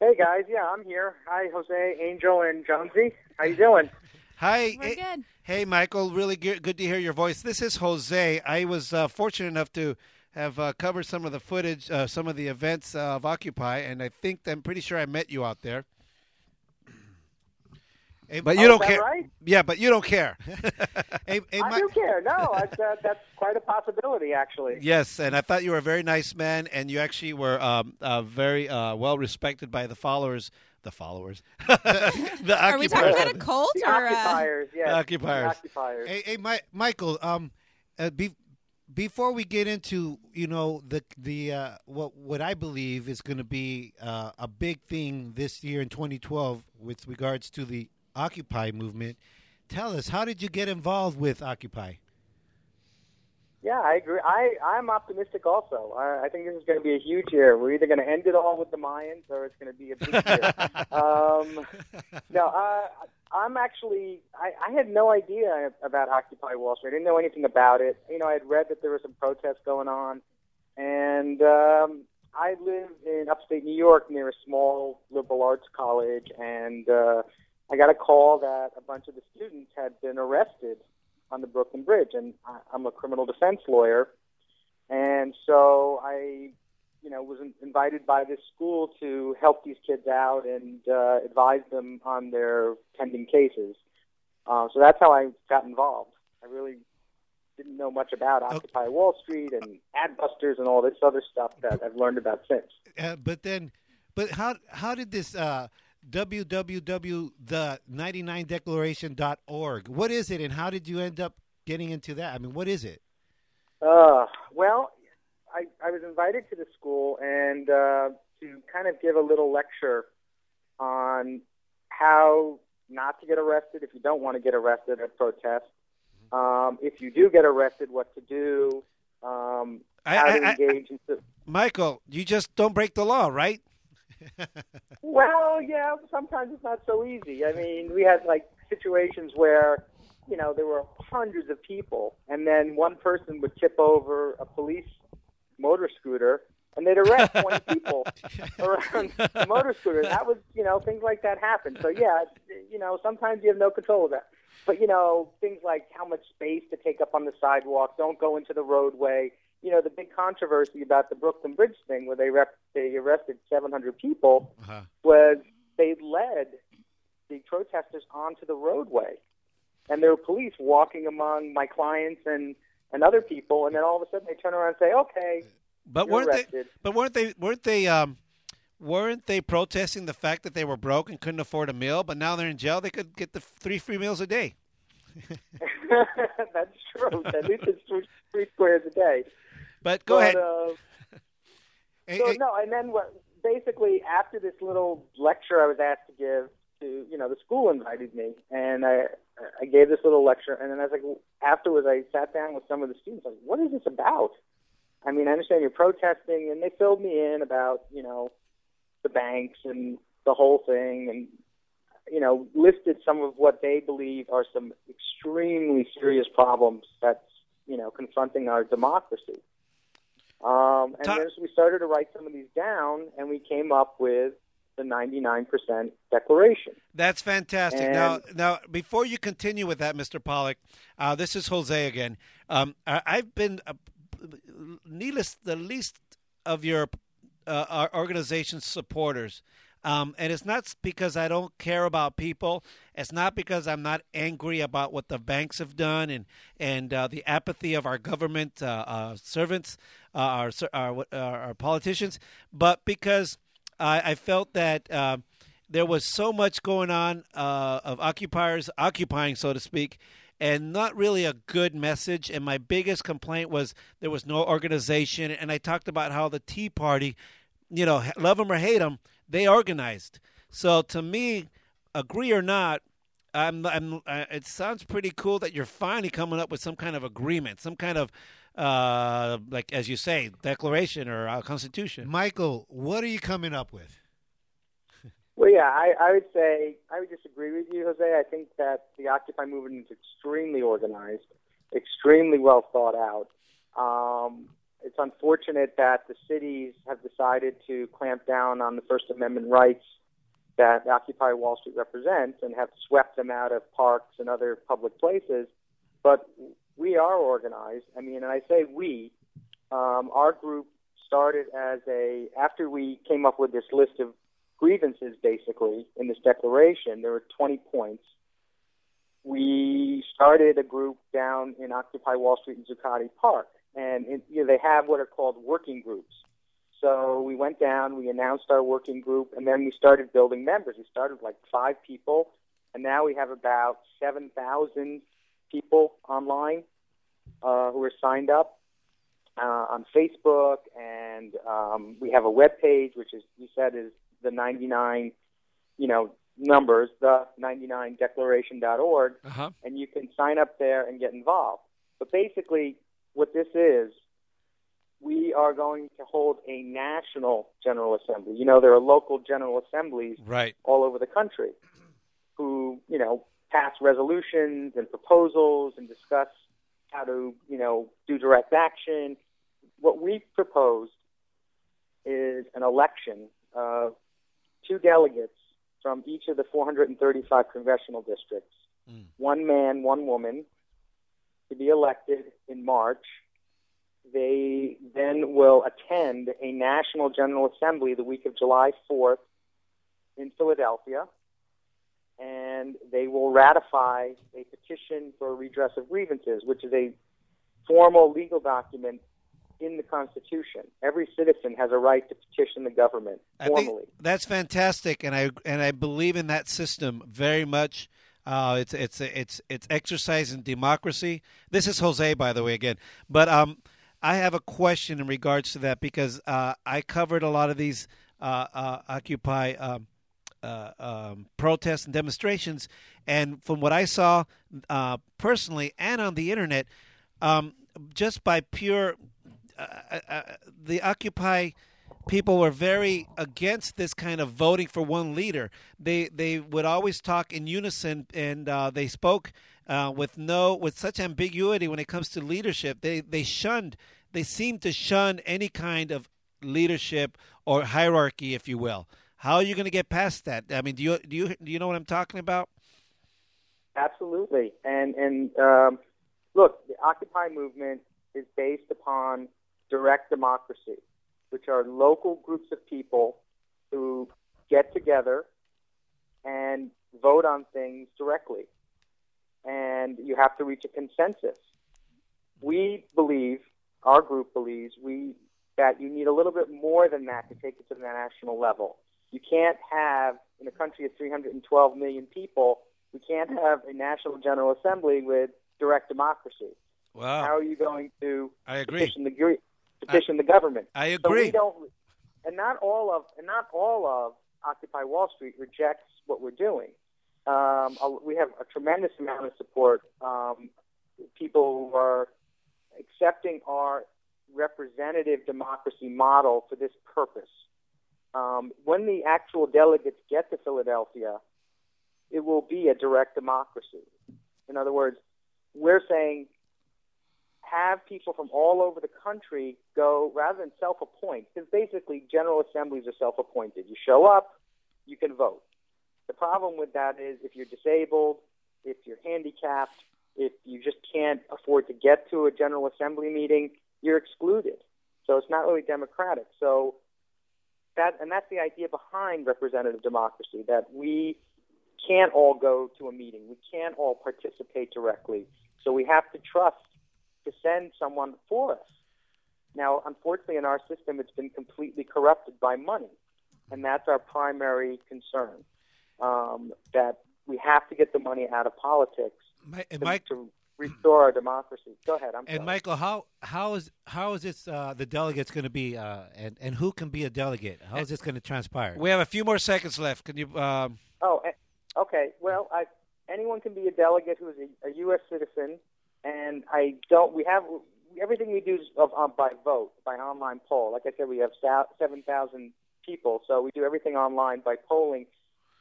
S6: Hey guys, yeah, I'm here. Hi, Jose, Angel, and Jonesy. How you doing?
S2: Hi.
S4: We're
S2: eh,
S4: good.
S2: Hey, Michael. Really good, good to hear your voice. This is Jose. I was uh, fortunate enough to have uh, covered some of the footage, uh, some of the events uh, of Occupy, and I think I'm pretty sure I met you out there.
S3: Hey,
S2: But
S6: Oh,
S2: you
S6: is
S2: don't
S6: that
S2: care.
S6: right?
S2: Yeah, but you don't care.
S3: hey, hey,
S6: I
S3: Mi-
S6: do care. No, that's, uh, that's quite a possibility, actually.
S2: yes, and I thought you were a very nice man, and you actually were um, uh, very uh, well respected by the followers. The followers. the
S4: Are we talking
S2: occupiers.
S4: about a cult
S6: The
S4: or uh,
S6: occupiers, yes.
S2: The occupiers.
S6: The occupiers.
S3: hey, hey, Mi- Michael. Um, uh, be- before we get into you know the the uh, what what I believe is going to be uh, a big thing this year in 2012 with regards to the Occupy movement. Tell us, how did you get involved with Occupy?
S6: Yeah, I agree. I, I'm optimistic also. I, I think this is going to be a huge year. We're either going to end it all with the Mayans or it's going to be a big year. um, no, uh, I'm actually, I, I had no idea about Occupy Wall Street. I didn't know anything about it. You know, I had read that there were some protests going on. And um, I live in upstate New York near a small liberal arts college. And uh, I got a call that a bunch of the students had been arrested on the Brooklyn Bridge, and I, I'm a criminal defense lawyer, and so I, you know, was in- invited by this school to help these kids out and uh, advise them on their pending cases. Uh, so that's how I got involved. I really didn't know much about Occupy Wall Street and Adbusters and all this other stuff that I've learned about since.
S3: Uh, but then, but how how did this uh, www.the99declaration.org? What is it, and how did you end up getting into that? I mean, what is it?
S6: Uh, well, I, I was invited to the school and uh, to kind of give a little lecture on how not to get arrested if you don't want to get arrested at protest. Um, if you do get arrested, what to do. Um,
S2: I-
S6: how to
S2: I- I-
S6: engage in. so-
S2: Michael, you just don't break the law, right?
S6: Well, yeah, sometimes it's not so easy. I mean, we had like situations where, you know, there were hundreds of people, and then one person would tip over a police motor scooter, and they'd arrest 20 people around the motor scooter. That was, you know, things like that happen. So, yeah, you know, sometimes you have no control of that. But, you know, things like how much space to take up on the sidewalk, don't go into the roadway. You know, the big controversy about the Brooklyn Bridge thing where they, rep- they arrested 700 people
S3: Uh-huh.
S6: was they led the protesters onto the roadway, and there were police walking among my clients and and other people, and then all of a sudden they turn around and say, "Okay,
S2: But
S6: You're
S2: weren't they?
S6: arrested.
S2: But weren't they? Weren't they? Um, weren't they protesting the fact that they were broke and couldn't afford a meal? But now they're in jail. They could get the three free meals a day.
S6: that's true. At least it's three, three squares a day."
S2: But go
S6: But,
S2: ahead.
S6: Uh,
S3: Hey,
S6: so
S3: hey,
S6: no, and then what? Basically, after this little lecture I was asked to give to, you know, the school invited me, and I I gave this little lecture, and then I was like, afterwards, I sat down with some of the students, like, what is this about? I mean, I understand you're protesting, and they filled me in about, you know, the banks and the whole thing, and you know, listed some of what they believe are some extremely serious problems that's, you know, confronting our democracy. Um, and
S2: Ta-
S6: then we started to write some of these down, and we came up with the 99% declaration.
S2: That's fantastic. now, now before you continue with that, Mr. Pollock, uh, this is Jose again. Um, I, I've been, uh, needless, the least of your uh, our organization's supporters. Um, and it's not because I don't care about people. It's not because I'm not angry about what the banks have done and and uh, the apathy of our government uh, uh, servants, uh, our, ser- our what- our our politicians, but because I, I felt that uh, there was so much going on uh, of occupiers occupying, so to speak, and not really a good message. And my biggest complaint was there was no organization. And I talked about how the Tea Party, you know, h- love them or hate them, they organized. So to me, agree or not, I'm, I'm, uh, it sounds pretty cool that you're finally coming up with some kind of agreement, some kind of, uh, like as you say, declaration or uh, constitution.
S3: Michael, what are you coming up with?
S6: Well, yeah, I, I would say I would disagree with you, Jose. I think that the Occupy movement is extremely organized, extremely well thought out. Um, it's unfortunate that the cities have decided to clamp down on the First Amendment rights that Occupy Wall Street represents and have swept them out of parks and other public places. But we are organized. I mean, and I say we. Um, our group started as a after we came up with this list of grievances basically in this declaration. There were 20 points. We started a group down in Occupy Wall Street in Zuccotti Park, and it, you know, they have what are called working groups. So we went down, we announced our working group, and then we started building members. We started with like five people, and now we have about 7,000 people online uh, who are signed up uh, on Facebook, and um, we have a web page, which is you said is the 99, you know, numbers, the 99declaration.org,
S2: Uh huh.
S3: Uh-huh.
S6: and you can sign up there and get involved. But basically, what this is, we are going to hold a national general assembly. You know, there are local general assemblies
S2: Right.
S6: all over the country who, you know, pass resolutions and proposals and discuss how to, you know, do direct action. What we proposed is an election of two delegates from each of the 435 congressional districts,
S2: Mm.
S6: one man, one woman, to be elected in March. They then will attend a national general assembly the week of July 4th in Philadelphia, and they will ratify a petition for redress of grievances, which is a formal legal document in the Constitution. Every citizen has a right to petition the government
S2: I
S6: formally.
S2: think that's fantastic, and I and I believe in that system very much. Uh, it's it's it's it's exercising democracy. This is Jose, by the way, again. But um, I have a question in regards to that because uh, I covered a lot of these uh, uh, Occupy um, uh, um, protests and demonstrations, and from what I saw uh, personally and on the internet, um, just by pure uh, uh, uh, the Occupy people were very against this kind of voting for one leader. They they would always talk in unison, and uh, they spoke uh, with no with such ambiguity when it comes to leadership. They they shunned. They seemed to shun any kind of leadership or hierarchy, if you will. How are you going to get past that? I mean, do you do you do you know what I'm talking about?
S6: Absolutely, and and um, look, the Occupy movement is based upon direct democracy, which are local groups of people who get together and vote on things directly, and you have to reach a consensus. We believe, our group believes, we that you need a little bit more than that to take it to the national level. You can't have in a country of 312 million people we can't have a national general assembly with direct democracy. How
S2: Wow,
S6: are you going to
S2: I agree.
S6: petition the gre- petition the government?
S2: I
S6: So
S2: agree.
S6: we don't, and not all of, and not all of Occupy Wall Street rejects what we're doing. Um, a- we have a tremendous amount of support. Um, people who are accepting our representative democracy model for this purpose. Um, when the actual delegates get to Philadelphia, it will be a direct democracy. In other words, we're saying have people from all over the country go rather than self appoint, because basically general assemblies are self appointed. You show up, you can vote. The problem with that is if you're disabled, if you're handicapped, if you just can't afford to get to a general assembly meeting, you're excluded. So it's not really democratic. So that and that's the idea behind representative democracy that we can't all go to a meeting. We can't all participate directly. So we have to trust to send someone for us. Now, unfortunately, in our system, it's been completely corrupted by money, and that's our primary concern. Um, that we have to get the money out of politics
S3: My,
S6: to, to restore our democracy. Go ahead. I'm
S3: And
S6: sorry.
S3: Michael, how how is how is this uh, the delegates going to be, uh, and and who can be a delegate? How is this going to transpire?
S2: We have a few more seconds left. Can you? Um,
S6: Oh, eh, okay. Well, I, anyone can be a delegate who is a, a U.S. citizen, and I don't. We have everything we do is of, um, by vote, by online poll. Like I said, we have sou- seven thousand people, so we do everything online by polling.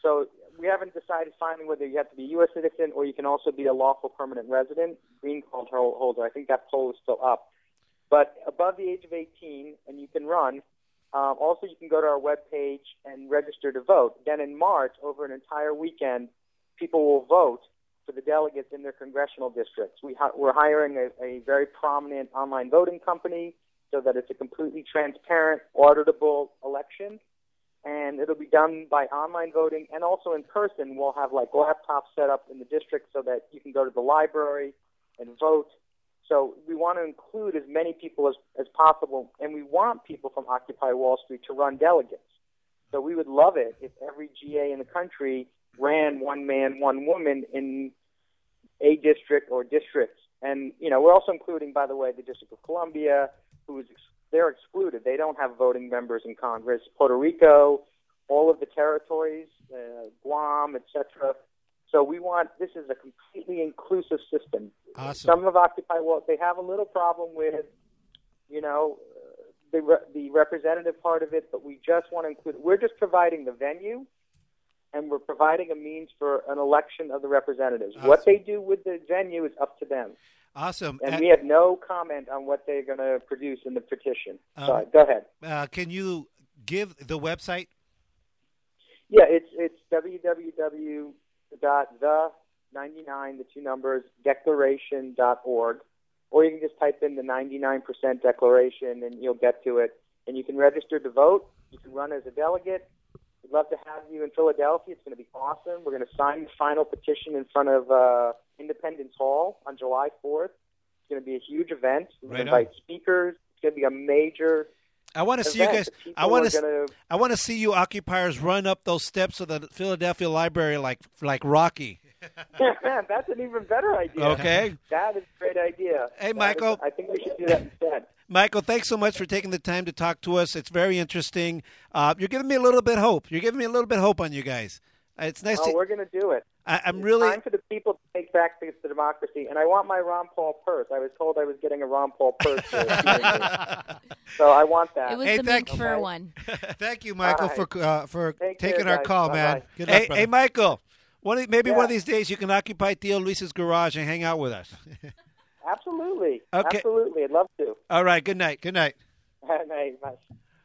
S6: So we haven't decided finally whether you have to be a U.S. citizen or you can also be a lawful permanent resident, green card hol- holder. I think that poll is still up. But above the age of 18, and you can run, um, also, you can go to our webpage and register to vote. Then in March, over an entire weekend, people will vote for the delegates in their congressional districts. We ha- we're hiring a, a very prominent online voting company so that it's a completely transparent, auditable election. And it'll be done by online voting and also in person. We'll have like laptops set up in the district so that you can go to the library and vote. So we want to include as many people as, as possible, and we want people from Occupy Wall Street to run delegates. So we would love it if every GA in the country ran one man, one woman in a district or districts. And you know, we're also including, by the way, the District of Columbia, who is ex- they're excluded. They don't have voting members in Congress. Puerto Rico, all of the territories, uh, Guam, etc. So we want this is a completely inclusive system.
S3: Awesome.
S6: Some of Occupy Wall they have a little problem with, you know, uh, the re- the representative part of it, but we just want to include. We're just providing the venue, and we're providing a means for an election of the representatives. What they do with the venue is up to them,
S3: Awesome.
S6: and
S3: And,
S6: we have no comment on what they're going to produce in the petition.
S3: Um,
S6: Sorry, go ahead.
S3: uh, can you give the website?
S6: Yeah, it's it's www dot the ninety nine the two numbers declaration dot org, or you can just type in the ninety nine percent declaration and you'll get to it. And you can register to vote. You can run as a delegate. We'd love to have you in Philadelphia. It's going to be awesome. We're going to sign the final petition in front of uh, Independence Hall on July fourth. It's going to be a huge event. We're
S2: Right
S6: going to invite speakers. It's going to be a major.
S2: I want to see you guys.
S6: event.
S2: I
S6: People
S2: want
S6: are
S2: to.
S6: gonna-
S2: I want to see you occupiers run up those steps of the Philadelphia Library like like Rocky.
S6: That's an even better idea.
S2: Okay.
S6: That is a great idea.
S2: Hey,
S6: That
S2: Michael.
S6: is- I think we should do that instead.
S2: Michael, thanks so much for taking the time to talk to us. It's very interesting. Uh, you're giving me a little bit hope. You're giving me a little bit hope on you guys. Uh, It's nice
S6: Oh,
S2: to.
S6: we're going to do it.
S2: I, I'm
S6: It's
S2: really.
S6: time for the people to take back things to democracy. And I want my Ron Paul purse. I was told I was getting a Ron Paul purse. for a few days. so I want that.
S4: It was
S2: Hey,
S4: the
S2: thank-
S4: mink fur
S6: Okay.
S4: one.
S3: Thank you, Michael,
S6: All right.
S3: for uh, for
S6: Take care,
S3: taking our
S6: guys.
S3: call, man.
S6: Bye-bye.
S3: Good luck,
S2: hey,
S3: brother.
S2: hey, Michael. One of, maybe one of
S6: Yeah.
S2: these days you can occupy Theo Luis's garage and hang out with us.
S6: Absolutely.
S2: Okay.
S6: Absolutely. I'd love to.
S2: All right. Good night.
S3: Good night.
S6: Nice, nice.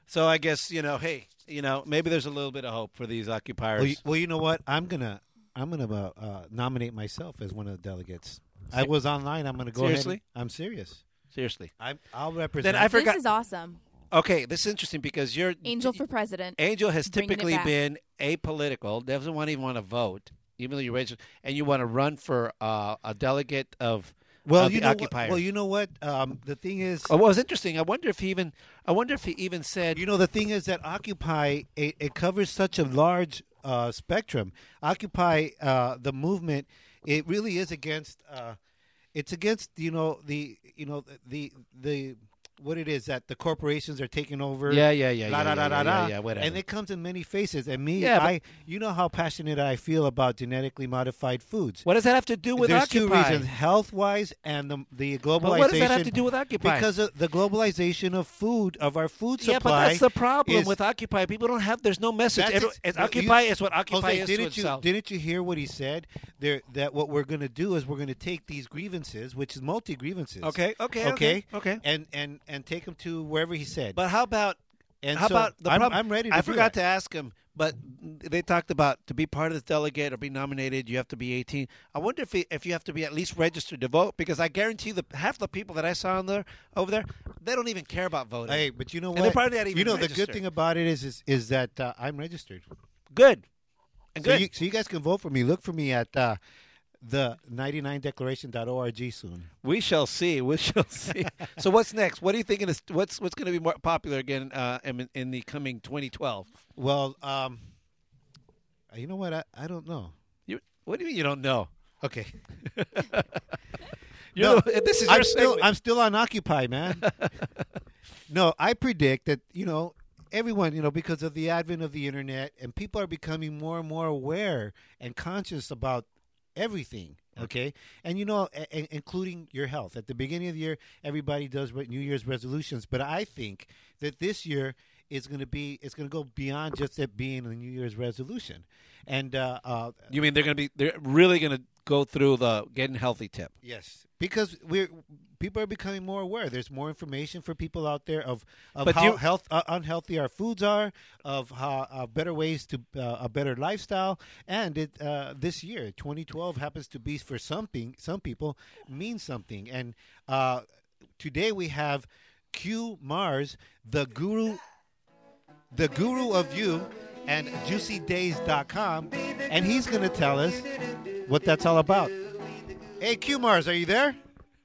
S2: So I guess you know, hey, you know, maybe there's a little bit of hope for these occupiers.
S3: Well you, well, you know what? I'm gonna I'm gonna uh, uh, nominate myself as one of the delegates. I was online. I'm gonna go
S2: Seriously?
S3: ahead. and- I'm serious.
S2: Seriously.
S3: I'm, I'll represent.
S2: I forgot-
S4: This is awesome.
S2: Okay, this is interesting because you're
S4: Angel for president.
S2: Angel has
S4: Bringing it
S2: typically
S4: back.
S2: been apolitical, doesn't want even want to vote, even though you register, and you want to run for uh, a delegate of
S3: well,
S2: of
S3: you
S2: the
S3: know What,
S2: occupiers.
S3: well, you know what? Um, the thing is,
S2: Oh, what was interesting? I wonder if he even I wonder if he even said
S3: you know, the thing is that Occupy it, it covers such a large uh, spectrum. Occupy uh, the movement. It really is against. Uh, it's against you know the you know the the what it is that the corporations are taking over.
S2: yeah, yeah, yeah,
S3: La,
S2: yeah,
S3: da, da,
S2: yeah,
S3: da,
S2: yeah,
S3: da.
S2: yeah, whatever.
S3: And it comes in many faces. And me,
S2: Yeah, but-
S3: I, you know how passionate I feel about genetically modified foods.
S2: what does that have to do with
S3: There's
S2: Occupy?
S3: two reasons: health-wise and the the globalization.
S2: But what does that have to do with Occupy?
S3: Because of the globalization of food of our food supply.
S2: yeah, but that's the problem
S3: is-
S2: with Occupy. People don't have. There's no message.
S3: that's
S2: Every-
S3: ex-
S2: it's
S3: you-
S2: Occupy is what Occupy
S3: Jose,
S2: is to
S3: didn't you
S2: itself.
S3: didn't you hear what he said? There that what we're going to do is we're going to take these grievances, which is multi grievances.
S2: Okay, okay, okay,
S3: okay,
S2: okay.
S3: and and and take them to wherever he said.
S2: but how about
S3: and
S2: How
S3: so
S2: about the
S3: I'm,
S2: problem?
S3: I'm ready. To
S2: I
S3: do
S2: forgot
S3: that.
S2: to ask him, but they talked about to be part of this delegate or be nominated, you have to be 18. I wonder if he, if you have to be at least registered to vote because I guarantee the half the people that I saw on there over there, they don't even care about voting.
S3: Hey, but you know
S2: And
S3: what?
S2: they're probably not
S3: you
S2: even
S3: know the
S2: registered.
S3: good thing about it is is, is that uh, I'm registered.
S2: Good. And
S3: So
S2: good.
S3: you, so you guys can vote for me. Look for me at uh, the 99declaration.org soon.
S2: we shall see. We shall see. so what's next? What do you think is what's what's going to be more popular again uh, in, in the coming 2012?
S3: Well, um, uh, you know what? I, I don't know.
S2: You what do you mean you don't know?
S3: Okay.
S2: You're
S3: No,
S2: the- this is your
S3: I'm still
S2: segment.
S3: I'm still on Occupy, man. no, I predict that you know everyone you know because of the advent of the internet and people are becoming more and more aware and conscious about everything. Okay, and you know, a- a- including your health. At the beginning of the year, everybody does re- New Year's resolutions, but I think that this year is going to be it's going to go beyond just it being a New Year's resolution, and uh, uh,
S2: you mean they're going to be they're really going to go through the getting healthy tip.
S3: Yes, because we're people are becoming more aware. There's more information for people out there of, of
S2: But do
S3: how
S2: you-
S3: health uh, unhealthy our foods are, of how uh, better ways to uh, a better lifestyle. And it uh, this year, 2012 happens to be for something. Some people mean something. And uh, today we have Q Mars, the guru, the guru of you, and JuicyDays.com, and he's going to tell us what that's all about. Hey, Q Mars, are you there?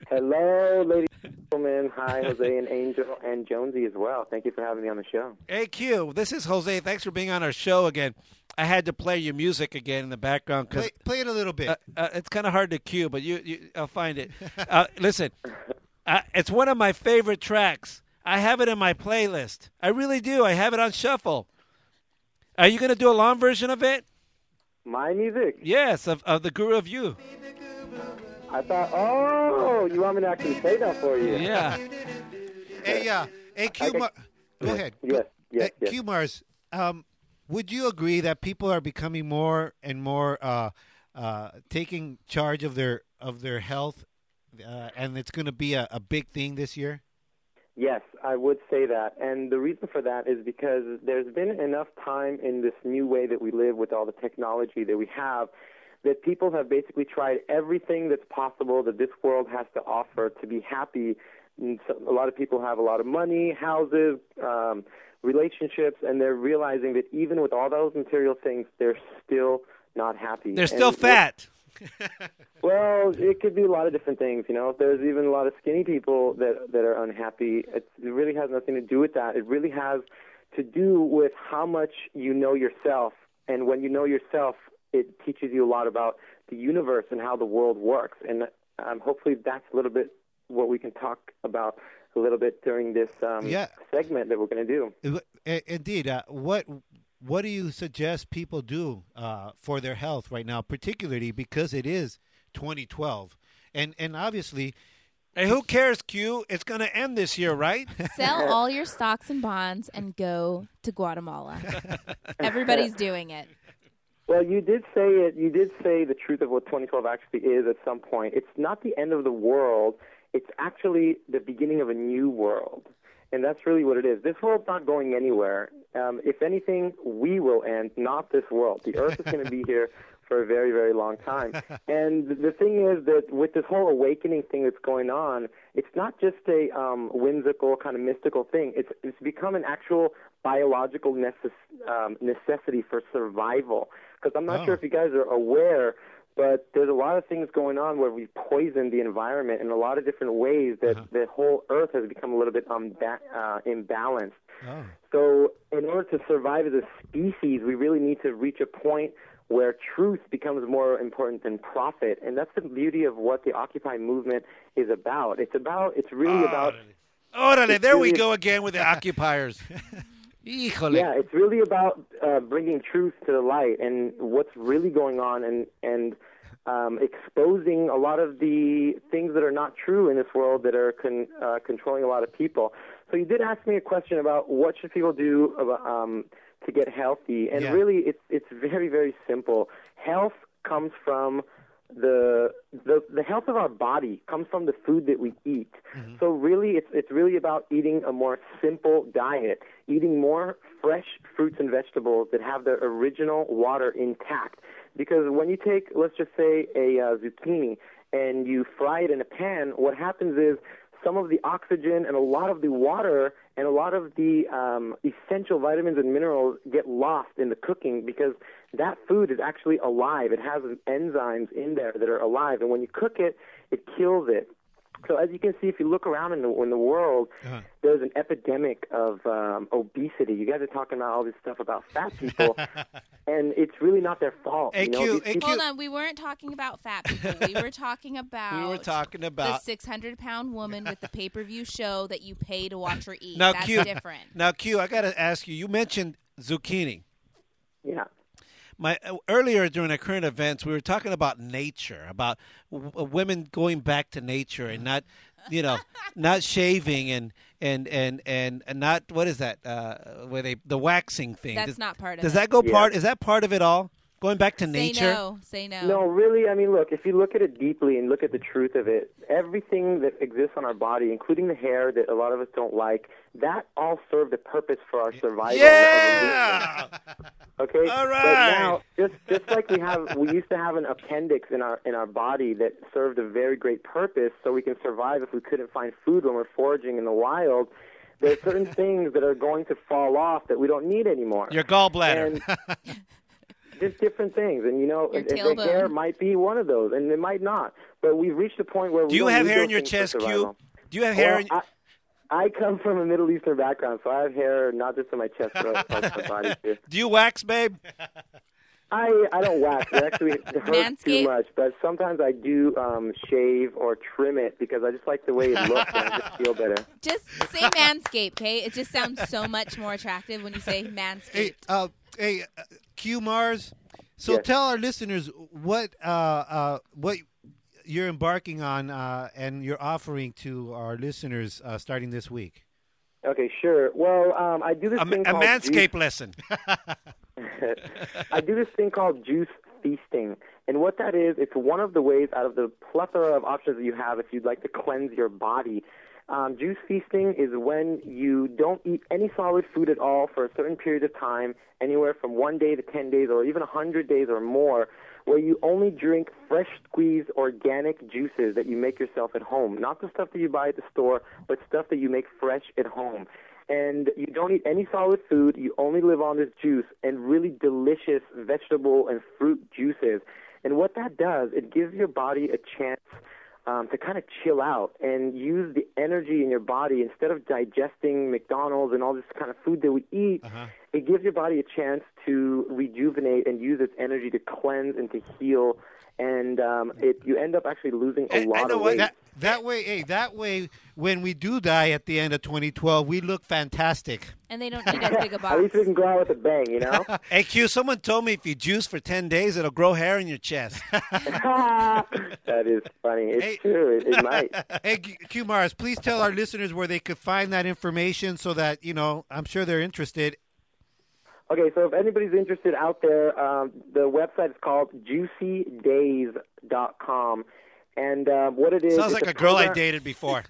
S6: Hello, ladies and gentlemen. Hi, Jose and Angel and Jonesy as well. Thank you for having me on the show.
S2: AQ, this is Jose. Thanks for being on our show again. I had to play your music again in the background because
S3: Play, play it a little bit.
S2: uh, uh, it's kind of hard to cue, but you, you I'll find it. Uh, listen, uh, it's one of my favorite tracks. I have it in my playlist. I really do. I have it on shuffle. Are you going to do a long version of it?
S7: My music.
S2: Yes, of, of the Guru of You.
S7: I thought, oh, you want me to actually play that for you?
S2: Yeah.
S3: Hey, uh, hey, Q.
S7: can-
S3: Mar- go ahead.
S7: Yes, yes,
S3: Hey,
S7: yes.
S3: Q Mars, um, would you agree that people are becoming more and more uh, uh, taking charge of their of their health, uh, and it's going to be a, a big thing this year?
S7: Yes, I would say that. And the reason for that is because there's been enough time in this new way that we live with all the technology that we have that people have basically tried everything that's possible that this world has to offer to be happy. And so a lot of people have a lot of money, houses, um, relationships, and they're realizing that even with all those material things, they're still not happy.
S2: They're still
S7: And what-
S2: fat.
S7: well, it could be a lot of different things. You know, there's even a lot of skinny people that that are unhappy. It's, it really has nothing to do with that. It really has to do with how much you know yourself, and when you know yourself, it teaches you a lot about the universe and how the world works. And um, hopefully, that's a little bit what we can talk about a little bit during this um,
S3: Yeah.
S7: segment that we're going to do.
S3: Uh, i- Indeed. Uh, what What do you suggest people do uh, for their health right now, particularly because it is 2012, and and obviously,
S2: And who cares, Q? It's going to end this year, right?
S4: Sell all your stocks and bonds and go to Guatemala. Everybody's doing it.
S7: Well, you did say it. You did say the truth of what 2012 actually is at some point. It's not the end of the world. It's actually the beginning of a new world, and that's really what it is. This world's not going anywhere. Um, if anything, we will end, not this world. The Earth is going to be here for a very, very long time. And the thing is that with this whole awakening thing that's going on, it's not just a um, whimsical kind of mystical thing. It's it's become an actual biological necess- um, necessity for survival. Because I'm not
S3: Oh.
S7: sure if you guys are aware, but there's a lot of things going on where we've poisoned the environment in a lot of different ways that
S2: Uh-huh.
S7: the whole Earth has become a little bit um, ba- uh, imbalanced.
S3: oh,
S7: So, in order to survive as a species, we really need to reach a point where truth becomes more important than profit, and that's the beauty of what the Occupy movement is about. It's about it's really about
S2: Orale, there we go again with the occupiers. Híjole.
S7: yeah, it's really about uh, bringing truth to the light and what's really going on, and and um, exposing a lot of the things that are not true in this world that are con- uh, controlling a lot of people. So you did ask me a question about what should people do about, um, to get healthy, and
S3: Yeah.
S7: really, it's it's very very simple. Health comes from the the the health of our body comes from the food that we eat. So really it's it's really about eating a more simple diet, eating more fresh fruits and vegetables that have their original water intact. Because when you take let's just say a uh, zucchini and you fry it in a pan, what happens is some of the oxygen and a lot of the water and a lot of the um, essential vitamins and minerals get lost in the cooking because that food is actually alive. It has enzymes in there that are alive, and when you cook it, it kills it. So as you can see, if you look around in the in the world, there's an epidemic of um, obesity. You guys are talking about all this stuff about fat people, and it's really not their fault. you know?
S3: AQ,
S7: These people-
S4: Hold on, we weren't talking about fat people. We were talking about
S2: We were talking
S4: the
S2: about.
S4: 600 pound woman with the pay per view show that you pay to watch her eat.
S2: Now,
S4: That's
S2: Q,
S4: different.
S2: now, Q, I got to ask you. You mentioned zucchini.
S7: Yeah.
S2: my earlier during our current events we were talking about nature about w- uh, women going back to nature and not you know not shaving and and and and, and not what is that uh where they the waxing thing
S4: That's
S2: does,
S4: not part of
S2: does
S4: it.
S2: that go
S7: Yeah.
S2: part is that part of it all going back to nature
S4: Say no. Say no.
S7: No, really, I mean, look, if you look at it deeply and look at the truth of it, everything that exists on our body, including the hair that a lot of us don't like, that all served a purpose for our survival. and evolution.
S2: yeah
S7: Okay.
S2: All
S7: But
S2: right.
S7: now, just just like we have, we used to have an appendix in our in our body that served a very great purpose, so we can survive if we couldn't find food when we're foraging in the wild. There are certain things that are going to fall off that we don't need anymore.
S2: your gallbladder
S7: and just different things, and you know,
S4: Your
S7: and- and the
S4: tailbone.
S7: hair might be one of those, and it might not. But we've reached a point where
S2: do
S7: we
S2: you
S7: don't
S2: have
S7: need
S2: hair
S7: those
S2: in your
S7: things for
S2: chest q
S7: survival.
S2: do you have hair
S7: Well,
S2: in
S7: I, I come from a Middle Eastern background, so I have hair not just on my chest, but on my body too.
S2: do you wax babe
S7: I I don't wax. It actually hurts
S4: Manscaped.
S7: too much. But sometimes I do um, shave or trim it because I just like the way it looks and I just feel better.
S4: Just say manscape, okay? It just sounds so much more attractive when you say manscaped.
S3: hey, uh, hey, uh, Q Mars, So
S7: Yes.
S3: tell our listeners what uh, uh, what you're embarking on uh, and you're offering to our listeners uh, starting this week.
S7: Okay, sure. Well, um, I do this
S2: A, a
S7: thing called
S2: manscape lesson.
S7: I do this thing called juice feasting. And what that is, it's one of the ways out of the plethora of options that you have if you'd like to cleanse your body. Um, juice feasting is when you don't eat any solid food at all for a certain period of time, anywhere from one day to 10 days or even a 100 days or more, where you only drink fresh squeezed organic juices that you make yourself at home. Not the stuff that you buy at the store, but stuff that you make fresh at home and you don't eat any solid food. You only live on this juice and really delicious vegetable and fruit juices. And what that does, it gives your body a chance um, to kind of chill out and use the energy in your body instead of digesting McDonald's and all this kind of food that we eat.
S2: Uh-huh.
S7: It gives your body a chance to rejuvenate and use its energy to cleanse and to heal. And um, it, you end up actually losing a
S2: And-
S7: lot
S2: and
S7: of
S2: what-
S7: weight.
S3: That that way, hey, that way, when we do die at the end of 2012, we look fantastic.
S4: And they don't
S2: uh,
S4: need as big a
S7: At
S4: box.
S7: least we can go out with a bang, you know?
S2: hey Q, someone told me if you juice for ten days, it'll grow hair in your chest.
S7: that is funny. It's
S3: Hey.
S7: true. It, it might.
S3: hey, Q- Q Mars, please tell our listeners where they could find that information so that you know I'm sure they're interested.
S7: Okay, so if anybody's interested out there, um, the website is called juicydays.com. And uh, what it is.
S2: Sounds
S7: it's
S2: like a girl I
S7: program-
S2: dated before.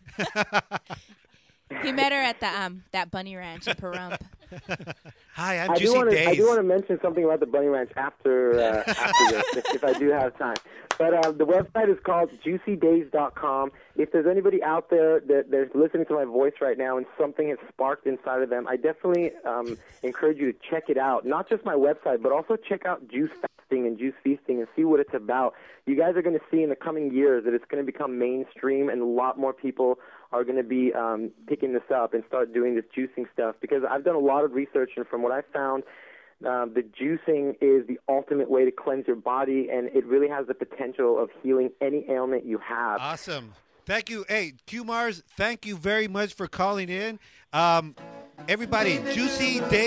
S4: He met her at the um that bunny ranch in Pahrump.
S2: Hi, I'm
S7: I do,
S2: Juicy
S7: want to, I
S2: Days.
S7: do want to mention something about the Bunny Ranch after uh, after this, if, if I do have time. But uh, the website is called juicydays.com. If there's anybody out there that that's listening to my voice right now and something has sparked inside of them, I definitely um, encourage you to check it out. Not just my website, but also check out Juice Fasting and Juice Feasting and see what it's about. You guys are going to see in the coming years that it's going to become mainstream and a lot more people are going to be um, picking this up and start doing this juicing stuff because I've done a lot of research and from what I found, um, the juicing is the ultimate way to cleanse your body and it really has the potential of healing any ailment you
S3: Uh,
S7: have.
S3: Awesome. Thank you. Hey, Q Mars, thank you very much for calling in. Um, everybody,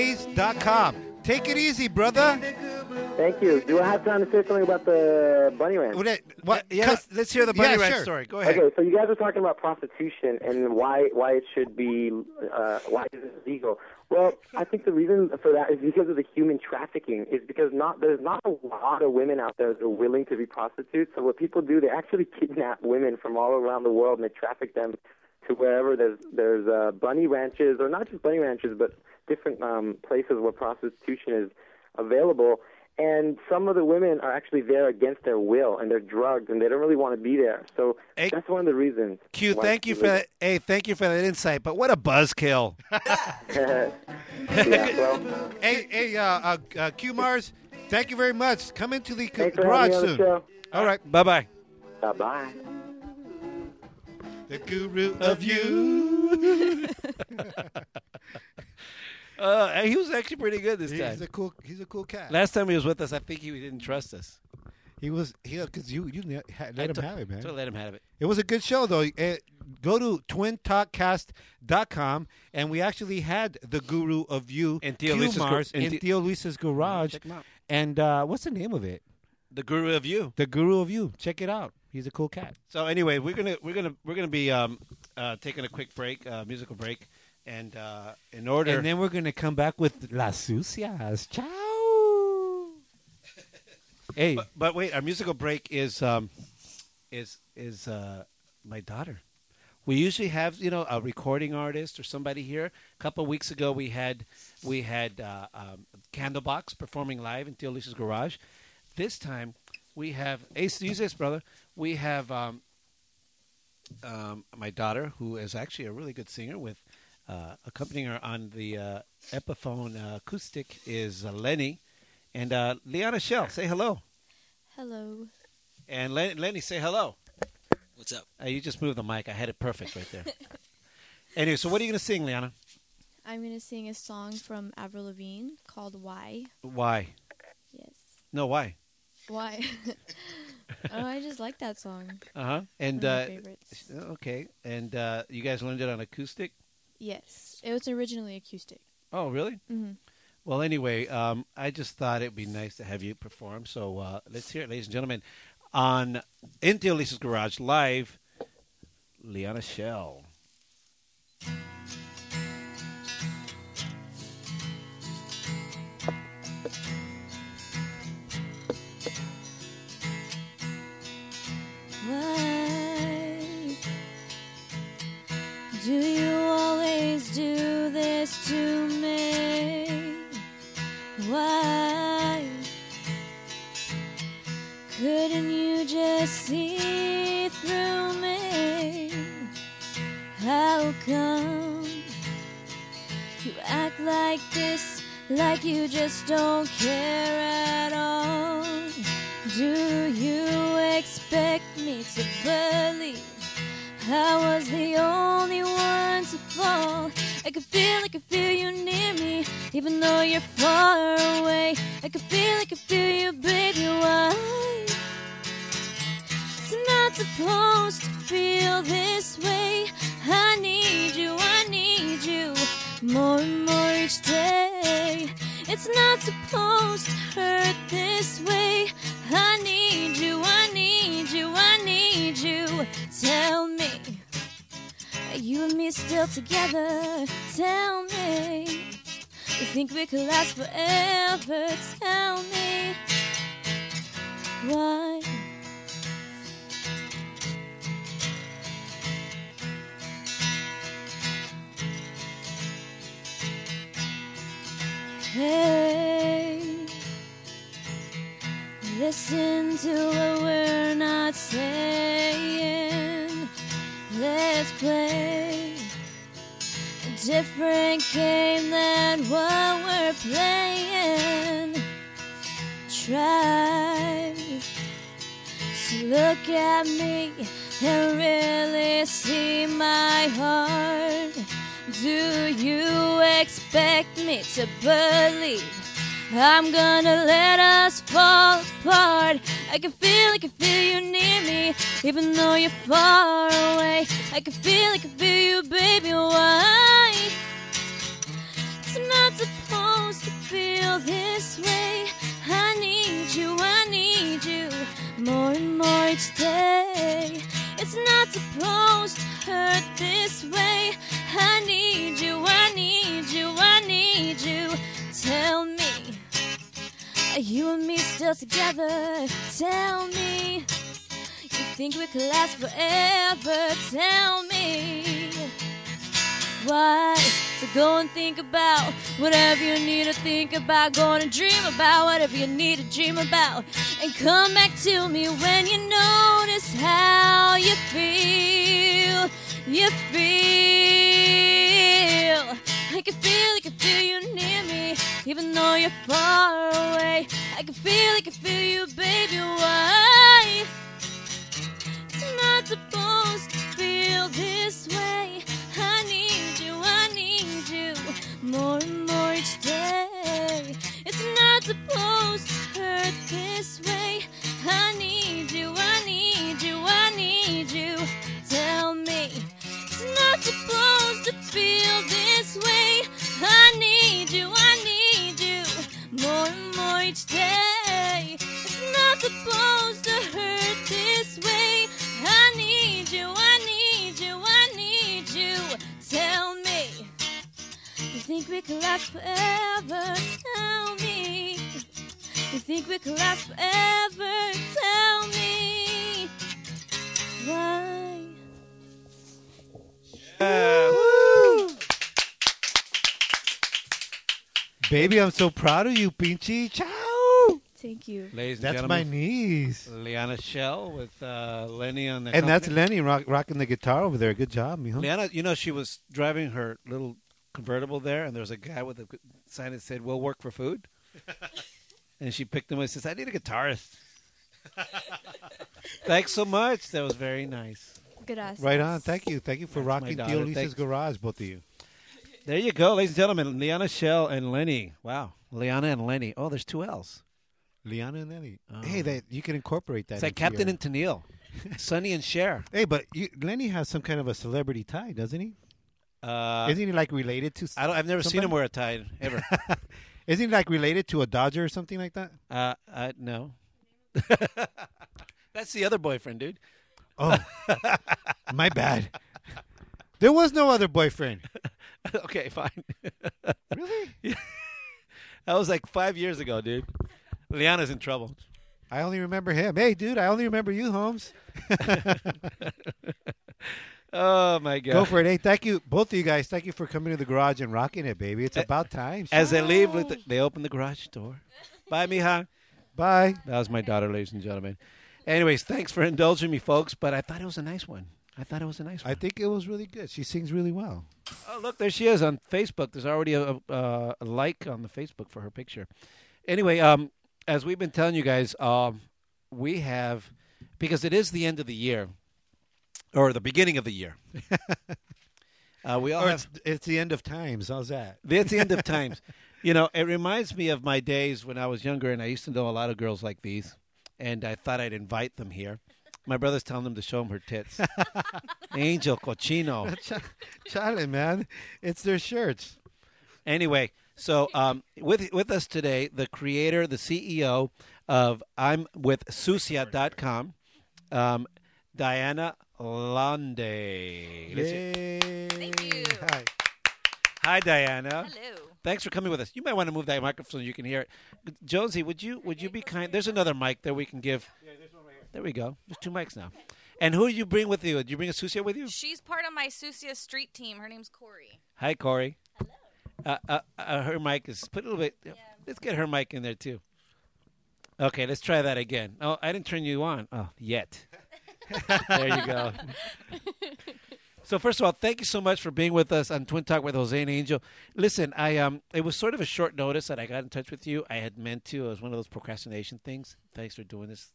S3: juicydays.com. Take it easy, brother.
S7: Thank you. Do I have time to say something about the bunny ranch?
S3: What? it- what
S2: yeah, let's, let's hear the bunny
S3: Yeah,
S2: ranch
S3: sure.
S2: story. Go ahead.
S7: Okay, so you guys are talking about prostitution and why why it should be uh, why is it legal? Well, I think the reason for that is because of the human trafficking. Is because not there's not a lot of women out there that are willing to be prostitutes. So what people do, they actually kidnap women from all around the world and they traffic them to wherever there's there's uh, bunny ranches or not just bunny ranches, but different um, places where prostitution is available. And some of the women are actually there against their will, and they're drugged, and they don't really want to be there. So
S2: Hey,
S7: that's one of the reasons.
S2: Q,
S7: why
S2: thank you
S7: it's
S2: for that. Hey, thank you for that insight. But what a buzzkill!
S7: illegal. yeah, well,
S3: Hey, hey, uh, uh, uh, Q Mars, thank you very much. Come into the c-
S7: thanks for having
S3: garage
S7: me on the
S3: soon.
S7: show.
S2: All right, bye bye.
S7: Bye bye.
S3: The guru of you.
S2: Uh, he was actually pretty good this time.
S3: He's a cool. He's a cool cat.
S2: Last time he was with us, I think he didn't trust us.
S3: He was yeah, because you you ne- ha- let
S2: I
S3: him
S2: to-
S3: have it, man.
S2: So let him have it.
S3: It was a good show, though. Uh, go to twintalkcast.com, and we actually had the guru of you,
S2: And Theo
S3: Q
S2: Luis's gar-
S3: Mars,
S2: and
S3: in
S2: Thi-
S3: Theo Luis's garage.
S2: Check 'em out.
S3: And uh, what's the name of it?
S2: The guru of you.
S3: The guru of you. Check it out. He's a cool cat.
S2: So anyway, we're gonna we're gonna we're gonna be um, uh, taking a quick break, uh, musical break, and uh, in order.
S3: And then we're going to come back with Las Sucias. Ciao. hey,
S2: but, but wait, our musical break is um, is is uh, my daughter. We usually have you know a recording artist or somebody here. A couple of weeks ago, we had we had uh, um, Candlebox performing live in Theo Luis's garage. This time, we have Ace. Use this, brother. We have um, um, my daughter, who is actually a really good singer, with uh, accompanying her on the uh, Epiphone uh, acoustic is uh, Lenny and uh, Leanna Shell. Say hello.
S8: Hello.
S2: And Len- Lenny, say hello.
S9: What's up?
S2: Uh, you just moved the mic. I had it perfect right there. anyway, so what are you going to sing, Liana?
S8: I'm going to sing a song from Avril Lavigne called Why.
S2: Why?
S8: Yes.
S2: No, why?
S8: Why? oh, I just like that song.
S2: Uh huh. And
S8: One of my
S2: uh,
S8: favorites.
S2: okay. And uh, you guys learned it on acoustic.
S8: Yes. It was originally acoustic.
S2: Oh, really?
S8: Mhm.
S2: Well, anyway, um, I just thought it'd be nice to have you perform. So uh, let's hear it, ladies and gentlemen, on Into Elisa's Garage Live, Liana Shell.
S10: Why do you always do this to me? Why couldn't you just see through me? How come you act like this, like you just don't care at all? Do you expect me to believe I was the only one to fall? I could feel, I could feel you near me, even though you're far away. I could feel, I could feel you, baby. Why? It's not supposed to feel this way. I need you, I need you more and more each day. It's not supposed to hurt this way. I need you, I need you, I need you. Tell me, are you and me still together? Tell me, you think we could last forever? Tell me, why? Hey, listen to what we're not saying. Let's play a different game than what we're playing. Try to look at me and really see my heart. Do you expect me to believe I'm gonna let us fall apart? I can feel, I can feel you near me, even though you're far away. I can feel, I can feel you, baby. Why? It's not supposed to feel this way. I need you, I need you more and more each day. It's not supposed to hurt this way. I need you, I need you, I need you. Tell me, are you and me still together? Tell me, you think we could last forever? Tell me why. So go and think about whatever you need to think about. Go on and dream about whatever you need to dream about. And come back to me when you notice how you feel. You feel. I can feel, I can feel you near me, even though you're far away. I can feel, I can feel you, baby. Why? It's not supposed to feel this way. I need you, I need you more and more each day. It's not supposed to hurt this way. I need you, I need you, I need you. Tell me, it's not supposed to feel this way. I need you, I need you more and more each day. It's not supposed to hurt this way. I need you, I need you, I need you. Tell me, you think we could last forever? Tell me, you think we could last forever? Tell me, why?
S3: Baby, I'm so proud of you, Pinchy. Ciao.
S8: Thank you.
S2: Ladies and
S3: That's my
S2: gentlemen,
S3: niece.
S2: Liana Shell with uh, Lenny on the
S3: And that's
S2: company.
S3: Lenny rock, rocking the guitar over there. Good job, mijo.
S2: Liana, you know, she was driving her little convertible there, and there was a guy with a gu- sign that said, "We'll work for food." and she picked him up and says, "I need a guitarist." Thanks so much. That was very nice.
S8: Gracias.
S3: Right on. Thank you. Thank you for rocking
S2: daughter.
S3: Tio Lisa's
S2: Thanks.
S3: garage, both of you.
S2: There you go, ladies and gentlemen. Liana Shell and Lenny. Wow, Liana and Lenny. Oh, there's two L's.
S3: Liana and Lenny.
S2: Oh.
S3: Hey, that you can incorporate that.
S2: It's like
S3: into your-
S2: Captain and Tennille, Sonny and Cher.
S3: Hey, but you, Lenny has some kind of a celebrity tie, doesn't he?
S2: Uh,
S3: Isn't he like related to?
S2: I don't, I've never seen him
S3: somebody?
S2: wear a tie ever.
S3: Isn't he like related to a Dodger or something like that?
S2: uh, uh, no. That's the other boyfriend, dude.
S3: Oh, my bad. There was no other boyfriend.
S2: okay, fine.
S3: Really?
S2: That was like five years ago, dude. Liana's in trouble.
S3: I only remember him. Hey, dude, I only remember you, Holmes.
S2: Oh my god.
S3: Go for it. Hey, thank you, both of you guys. Thank you for coming to the garage and rocking it, baby. It's about time.
S2: As they leave, let the- they open the garage door. Bye, Mija.
S3: Bye.
S2: That was my daughter, ladies and gentlemen. Anyways, thanks for indulging me, folks. But I thought it was a nice one. I thought it was a nice one.
S3: I think it was really good. She sings really well.
S2: oh, look, there she is on Facebook. There's already a, a, a like on the Facebook for her picture. Anyway, um, as we've been telling you guys, um, we have because it is the end of the year, or the beginning of the year. uh, we all
S3: Or
S2: have
S3: it's, it's the end of times. How's that?
S2: That's the end of times. You know, it reminds me of my days when I was younger and I used to know a lot of girls like these, and I thought I'd invite them here. My brother's telling them to show them her tits. Angel Cochino.
S3: Charlie, man, it's their shirts.
S2: Anyway, so um, with with us today, the creator, the CEO of I'm with Sucia.com, um, Diana Lande. Let's-
S3: Yay. Thank
S4: you.
S3: Hi.
S2: Hi, Diana.
S4: Hello.
S2: Thanks for coming with us. You might want to move that microphone so you can hear it. Josie, would you would you be kind? There's another mic there we can give. Yeah, there's one right here. There we go. There's two mics now. And who do you bring with you? Do you bring Asusia with you?
S11: She's part of my Susia Street team. Her name's Corey.
S2: Hi, Corey. Hello. Uh, uh, uh, her mic is put a little bit. Let's get her mic in there too. Okay, let's try that again. Oh, I didn't turn you on. Oh, yet. there you go. So first of all, thank you so much for being with us on Twin Talk with Jose and Angel. Listen, I um, it was sort of a short notice that I got in touch with you. I had meant to. It was one of those procrastination things. Thanks for doing this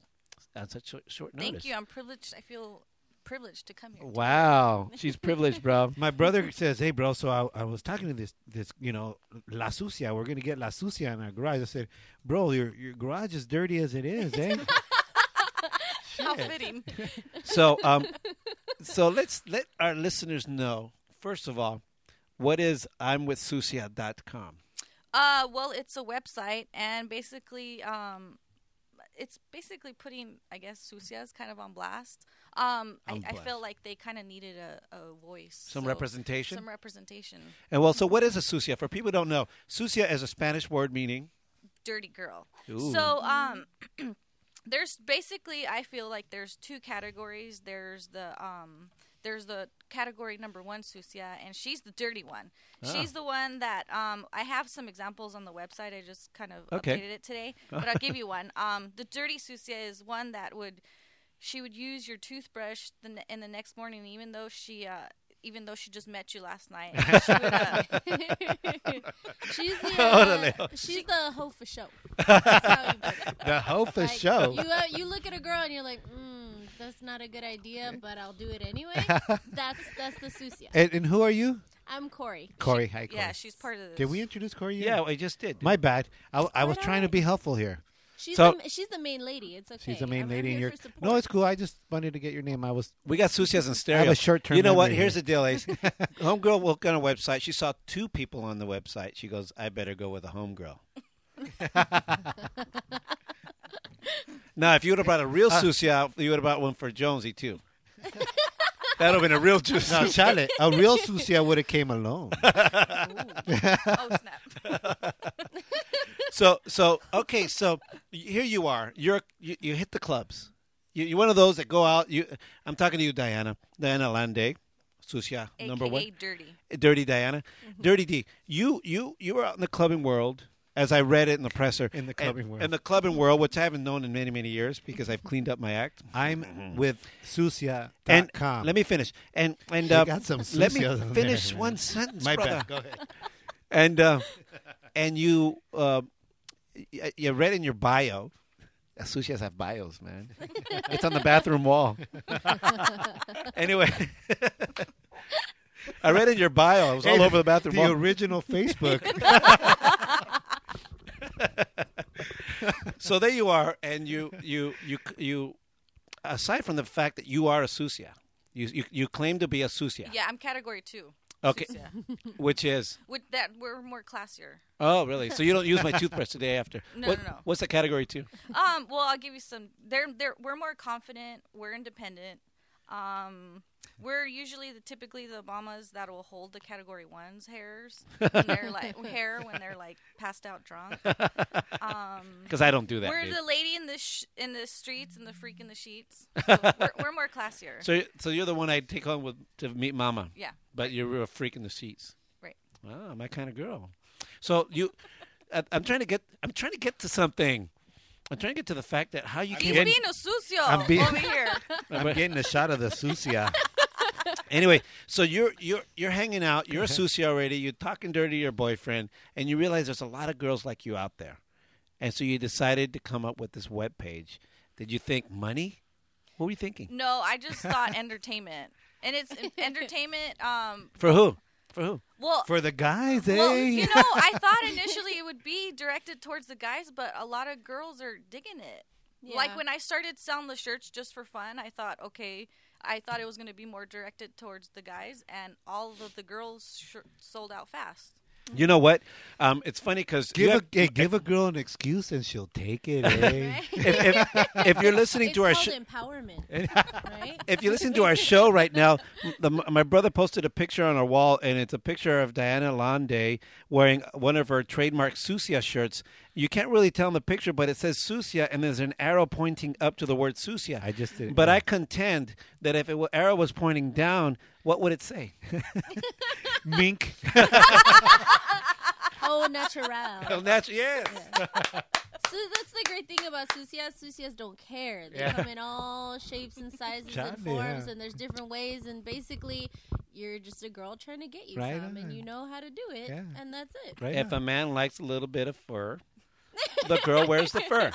S2: on such short, short notice.
S11: Thank you. I'm privileged. I feel privileged to come here.
S2: Wow, she's privileged, bro.
S3: My brother says, "Hey, bro, so I, I was talking to this this you know La Sucia. We're gonna get La Sucia in our garage." I said, "Bro, your your garage is dirty as it is, eh?"
S11: How fitting.
S2: So, um, so let's let our listeners know first of all, what is I'm with Susia.com.
S11: Uh, well, it's a website, and basically, um, it's basically putting, I guess, Susia's kind of on blast. Um, I,
S2: On
S11: I
S2: blast.
S11: feel like they kind of needed a, a voice.
S2: Some
S11: so-
S2: representation?
S11: Some representation.
S2: And well, so what is a Susia? For people who don't know, Susia is a Spanish word meaning
S11: dirty girl.
S2: Ooh.
S11: So um there's basically I feel like there's two categories. There's the um there's the category number one, Susia, and she's the dirty one.
S2: Ah.
S11: She's the one that um, I have some examples on the website. I just kind of
S2: Okay.
S11: updated it today, but I'll give you one. Um, the dirty Susia is one that would she would use your toothbrush the ne- in the next morning, even though she uh, even though she just met you last night. she would, uh,
S10: she's the uh, she's the hoe for show. That's how you put it.
S3: the hoe for
S10: Like,
S3: show.
S10: You uh, you look at a girl and you're like,
S12: "Hmm,
S10: mm, that's not a good idea, but I'll do it anyway. that's that's the Susia.
S3: and, and who are you,
S10: I'm Corey.
S3: Corey? Hi, Corey.
S11: yeah, she's part of. This.
S3: Did we introduce Corey? yet?
S2: Yeah, I just did.
S3: My bad. I, I was
S10: quite
S3: trying to
S10: alright.
S3: be helpful here.
S10: She's
S2: So-
S10: the, she's the main lady. It's okay.
S3: She's the main
S10: I'm- I'm
S3: lady in
S10: here
S3: your.
S10: for support.
S3: No, it's cool. I just wanted to get your name. I was.
S2: we got Susias in stereo.
S3: a short-term
S2: You know what?
S3: memory
S2: Here's
S3: here.
S2: the deal, Ace. homegirl walked on a website. She saw two people on the website. She goes, "I better go with a homegirl." now, if you would have brought a real
S3: Uh,
S2: Susia out, you would have brought one for Jonesy too. that would have been a real Susia.
S3: No, Charlotte, a real Sucia would have came alone.
S11: Oh snap!
S2: so so okay so here you are you're you, you hit the clubs you, you're one of those that go out you i'm talking to you diana diana lande sucia number
S11: AKA
S2: one
S11: dirty. Mm-hmm.
S2: dirty diana dirty d you you you were out in the clubbing world as i read it in the presser
S3: In the
S2: And-
S3: clubbing world.
S2: in the clubbing world which i haven't known in many many years because i've cleaned up my act Mm-hmm.
S3: I'm with Sucia.com.
S2: and let me finish and and uh,
S3: got some
S2: let me
S3: Sucias in there.
S2: finish one sentence
S3: My
S2: brother
S3: bad. Go ahead.
S2: and uh, and you uh, y- you read in your bio. Sushis have bios, man. it's on the bathroom wall. anyway, I read in your bio. I was all over the bathroom
S3: The
S2: wall.
S3: original Facebook.
S2: so there you are, and you you you you. Aside from the fact that you are a Susia, you you, you claim to be a Susia.
S11: Yeah, I'm category two.
S2: Okay.
S11: Sucia.
S2: Which is
S11: With that, we're more classier.
S2: oh really? So you don't use my toothbrush the day after?
S11: No,
S2: What-
S11: no, no.
S2: What's the category two?
S11: Um, well, I'll give you some. They're, they're, we're more confident. We're independent. Um, we're usually the typically the Obamas that will hold the category ones hairs when they're like hair when they're like passed out drunk. Um,
S2: Because I don't do that.
S11: we're
S2: dude.
S11: the lady in the sh- in the streets and the freak in the sheets. So we're, we're more classier.
S2: So, so you're the one I'd take home with to meet Mama.
S11: Yeah.
S2: But you're a freak in the seats.
S11: Right.
S2: Wow, my kind of girl. So you, I, I'm trying to get, I'm trying to get to something. I'm trying to get to the fact that how you
S11: He's
S2: came.
S11: being a sucio
S3: I'm being-
S11: over here.
S3: I'm getting a shot of the sucia.
S2: anyway, so you're you're you're hanging out. You're a sushi already. You're talking dirty to your boyfriend, and you realize there's a lot of girls like you out there, and so you decided to come up with this web page. Did you think money? What were you thinking?
S11: No, I just thought entertainment, and it's entertainment. Um,
S2: For who? For who?
S11: well,
S3: For the guys, eh?
S11: Well, you know, I thought initially it would be directed towards the guys, but a lot of girls are digging it. Like
S8: Yeah.
S11: when I started selling the shirts just for fun, I thought, okay, I thought it was going to be more directed towards the guys, and all of the girls sh- sold out fast.
S2: You know what? Um, it's funny because
S3: give a hey, give a girl an excuse and she'll take it, eh?
S2: if, if, if you're listening
S12: It's
S2: to our
S12: called
S2: show.
S12: empowerment, right?
S2: if you listen to our show right now, the, my brother posted a picture on our wall, and it's a picture of Diana Lande wearing one of her trademark Sucia shirts. You can't really tell in the picture, but it says Sucia, and there's an arrow pointing up to the word Sucia.
S3: I just didn't-
S2: But I contend that if it were, arrow was pointing down, what would it say?
S3: Mink.
S12: Oh, natural.
S2: Well, that's yes.
S12: So that's the great thing about sucias. Sucias don't care. They
S2: Yeah.
S12: come in all shapes and sizes and
S3: Chande,
S12: forms,
S3: yeah.
S12: and there's different ways. And basically, you're just a girl trying to get you
S3: Right
S12: some,
S3: on.
S12: and you know how to do it,
S3: Yeah.
S12: and that's it.
S3: Right
S2: If
S3: now.
S2: a man likes a little bit of fur, the girl wears the fur.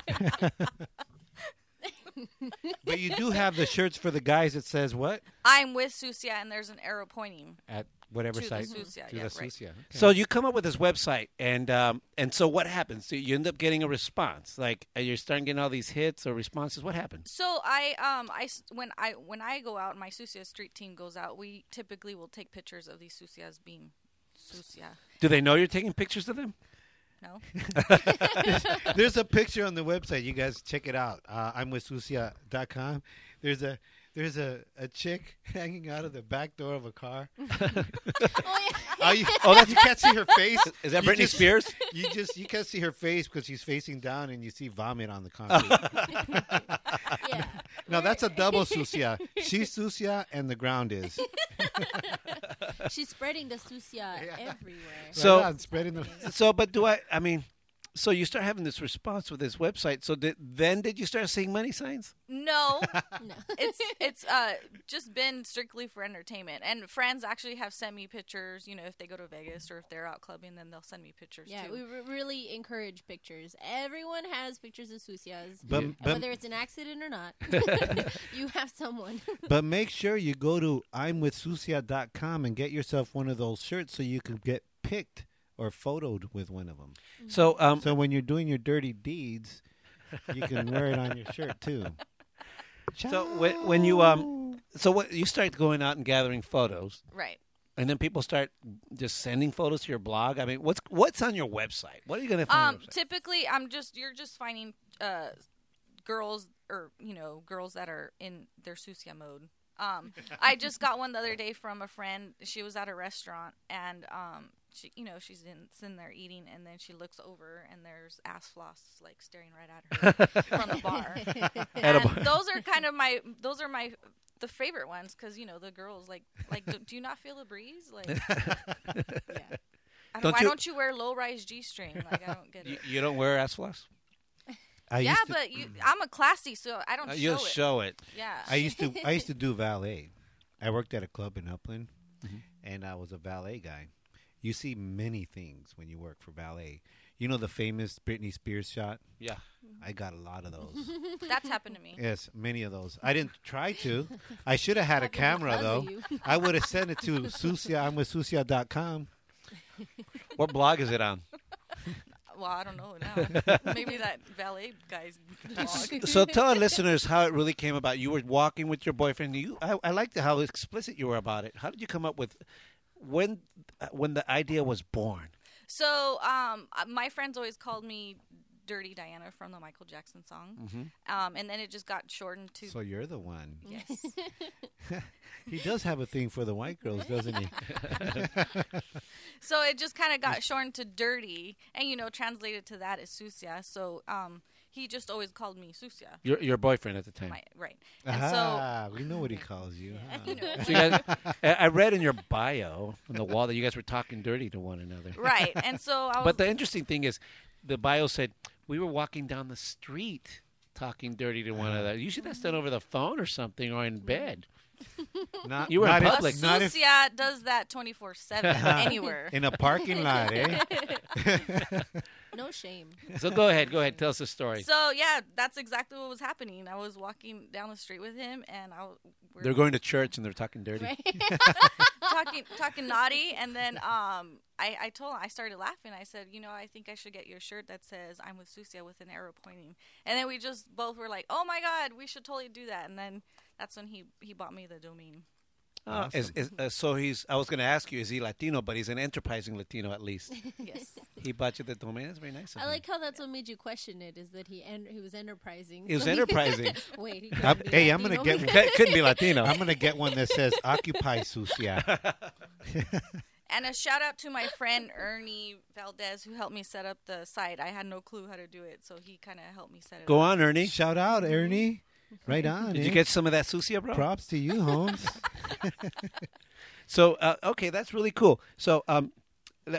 S3: but you do have the shirts for the guys that says what
S11: I'm with Susia, and there's an arrow pointing.
S3: at
S11: To
S3: whatever
S11: the
S3: site
S11: sucia,
S3: to
S11: yeah,
S3: the
S11: right.
S3: sucia. Okay.
S2: So you come up with this website, and um, and so what happens? So you end up getting a response, like uh, you're starting getting all these hits or responses. What happens?
S11: So I um I s- when I when I go out, my Susia street team goes out. We typically will take pictures of these Susias being Susia.
S2: Do they know you're taking pictures of them?
S11: No,
S3: There's a picture on the website. You guys check it out. Uh, I'm with sucia.com. There's a there's a, a chick hanging out of the back door of a car.
S12: Oh, yeah.
S3: Oh, you, oh that's, you can't see her face.
S2: Is that
S3: You
S2: Britney
S3: just-
S2: Spears?
S3: You just you can't see her face because she's facing down, and you see vomit on the concrete.
S12: yeah.
S3: no, that's a double sucia. She's sucia, and the ground is.
S12: She's spreading the sucia everywhere.
S2: So-
S3: Right on, spreading the.
S2: So, but do I? I mean, so you start having this response with this website. So did, then did you start seeing money signs?
S11: no,
S12: No.
S11: it's it's uh just been strictly for entertainment and friends actually have sent me pictures you know if they go to vegas or if they're out clubbing then they'll send me pictures
S12: Yeah,
S11: too
S12: we re- really encourage pictures. Everyone has pictures of sucias.
S3: But,
S12: And
S3: but,
S12: whether it's an accident or not, you have someone.
S3: but make sure you go to I'mWithSucia.com and get yourself one of those shirts so you can get picked or photoed with one of them.
S2: So um,
S3: So when you're doing your dirty deeds, you can wear it on your shirt too.
S2: so when, when you um, so what you start going out and gathering photos,
S11: right
S2: and then people start just sending photos to your blog. I mean, what's what's on your website? What are you going to find? on
S11: um
S2: your website?
S11: typically i'm just you're just finding uh girls or you know girls that are in their sucia mode um i just got one the other day from a friend she was at a restaurant and um she, you know, she's in, sitting there eating, and then she looks over, and there's ass floss like staring right at her from the bar.
S2: At
S11: And
S2: a bar.
S11: those are kind of my those are my the favorite ones because you know the girls like like do, do you not feel the breeze like
S12: Yeah.
S11: I
S2: Don't
S11: don't, why
S2: you-
S11: don't you wear low rise g string like I don't get
S2: You,
S11: it
S2: you don't wear ass floss.
S3: I
S11: yeah
S3: used to,
S11: but you
S2: Mm.
S11: I'm a classy so I don't
S2: Uh,
S11: show
S2: You'll
S11: it
S2: show it.
S11: yeah
S3: I used to I used to do valet. I worked at a club in Upland,
S2: Mm-hmm.
S3: and I was a valet guy. You see many things when you work for valet. You know the famous Britney Spears shot.
S2: Yeah.
S3: I got a lot of
S2: Mm-hmm.
S3: those.
S11: that's happened to me
S3: Yes, many of those. I didn't try to. I should have had a camera though.
S12: Because of
S3: I would have sent it to Sucia. I'm with Sucia.com.
S2: What blog is it on?
S11: well I don't know now maybe that valet guy's dog.
S2: so tell our listeners how it really came about. You were walking with your boyfriend. You, I, I liked how explicit you were about it. How did you come up with when uh, when the idea was born.
S11: So um, uh, my friends always called me Dirty Diana from the Michael Jackson song,
S2: Mm-hmm.
S3: Mhm.
S11: um, and then it just got shortened to.
S3: So you're the one.
S11: Yes.
S3: He does have a thing for the white girls, doesn't he?
S11: so it just kind of got shortened to Dirty, and you know, translated to that is Susia. So um, he just always called me Susia.
S2: Your your boyfriend at the time.
S11: My, right. And
S3: ah, we know what he calls you.
S11: you know.
S3: huh?
S2: So you guys, I I read in your bio on the wall that you guys were talking dirty to one another.
S11: Right, and so I was-
S2: but the interesting thing is, the bio said we were walking down the street talking dirty to
S3: Uh-huh.
S2: one another. Usually that's done over the phone or something or in bed.
S3: Not-
S2: you were
S3: not
S2: in
S3: if-
S2: public.
S11: so
S3: not if-
S11: Susia does that twenty four seven anywhere
S3: In a parking lot, eh?
S12: No shame.
S2: so go ahead, go ahead, tell us the story.
S11: So yeah, that's exactly what was happening. I was walking down the street with him, and I we're
S2: they're going to church and they're talking dirty.
S11: talking talking naughty, and then um, I I told I started laughing. I said, you know, I think I should get you a shirt that says "I'm with Susia" with an arrow pointing. And then we just both were like, oh my god, we should totally do that. And then that's when he he bought me the domain.
S2: Oh, is, is, uh, so he's. I was going to ask you, is he Latino? But he's an enterprising Latino at least.
S12: Yes.
S2: He bought you the domain. That's very nice. of
S12: I
S2: him.
S12: like how that's what made you question it is that he en- he was enterprising.
S2: He was
S12: so
S2: enterprising.
S12: Wait, he
S3: I'm-
S12: couldn't be
S3: hey, I'm gonna
S12: Latino.
S3: get
S2: That couldn't be Latino.
S3: I'm gonna get one that says "Occupy Sucia."
S11: And a shout out to my friend Ernie Valdez who helped me set up the site. I had no clue how to do it, so he kind of helped me set it
S2: Go
S11: up.
S2: on, Ernie.
S3: Shout out, Ernie. Right on.
S2: Did you
S3: eh?
S2: get some of that sucia, bro?
S3: props to you, Holmes?
S2: So uh, okay, that's really cool. So um,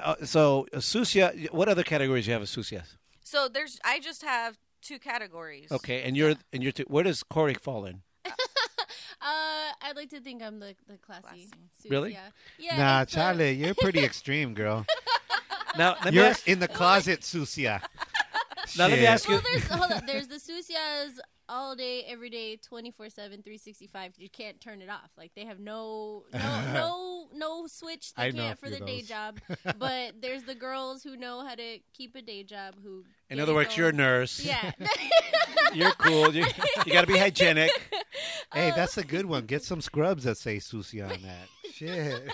S2: uh, so uh, sucia. What other categories you have of sucias?
S11: So there's I just have two categories.
S2: Okay, and you're and you're. T- where does Corey fall in?
S11: Um,
S12: Uh, I'd like to think I'm the the classy. Susia.
S2: Really?
S12: Yeah.
S3: nah,
S12: it's, uh,
S3: Charlie, you're pretty extreme, girl.
S2: Now let me
S3: You're
S2: ask,
S3: in the closet, Sucia.
S2: now let me
S3: Shit.
S2: ask you.
S12: Well, there's hold on. There's the Susias all day, every day, 24 7, 365. You can't turn it off. Like they have no no no no switch. They
S3: I know a
S12: can't for
S3: few
S12: the
S3: of
S12: day
S3: those.
S12: job. But there's the girls who know how to keep a day job. Who
S2: In
S12: get
S2: other
S12: it
S2: words, you're a
S12: going.
S2: nurse.
S12: Yeah.
S2: You're cool. You, you got to be hygienic.
S11: Um,
S3: Hey, that's a good one. Get some scrubs that say Sucia on that. Shit.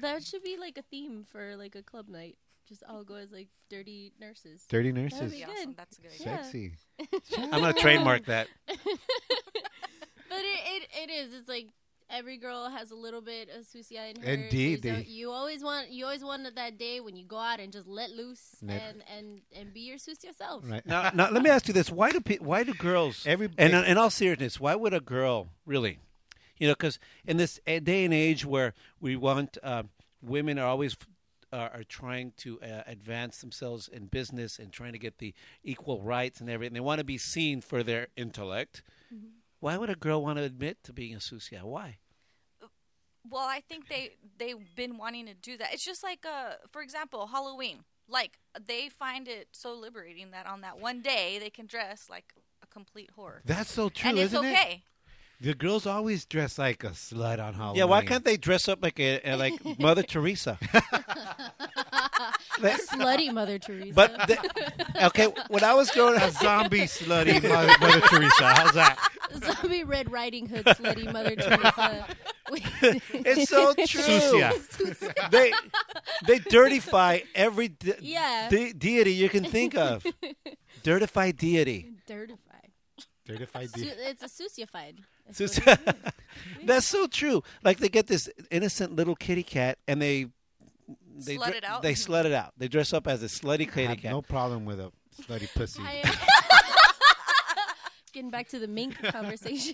S12: that should be like a theme for like a club night. Just all go as like dirty nurses.
S3: Dirty
S11: That'd
S3: nurses.
S11: be
S12: Good.
S11: awesome. That's a good idea.
S3: Sexy.
S2: I'm gonna trademark that.
S12: But it, it, it is. It's like every girl has a little bit of sucia in her.
S3: Indeed,
S12: There's
S3: they-
S12: a- you always want you always wanted that day when you go out and just let loose
S3: Let-
S12: and and and be your sucia self.
S3: Right.
S2: Now, now let me ask you this: Why do pe- why do girls?
S3: Every-
S2: and in all seriousness, why would a girl really? You know, because in this uh, day and age where we want uh, women are always are, are trying to uh, advance themselves in business and trying to get the equal rights and everything, they want to be seen for their intellect. Why would a girl want to admit to being a sucia? Why?
S11: Well, I think they they've been wanting to do that. It's just like uh for example, Halloween. Like they find it so liberating that on that one day they can dress like a complete whore.
S3: That's so true,
S11: and it's
S3: isn't it?
S11: okay.
S3: The girls always dress like a slut on Halloween.
S2: Yeah, why can't they dress up like a, uh, like Mother Teresa? They-
S12: Slutty Mother Teresa.
S2: but they, okay, when I was growing
S3: a
S2: up,
S3: zombie slutty Mother, Mother Teresa? How's that?
S12: zombie Red Riding Hood slutty Mother Teresa.
S2: it's so true.
S3: Sucia.
S2: they they dirtify every de-
S12: Yeah.
S2: de- deity you can think of. Dirtify deity.
S12: Dirtified.
S3: Dirtified
S12: Su- it's a sucified. That's
S2: So-
S12: what it
S2: That's so true. Like they get this innocent little kitty cat and they they
S11: Slut
S2: dre-
S11: it out?
S2: They slut it out. They dress up as a slutty
S3: I
S2: kitty
S3: have
S2: cat.
S3: no problem with a slutty
S12: is.
S3: pussy.
S12: I am. Getting back to the mink conversation,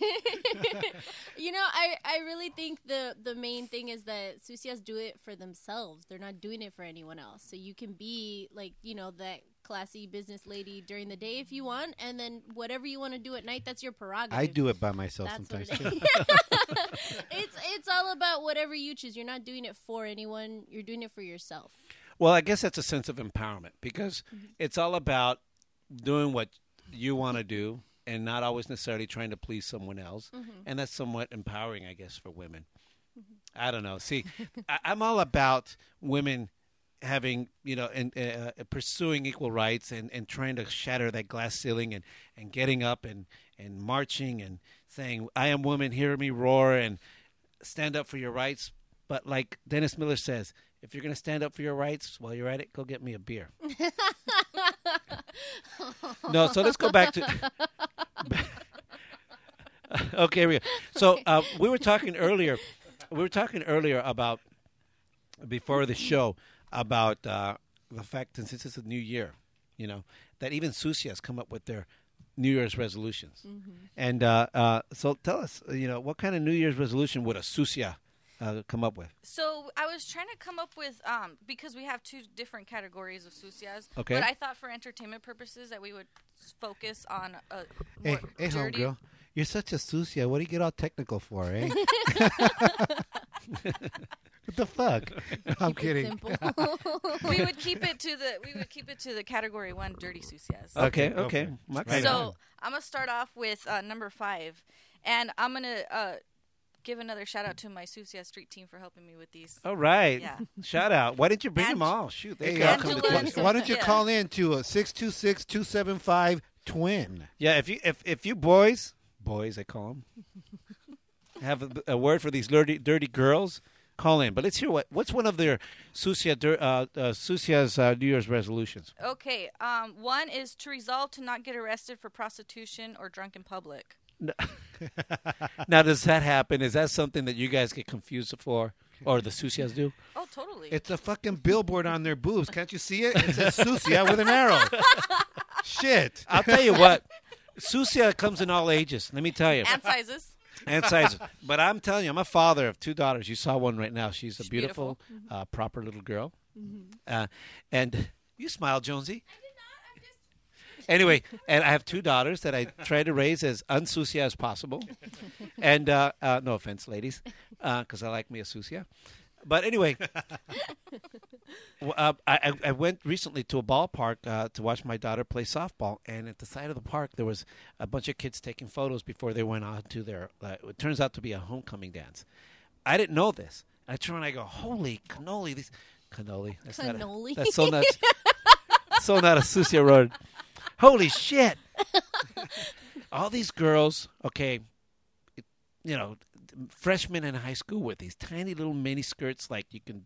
S12: you know, I, I really think the the main thing is that sucias do it for themselves. They're not doing it for anyone else. So you can be like you know that classy business lady during the day if you want, and then whatever you want to do at night, that's your prerogative.
S3: I do it by myself
S12: That's
S3: sometimes
S12: what it
S3: too.
S12: is. it's it's all about whatever you choose. You're not doing it for anyone. You're doing it for yourself.
S2: Well, I guess that's a sense of empowerment because it's all about doing what you want to do and not always necessarily trying to please someone else. And that's somewhat empowering, I guess, for women. I don't know. See, I, I'm all about women having, you know, and uh, pursuing equal rights and, and trying to shatter that glass ceiling and, and getting up and, and marching and saying, I am woman, hear me roar, and stand up for your rights. But like Dennis Miller says, if you're going to stand up for your rights while you're at it, go get me a beer. no, so let's go back to. okay, here we go. So uh, we were talking earlier. We were talking earlier about before the show about uh, the fact that since it's a new year, you know that even Sushi has come up with their New Year's resolutions.
S5: Mhm.
S2: And uh, uh, so tell us, uh, you know, what kind of New Year's resolution would a Susia uh, come up with?
S11: So I was trying to come up with um, because we have two different categories of sucias.
S2: Okay.
S11: But I thought for entertainment purposes that we would s- focus on a
S3: Hey,
S11: more
S3: hey,
S11: dirty.
S3: homegirl, you're such a sucia. What do you get all technical for, eh? what the fuck? I'm kidding.
S11: we would keep it to the we would keep it to the category one dirty sucias.
S2: Okay,
S3: go
S2: okay.
S3: for it.
S2: Right
S3: Right
S11: so
S3: on.
S11: I'm gonna start off with uh, number five, and I'm gonna uh, give another shout out to my Sucia Street team for helping me with these.
S2: All right.
S11: Yeah.
S2: Shout out. Why didn't you bring them all? Shoot, they
S3: Hey,
S2: could all come to
S3: why,
S2: Twins.
S3: why don't you call in to uh, a 626-275-TWIN?
S2: Yeah, if you if if you boys boys I call them have a, a word for these dirty dirty girls, call in. But let's hear what what's one of their Susia dir- uh, uh, Susia's uh, New Year's resolutions.
S11: Okay, um, one is to resolve to not get arrested for prostitution or drunk in public.
S2: Now, does that happen? Is that something that you guys get confused for, or the Susias do?
S11: Oh, totally.
S3: It's a fucking billboard on their boobs. Can't you see it? It says sucia with an arrow. Shit.
S2: I'll tell you what, Susia comes in all ages. Let me tell you.
S11: And sizes.
S2: and sizes. But I'm telling you, I'm a father of two daughters. You saw one right now. She's a beautiful, Uh, proper little girl.
S5: Mhm.
S2: Uh, and you smile, Jonesy. Anyway, and I have two daughters that I try to raise as unsucia as possible. And uh, uh, no offense, ladies, because I like me a sucia. But anyway, well, uh, I, I- I went recently to a ballpark uh, to watch my daughter play softball, and at the side of the park there was a bunch of kids taking photos before they went on to their. Uh, it turns out to be a homecoming dance. I didn't know this. I turn and I go, "Holy cannoli! These cannoli. That's
S12: Cannoli.
S2: Not a, that's so not. so not a sucia road. Holy shit! All these girls, okay, you know, freshmen in high school with these tiny little mini skirts, like you can,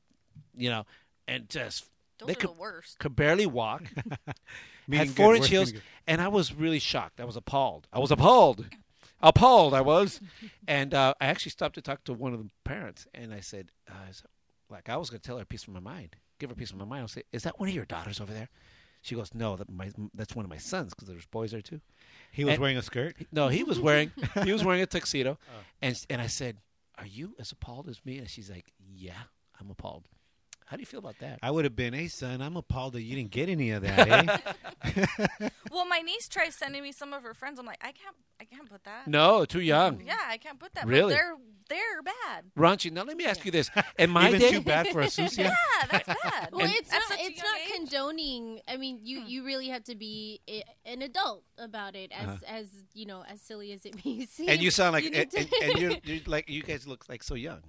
S2: you know, and just
S11: Those
S2: they
S11: are
S2: could,
S11: the worst.
S2: could barely walk. had
S3: Meaning good,
S2: four inch
S3: worst
S2: heels,
S3: meaning
S2: and I was really shocked. I was appalled. I was appalled. Appalled, I was. And uh, I actually stopped to talk to one of the parents, and I said, uh, I said, like, I was going to tell her a piece of my mind, give her a piece of my mind. I'll say, Is that one of your daughters over there? She goes, No, that my, that's one of my sons because there's boys there too.
S3: He was
S2: And-
S3: wearing a skirt? Oh.
S2: No, he was wearing he was wearing a tuxedo, and and I said, "Are you as appalled as me?" And she's like, "Yeah, I'm appalled." How do you feel about that?
S3: I would have been, hey, son, I'm appalled that you didn't get any of that, eh?
S11: Well, my niece tries sending me some of her friends. I'm like, I can't, I can't put that.
S2: No, too young.
S11: Yeah, I can't put that.
S2: Really?
S11: But they're they're bad.
S2: Raunchy. Now let me ask you this: Am my
S3: Even
S2: day
S3: too bad for a sucia? Yeah,
S11: that's bad.
S12: Well,
S2: And-
S12: it's not. It's not condoning. I mean, you you really have to be i an adult about it, as
S2: Uh-huh.
S12: as you know, as silly as it may seem.
S2: and you sound like,
S12: need
S2: and,
S12: to-
S2: and, and you're, you're like, you guys look like so young.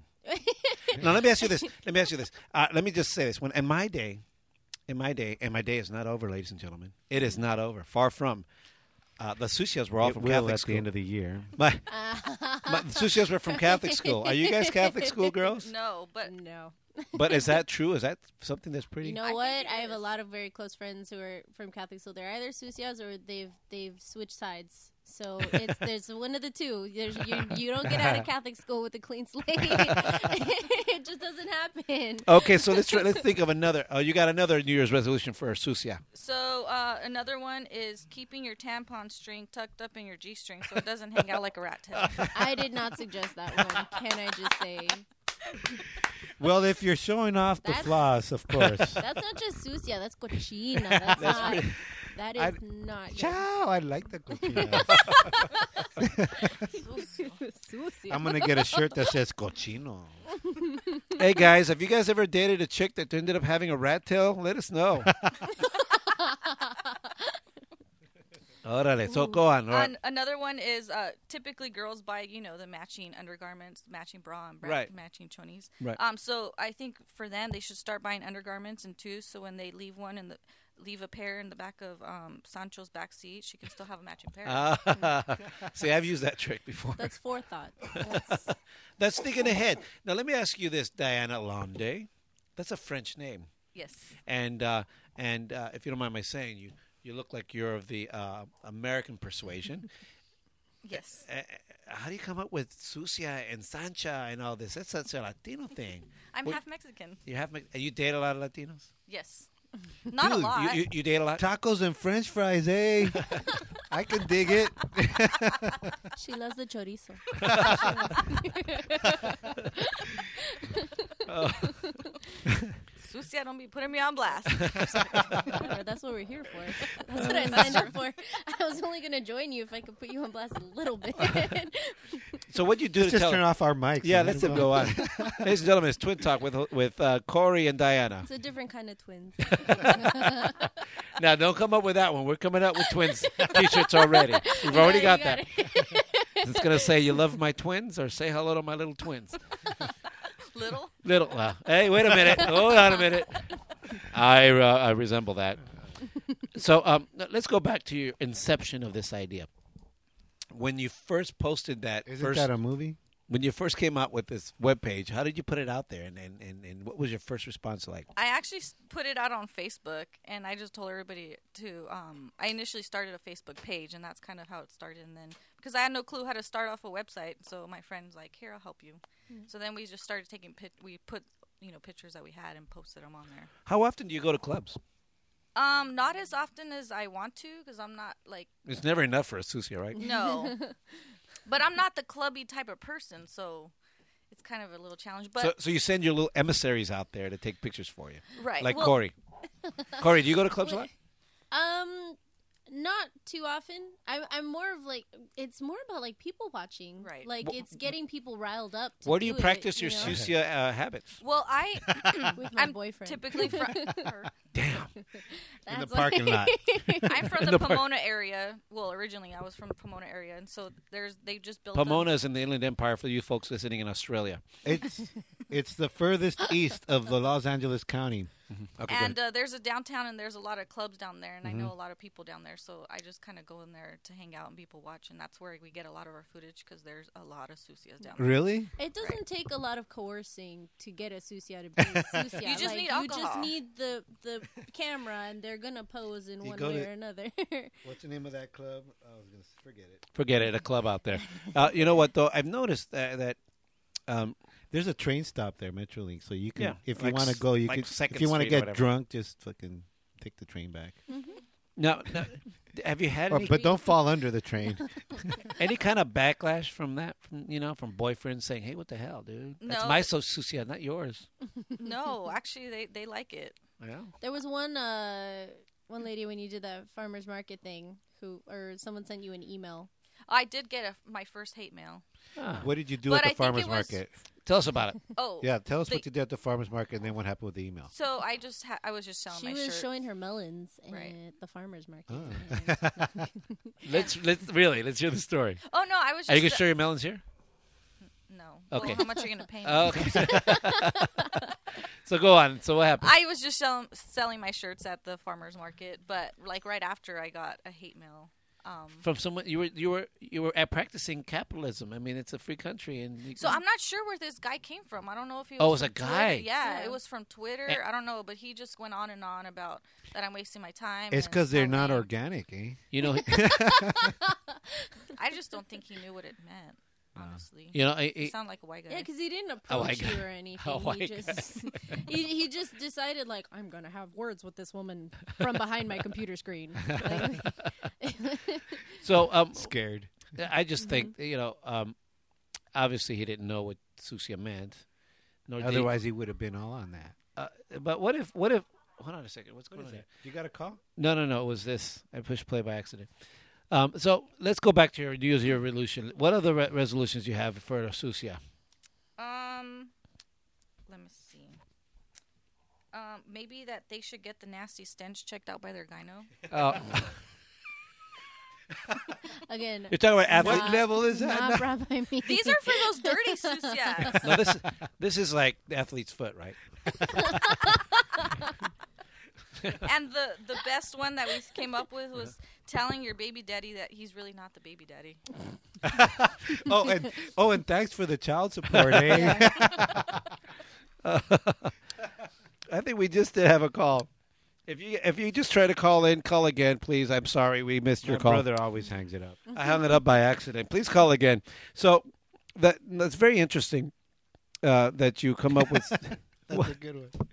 S2: now let me ask you this. Let me ask you this. Uh, let me just say this. When in my day, in my day, and my day is not over, ladies and gentlemen. It is not over. Far from. Uh, the sucias were all
S3: It
S2: from
S3: will
S2: Catholic
S3: at
S2: school.
S3: the end of the year.
S2: My, my the sucias were from Catholic school. Are you guys Catholic school girls?
S11: No, but no.
S2: But is that true? Is that something that's pretty?
S12: You know what? I have a lot of very close friends who are from Catholic, so they're either Susias or they've they've switched sides. So it's, there's one of the two. There's, you, you don't get out of Catholic school with a clean slate. it just doesn't happen.
S2: Okay, so let's try, let's think of another. Oh, you got another New Year's resolution for Susia.
S11: So uh, another one is keeping your tampon string tucked up in your g string so it doesn't hang out like a rat tail.
S12: I did not suggest that one. Can I just say?
S3: Well, if you're showing off the
S12: That's-
S3: floss, of course.
S12: That's not just sucia. That's cochina. That's,
S3: That's
S12: not.
S3: pretty-
S12: That is
S3: I-
S12: not. good.
S3: Ciao, I like the
S12: Sucia.
S3: I'm gonna get a shirt that says cochino.
S2: hey guys, have you guys ever dated a chick that ended up having a rat tail? Let us know. Órale, so go on. All right.
S11: An- another one is uh, typically girls buy you know the matching undergarments, matching bra and bra-
S2: Right.
S11: matching chonies.
S2: Right.
S11: Um. So I think for them they should start buying undergarments and two. So when they leave one in the leave a pair in the back of um, Sancho's back seat, she can still have a matching pair.
S2: Ah, see, I've used that trick before.
S12: That's forethought.
S2: That's, thinking ahead. Now, let me ask you this, Diana Lande. That's a French name,
S11: yes.
S2: and uh, and uh, if you don't mind my saying, you you look like you're of the uh, American persuasion.
S11: Yes.
S2: Uh, how do you come up with Sucia and Sancha and all this? That's such a Latino thing.
S11: I'm
S2: Well,
S11: half Mexican.
S2: You have Mex- you date a lot of Latinos.
S11: Yes. Not a
S3: Dude,
S11: lot.
S2: You, you, you date a lot.
S3: Tacos and French fries, eh? I can dig it.
S12: She loves the chorizo.
S3: Oh.
S12: Oh.
S11: Sucia, don't be putting me on blast.
S12: Whatever, that's what we're here for. That's what I signed up for. I was only gonna join you if I could put you on blast a little bit.
S2: So what do you do
S3: Let's
S2: to
S3: just
S2: tell?
S3: turn off our mics.
S2: yeah,
S3: and
S2: let's
S3: let
S2: them go on. Ladies and gentlemen, it's Twin Talk with with uh, Corey and Diana.
S12: it's a different kind of twins.
S2: Now, don't come up with that one. We're coming up with twins T-shirts already. We've already
S12: Yeah,
S2: got,
S12: you
S2: that.
S12: it.
S2: It's gonna say "You love my twins" or "Say hello to my little twins."
S11: Little.
S2: Little. Well, hey, wait a minute. Hold on a minute. I uh, I resemble that. So um, let's go back to your inception of this idea. When you first posted that,
S3: Isn't
S2: first
S3: that a movie?
S2: when you first came out with this webpage, how did you put it out there, and and, and, and what was your first response like?
S11: I actually s- put it out on Facebook, and I just told everybody to. Um, I initially started a Facebook page, and that's kind of how it started. And then because I had no clue how to start off a website, so my friend's like, "Here, I'll help you."
S12: Hmm.
S11: So then we just started taking pic. We put you know pictures that we had and posted them on there.
S2: How often do you go to clubs?
S11: Um, not as often as I want to, because I'm not like
S2: It's never enough for a sushi, right?
S11: no, but I'm not the clubby type of person, so it's kind of a little challenge. But
S2: so, so you send your little emissaries out there to take pictures for you,
S11: right,
S2: like
S11: well,
S2: Corey. Corey, do you go to clubs a lot?
S12: Um, not too often. I'm I'm more of like it's more about like people watching.
S11: Right.
S12: Like
S2: Wh-
S12: it's getting people riled up. to
S2: Where do you
S12: it,
S2: practice your
S12: know?
S2: sushi uh, habits?
S11: Well, I
S12: with my
S11: I'm
S12: boyfriend?
S11: typically from.
S2: Damn,
S12: That's
S3: the
S12: why-
S3: parking lot.
S11: I'm from the,
S2: The park.
S11: Pomona area. Well, originally I was from the Pomona area, and so there's they just built them-
S2: Pomona is in the Inland Empire for you folks listening in Australia.
S3: It's it's the furthest east of the Los Angeles County.
S2: Okay, Mm-hmm.
S11: and
S2: good.
S11: uh, there's a downtown, and there's a lot of clubs down there, and I know a lot of people down there, so I just kind of go in there to hang out and people watch, and that's where we get a lot of our footage because there's a lot of susias down there.
S3: Really?
S12: It doesn't take a lot of coercing to get a susia to be a susia.
S11: You just
S12: Like,
S11: need
S12: You just
S11: alcohol.
S12: need the the camera, and they're gonna pose in
S3: You
S12: one
S3: go
S12: way
S3: to-
S12: or another. uh,
S3: What's the name of that club? I was gonna forget it.
S2: Forget it, a club out there. Uh, you know what though? I've noticed that, that um,
S3: There's a train stop there, MetroLink, so you can
S2: Yeah,
S3: if you
S2: like
S3: want to
S2: s-
S3: go, you
S2: like
S3: could.
S2: Second
S3: if you want
S2: Street
S3: to
S2: or
S3: get
S2: whatever.
S3: drunk, just fucking take the train back.
S2: now, now, have you had
S3: Or-
S2: any,
S3: Oh, but don't fall under the train.
S2: any kind of backlash from that? From you know, from boyfriends saying, "Hey, what the hell, dude? That's
S11: No.
S2: my so sushi, not yours."
S11: No, Oh, actually they they like it.
S2: Yeah.
S12: there was one uh one lady when you did that farmers market thing who or someone sent you an email.
S11: I did get a, my first hate mail.
S2: Ah.
S3: what did you do
S11: But I
S3: at the
S11: think
S3: farmers
S11: it was-
S3: market?
S2: Tell us about it.
S11: Oh,
S3: Yeah, tell us
S11: they-
S3: what you did at the farmers market, and then what happened with the email.
S11: So I just ha- I was just selling
S12: she
S11: my
S12: was
S11: shirt.
S12: showing her melons
S11: Right.
S12: at the farmers market.
S3: Oh.
S12: and-
S2: Let's let's really let's hear the story.
S11: oh no, I was. Just
S2: Are you gonna show your melons here?
S11: No.
S2: Okay.
S11: Well, how much are you gonna pay me?
S2: Oh, okay. so go on. So what happened?
S11: I was just sell- selling my shirts at the farmers market, but like right after I got a hate mail. Um,
S2: From someone you were you were you were at practicing capitalism. I mean, it's a free country, and you
S11: so I'm not sure where this guy came from. I don't know if he was
S2: Oh, it was
S11: from
S2: a guy.
S11: Twitter. Yeah,
S12: Yeah.
S11: it was from Twitter.
S2: Eh.
S11: I don't know, but he just went on and on about that I'm wasting my time.
S3: It's
S11: and
S3: because they're
S11: how
S3: not
S11: lame.
S3: organic, eh?
S2: you know
S11: I just don't think he knew what it meant. Honestly,
S2: Uh, you know I, I-
S11: you sound like a white guy.
S12: Yeah, because he didn't
S2: Oh,
S12: approach
S2: I got-
S12: you or anything.
S2: I
S12: he
S2: got
S12: just he, he just decided like I'm gonna have words with this woman from behind my computer screen. Like,
S2: so um
S3: Scared.
S2: I just
S11: Mm-hmm.
S2: think you know um obviously he didn't know what sushi meant. Nor did he-
S3: Otherwise, he would have been all on that.
S2: uh, but what if what if hold on a second? What's going on here?
S3: You got a call?
S2: No, no, no. It was this. I pushed play by accident. Um, so let's go back to your New Year's Year resolution. What other re- resolutions you have for Susia?
S11: Um, let me see. Um, maybe that they should get the nasty stench checked out by their gyno.
S2: Uh,
S12: again,
S2: you're talking about
S3: What
S2: athlete.
S12: Wow.
S3: level is that?
S12: not brought by me.
S11: These are for those dirty susias.
S2: No, this this is like the athlete's foot, right?
S11: and the the best one that we came up with was telling your baby daddy that he's really not the baby daddy.
S3: oh, and oh, and thanks for the child support, eh?
S2: I think we just did have a call. If you if you just try to call in, call again, please. I'm sorry we missed your
S3: Your
S2: call.
S3: brother always hangs it up.
S2: I hung it up by accident. Please call again. So that that's very interesting uh, that you come up with.
S3: That's a good one.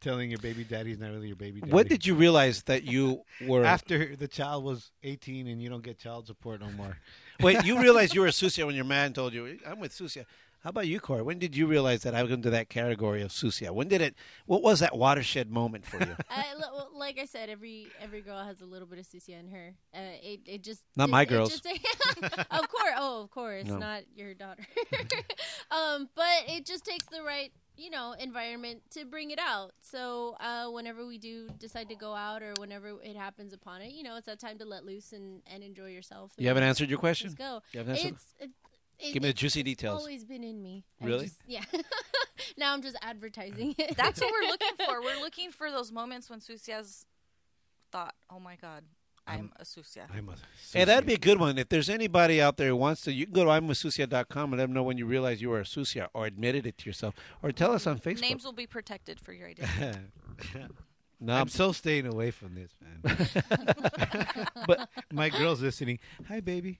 S3: Telling your baby daddy's not really your baby daddy.
S2: when did you realize that you were?
S3: After the child was 18 and you don't get child support no more.
S2: Wait, you realized you were Susia when your man told you, "I'm with Susia." How about you, Corey? When did you realize that I was into that category of Susia? When did it? What was that watershed moment for you?
S12: I, li- well, like I said, every every girl has a little bit of Susia in her. Uh, it it just
S2: Not
S12: it-
S2: my
S12: it
S2: girls.
S12: just- of course, oh, of course,
S2: No.
S12: not your daughter. um, but it just takes the right you know environment to bring it out. So uh, whenever we do decide to go out or whenever it happens upon it, you know, it's that time to let loose and and enjoy yourself.
S2: You haven't
S12: and
S2: answered your question.
S12: Just go.
S2: You haven't answered-
S12: It's it, it,
S2: Give me the
S12: it's-
S2: juicy
S12: it's
S2: details.
S12: Always been in me. I
S2: Really?
S12: just- yeah. now I'm just advertising it.
S11: That's what we're looking for. We're looking for those moments when Susia's thought, "Oh my God, I'm, a Susia."
S3: I'm a
S2: Hey, that'd be a good one. If there's anybody out there who wants to, you can go to imwithsusia.com and let them know when you realize you were a Susia or admitted it to yourself or tell us on Facebook.
S11: Names will be protected for your identity.
S2: no,
S3: I'm so staying away from this, man.
S2: but
S3: My girl's listening. Hi, baby.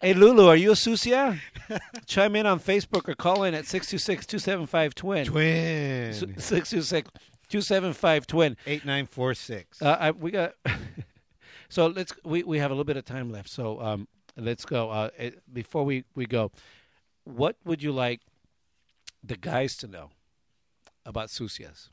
S2: hey, Lulu, are you a Susia? Chime in on Facebook or call in at 626 275 twin.
S3: Twin.
S2: 626 275 twin.
S3: 8946.
S2: Uh, I, we got so let's we, we have a little bit of time left. So um, let's go uh, it, before we we go. What would you like the guys to know about Susias?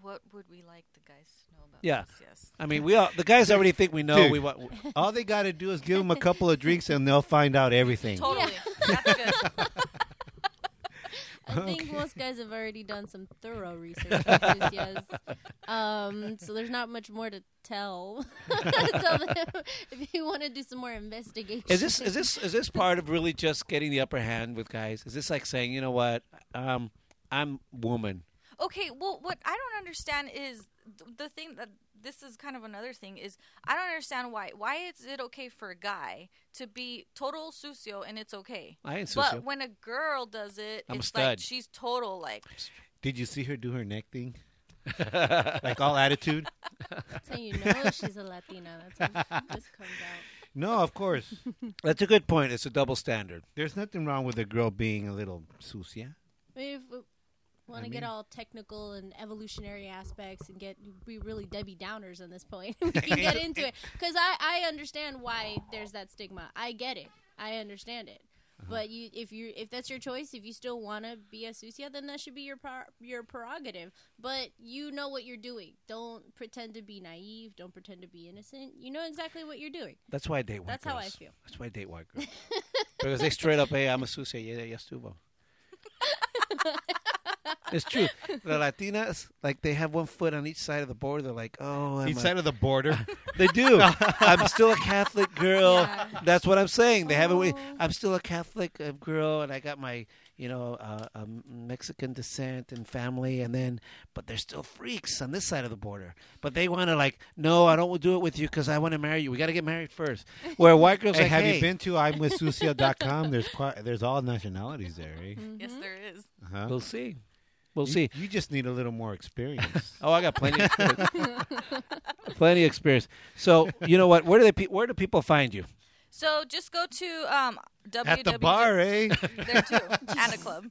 S11: what would we like the guys to know about
S2: Yeah.
S11: Susias?
S2: I mean, we all the guys already think we know.
S3: Dude.
S2: We want
S3: All they got to do is give them a couple of drinks and they'll find out everything.
S11: Totally. That's good.
S12: I think most guys have already done some thorough research. on Susias. Um, so there's not much more to tell. Tell them if you want to do some more investigation.
S2: is this is this is this part of really just getting the upper hand with guys? Is this like saying, you know what, um, I'm woman.
S11: Okay, well, what I don't understand is th- the thing that this is kind of another thing is I don't understand why why is it okay for a guy to be total sucio and it's okay,
S2: I ain't
S11: but
S2: Susia.
S11: when a girl does it,
S2: I'm a
S11: it's
S2: stud.
S11: like she's total like
S3: Did you see her do her neck thing? like all attitude?
S12: That's how you know she's a Latina. That's how this comes out.
S3: No, of course.
S2: That's a good point. It's a double standard.
S3: There's nothing wrong with a girl being a little sucia.
S12: I mean, if we want to get all technical and evolutionary aspects and get be really Debbie Downers on this point, we can get into it because I I understand why there's that stigma. I get it. I understand it.
S2: Uh-huh.
S12: But you, if you if that's your choice, if you still want to be a sucia, then that should be your par- your prerogative. But you know what you're doing. Don't pretend to be naive. Don't pretend to be innocent. You know exactly what you're doing.
S2: That's why I date white
S12: That's
S2: girls.
S12: how I feel.
S2: That's why I date white girls. because they straight up, hey, I'm a sucia. Yeah, yeah, estuvo. it's true. The Latinas, like, they have one foot on each side of the border. They're like, oh, I'm
S3: Each
S2: a-
S3: side of the border.
S2: they do. I'm still a Catholic girl.
S12: Yeah.
S2: That's what I'm saying. They haven't. wa- I'm still a Catholic uh, girl, and I got my, you know, uh, um, Mexican descent and family, and then, but they're still freaks on this side of the border. But they want to like, no, I don't want to do it with you because I want to marry you. We got to get married first. Where white girls
S3: Hey,
S2: like,
S3: have
S2: hey,
S3: you been to I'mWithSucia.com? There's quite, there's all nationalities there, eh?
S11: yes, there is.
S3: Uh-huh.
S2: We'll see. We'll
S3: You-
S2: see.
S3: You just need a little more experience.
S2: Oh, I got plenty, of plenty of experience. So you know what? Where do they? Pe- where do people find you?
S11: So just go to um,
S3: At the
S11: www.
S3: bar, eh?
S11: there too, at a club.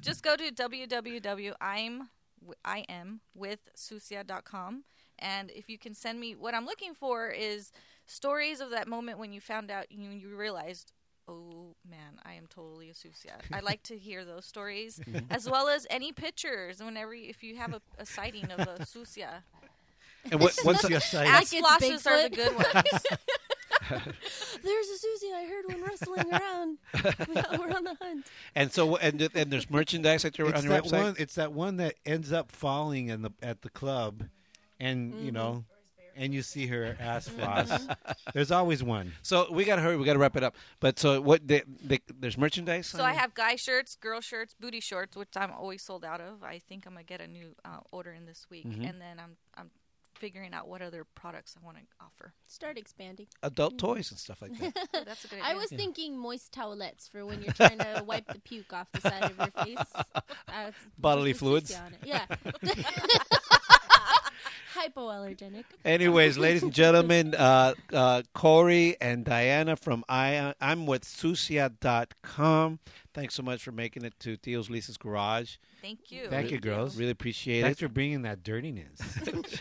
S11: Just go to www.im I am with susia.com and if you can send me what I'm looking for is stories of that moment when you found out you you realized oh man I am totally a susia. I like to hear those stories
S3: Mm-hmm.
S11: as well as any pictures whenever you- if you have a, a sighting of a susia.
S2: And what, what's
S3: Sucia site.
S11: Ass
S12: it's
S11: flosses are the
S12: Bigfoot.
S11: good ones.
S12: There's a Susie. I heard one rustling around. We're on the hunt.
S2: and so and and there's merchandise at your
S3: it's
S2: on your
S3: that
S2: website. Mm-hmm.
S3: one. It's that one that ends up falling in the at the club, and you know, and you see her ass floss. There's always one.
S2: Uh-huh. So we got to hurry. We got to wrap it up. But so what? They, they, there's merchandise.
S11: So I have guy shirts, girl shirts, booty shorts, which I'm always sold out of. I think I'm gonna get a new uh, order in this week,
S2: Mhm.
S11: and then I'm I'm figuring out what other products I want to offer.
S12: Start expanding.
S2: adult toys and stuff like that.
S11: That's a good
S12: Mm. I
S11: idea.
S12: was
S2: Yeah.
S12: thinking moist towelettes for when you're trying to wipe the puke off the side of your face. I was-
S2: Bodily
S12: just a
S2: fluids.
S12: sissy on it. Yeah. Hypoallergenic.
S2: Anyways, ladies and gentlemen, uh, uh, Corey and Diana from I, I'm with Susia.com. Thanks so much for making it to Theo's Lisa's Garage.
S11: Thank you.
S3: Thank you,
S2: Really-
S3: girls.
S2: Really appreciate
S3: Thanks
S2: it.
S3: for bringing that dirtiness.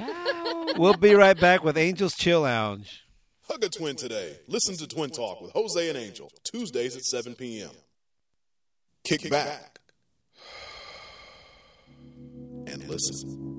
S2: We'll be right back with Angels Chill Lounge.
S1: Hug a twin today. Listen to Twin Talk with Jose and Angel, Tuesdays at 7 p.m. Kick back and listen.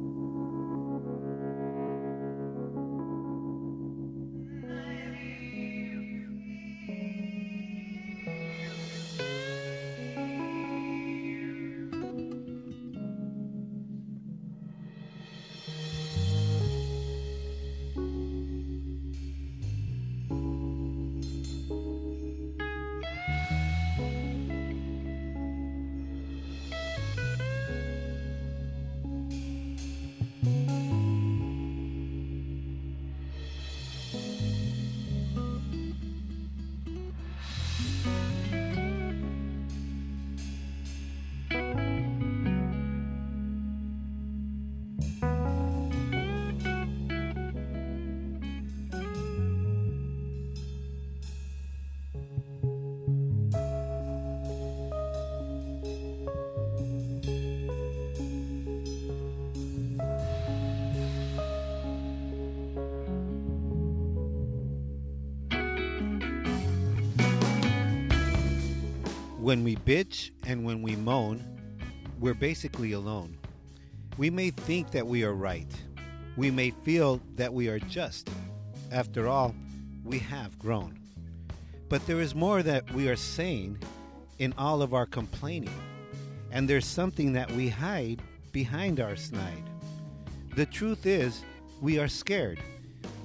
S3: when we bitch and when we moan, we're basically alone. We may think that we are right. We may feel that we are just. After all, we have grown. But there is more that we are saying in all of our complaining. And there's something that we hide behind our snide. The truth is, we are scared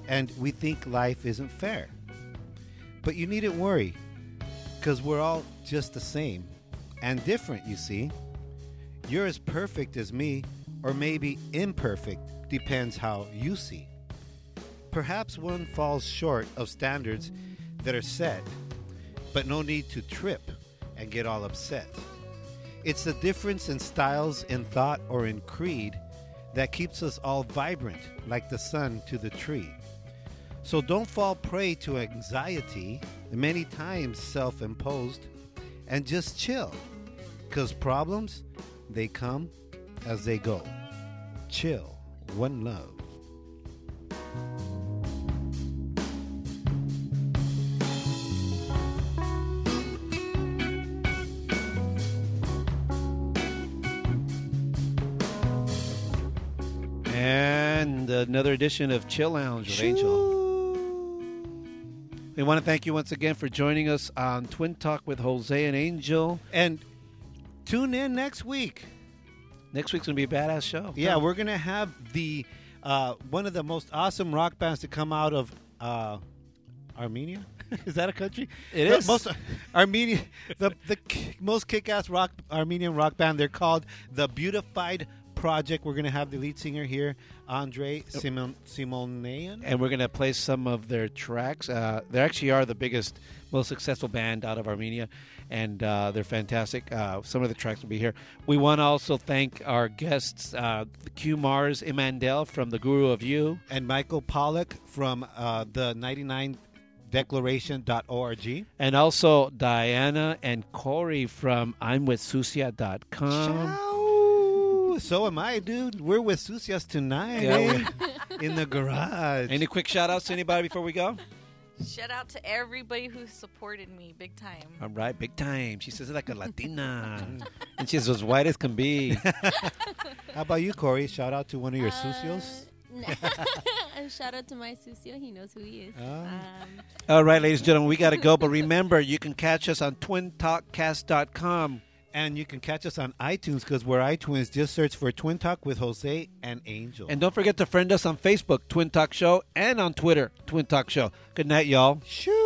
S3: and we think life isn't fair. But you needn't worry because we're all just the same and different, you see. You're as perfect as me, or maybe imperfect, depends how you see. Perhaps one falls short of standards that are set, but no need to trip and get all upset. It's the difference in styles, in thought, or in creed that keeps us all vibrant like the sun to the tree. So don't fall prey to anxiety, many times self imposed, and just chill. Because problems, they come as they go. Chill. One love.
S2: And another edition of Chill Lounge with Angel. We want to thank you once again for joining us on Twin Talk with Jose and Angel.
S3: And tune in next week.
S2: Next week's going to be a badass show.
S3: Yeah, we're going to have the uh, one of the most awesome rock bands to come out of uh, Armenia. is that a country?
S2: It
S3: the
S2: is.
S3: Most, Armenia, the, the k- most kick ass rock, Armenian rock band. They're called The Beautified Project. We're going to have the lead singer here, Andre Simon, Simonian.
S2: and we're going to play some of their tracks. Uh, they actually are the biggest, most successful band out of Armenia, and uh, they're fantastic. Uh, some of the tracks will be here. We want to also thank our guests, uh, Q Mars Imandel from The Guru of You.
S3: and Michael Pollock from uh, the 99declaration.org.
S2: And also Diana and Corey from I'm with Susia.com.
S3: Ciao. So am I, dude. We're with Susias tonight
S2: Yeah,
S3: eh?
S2: we're-
S3: in the garage.
S2: Any quick shout outs to anybody before we go?
S11: Shout out to everybody who supported me big time.
S2: All right, big time. She says it like a Latina. and she's as white as can be.
S3: How about you, Corey? Shout out to one of your
S12: Uh,
S3: Susios.
S12: nah. And shout out to my Susio. He knows who he
S2: Oh.
S12: is. Um,
S2: All right, ladies and gentlemen, we got to go. But remember, you can catch us on twintalkcast.com.
S3: And you can catch us on iTunes because we're iTwins. Just search for Twin Talk with Jose and Angel.
S2: And don't forget to friend us on Facebook, Twin Talk Show, and on Twitter, Twin Talk Show. Good night, y'all.
S3: Shoo!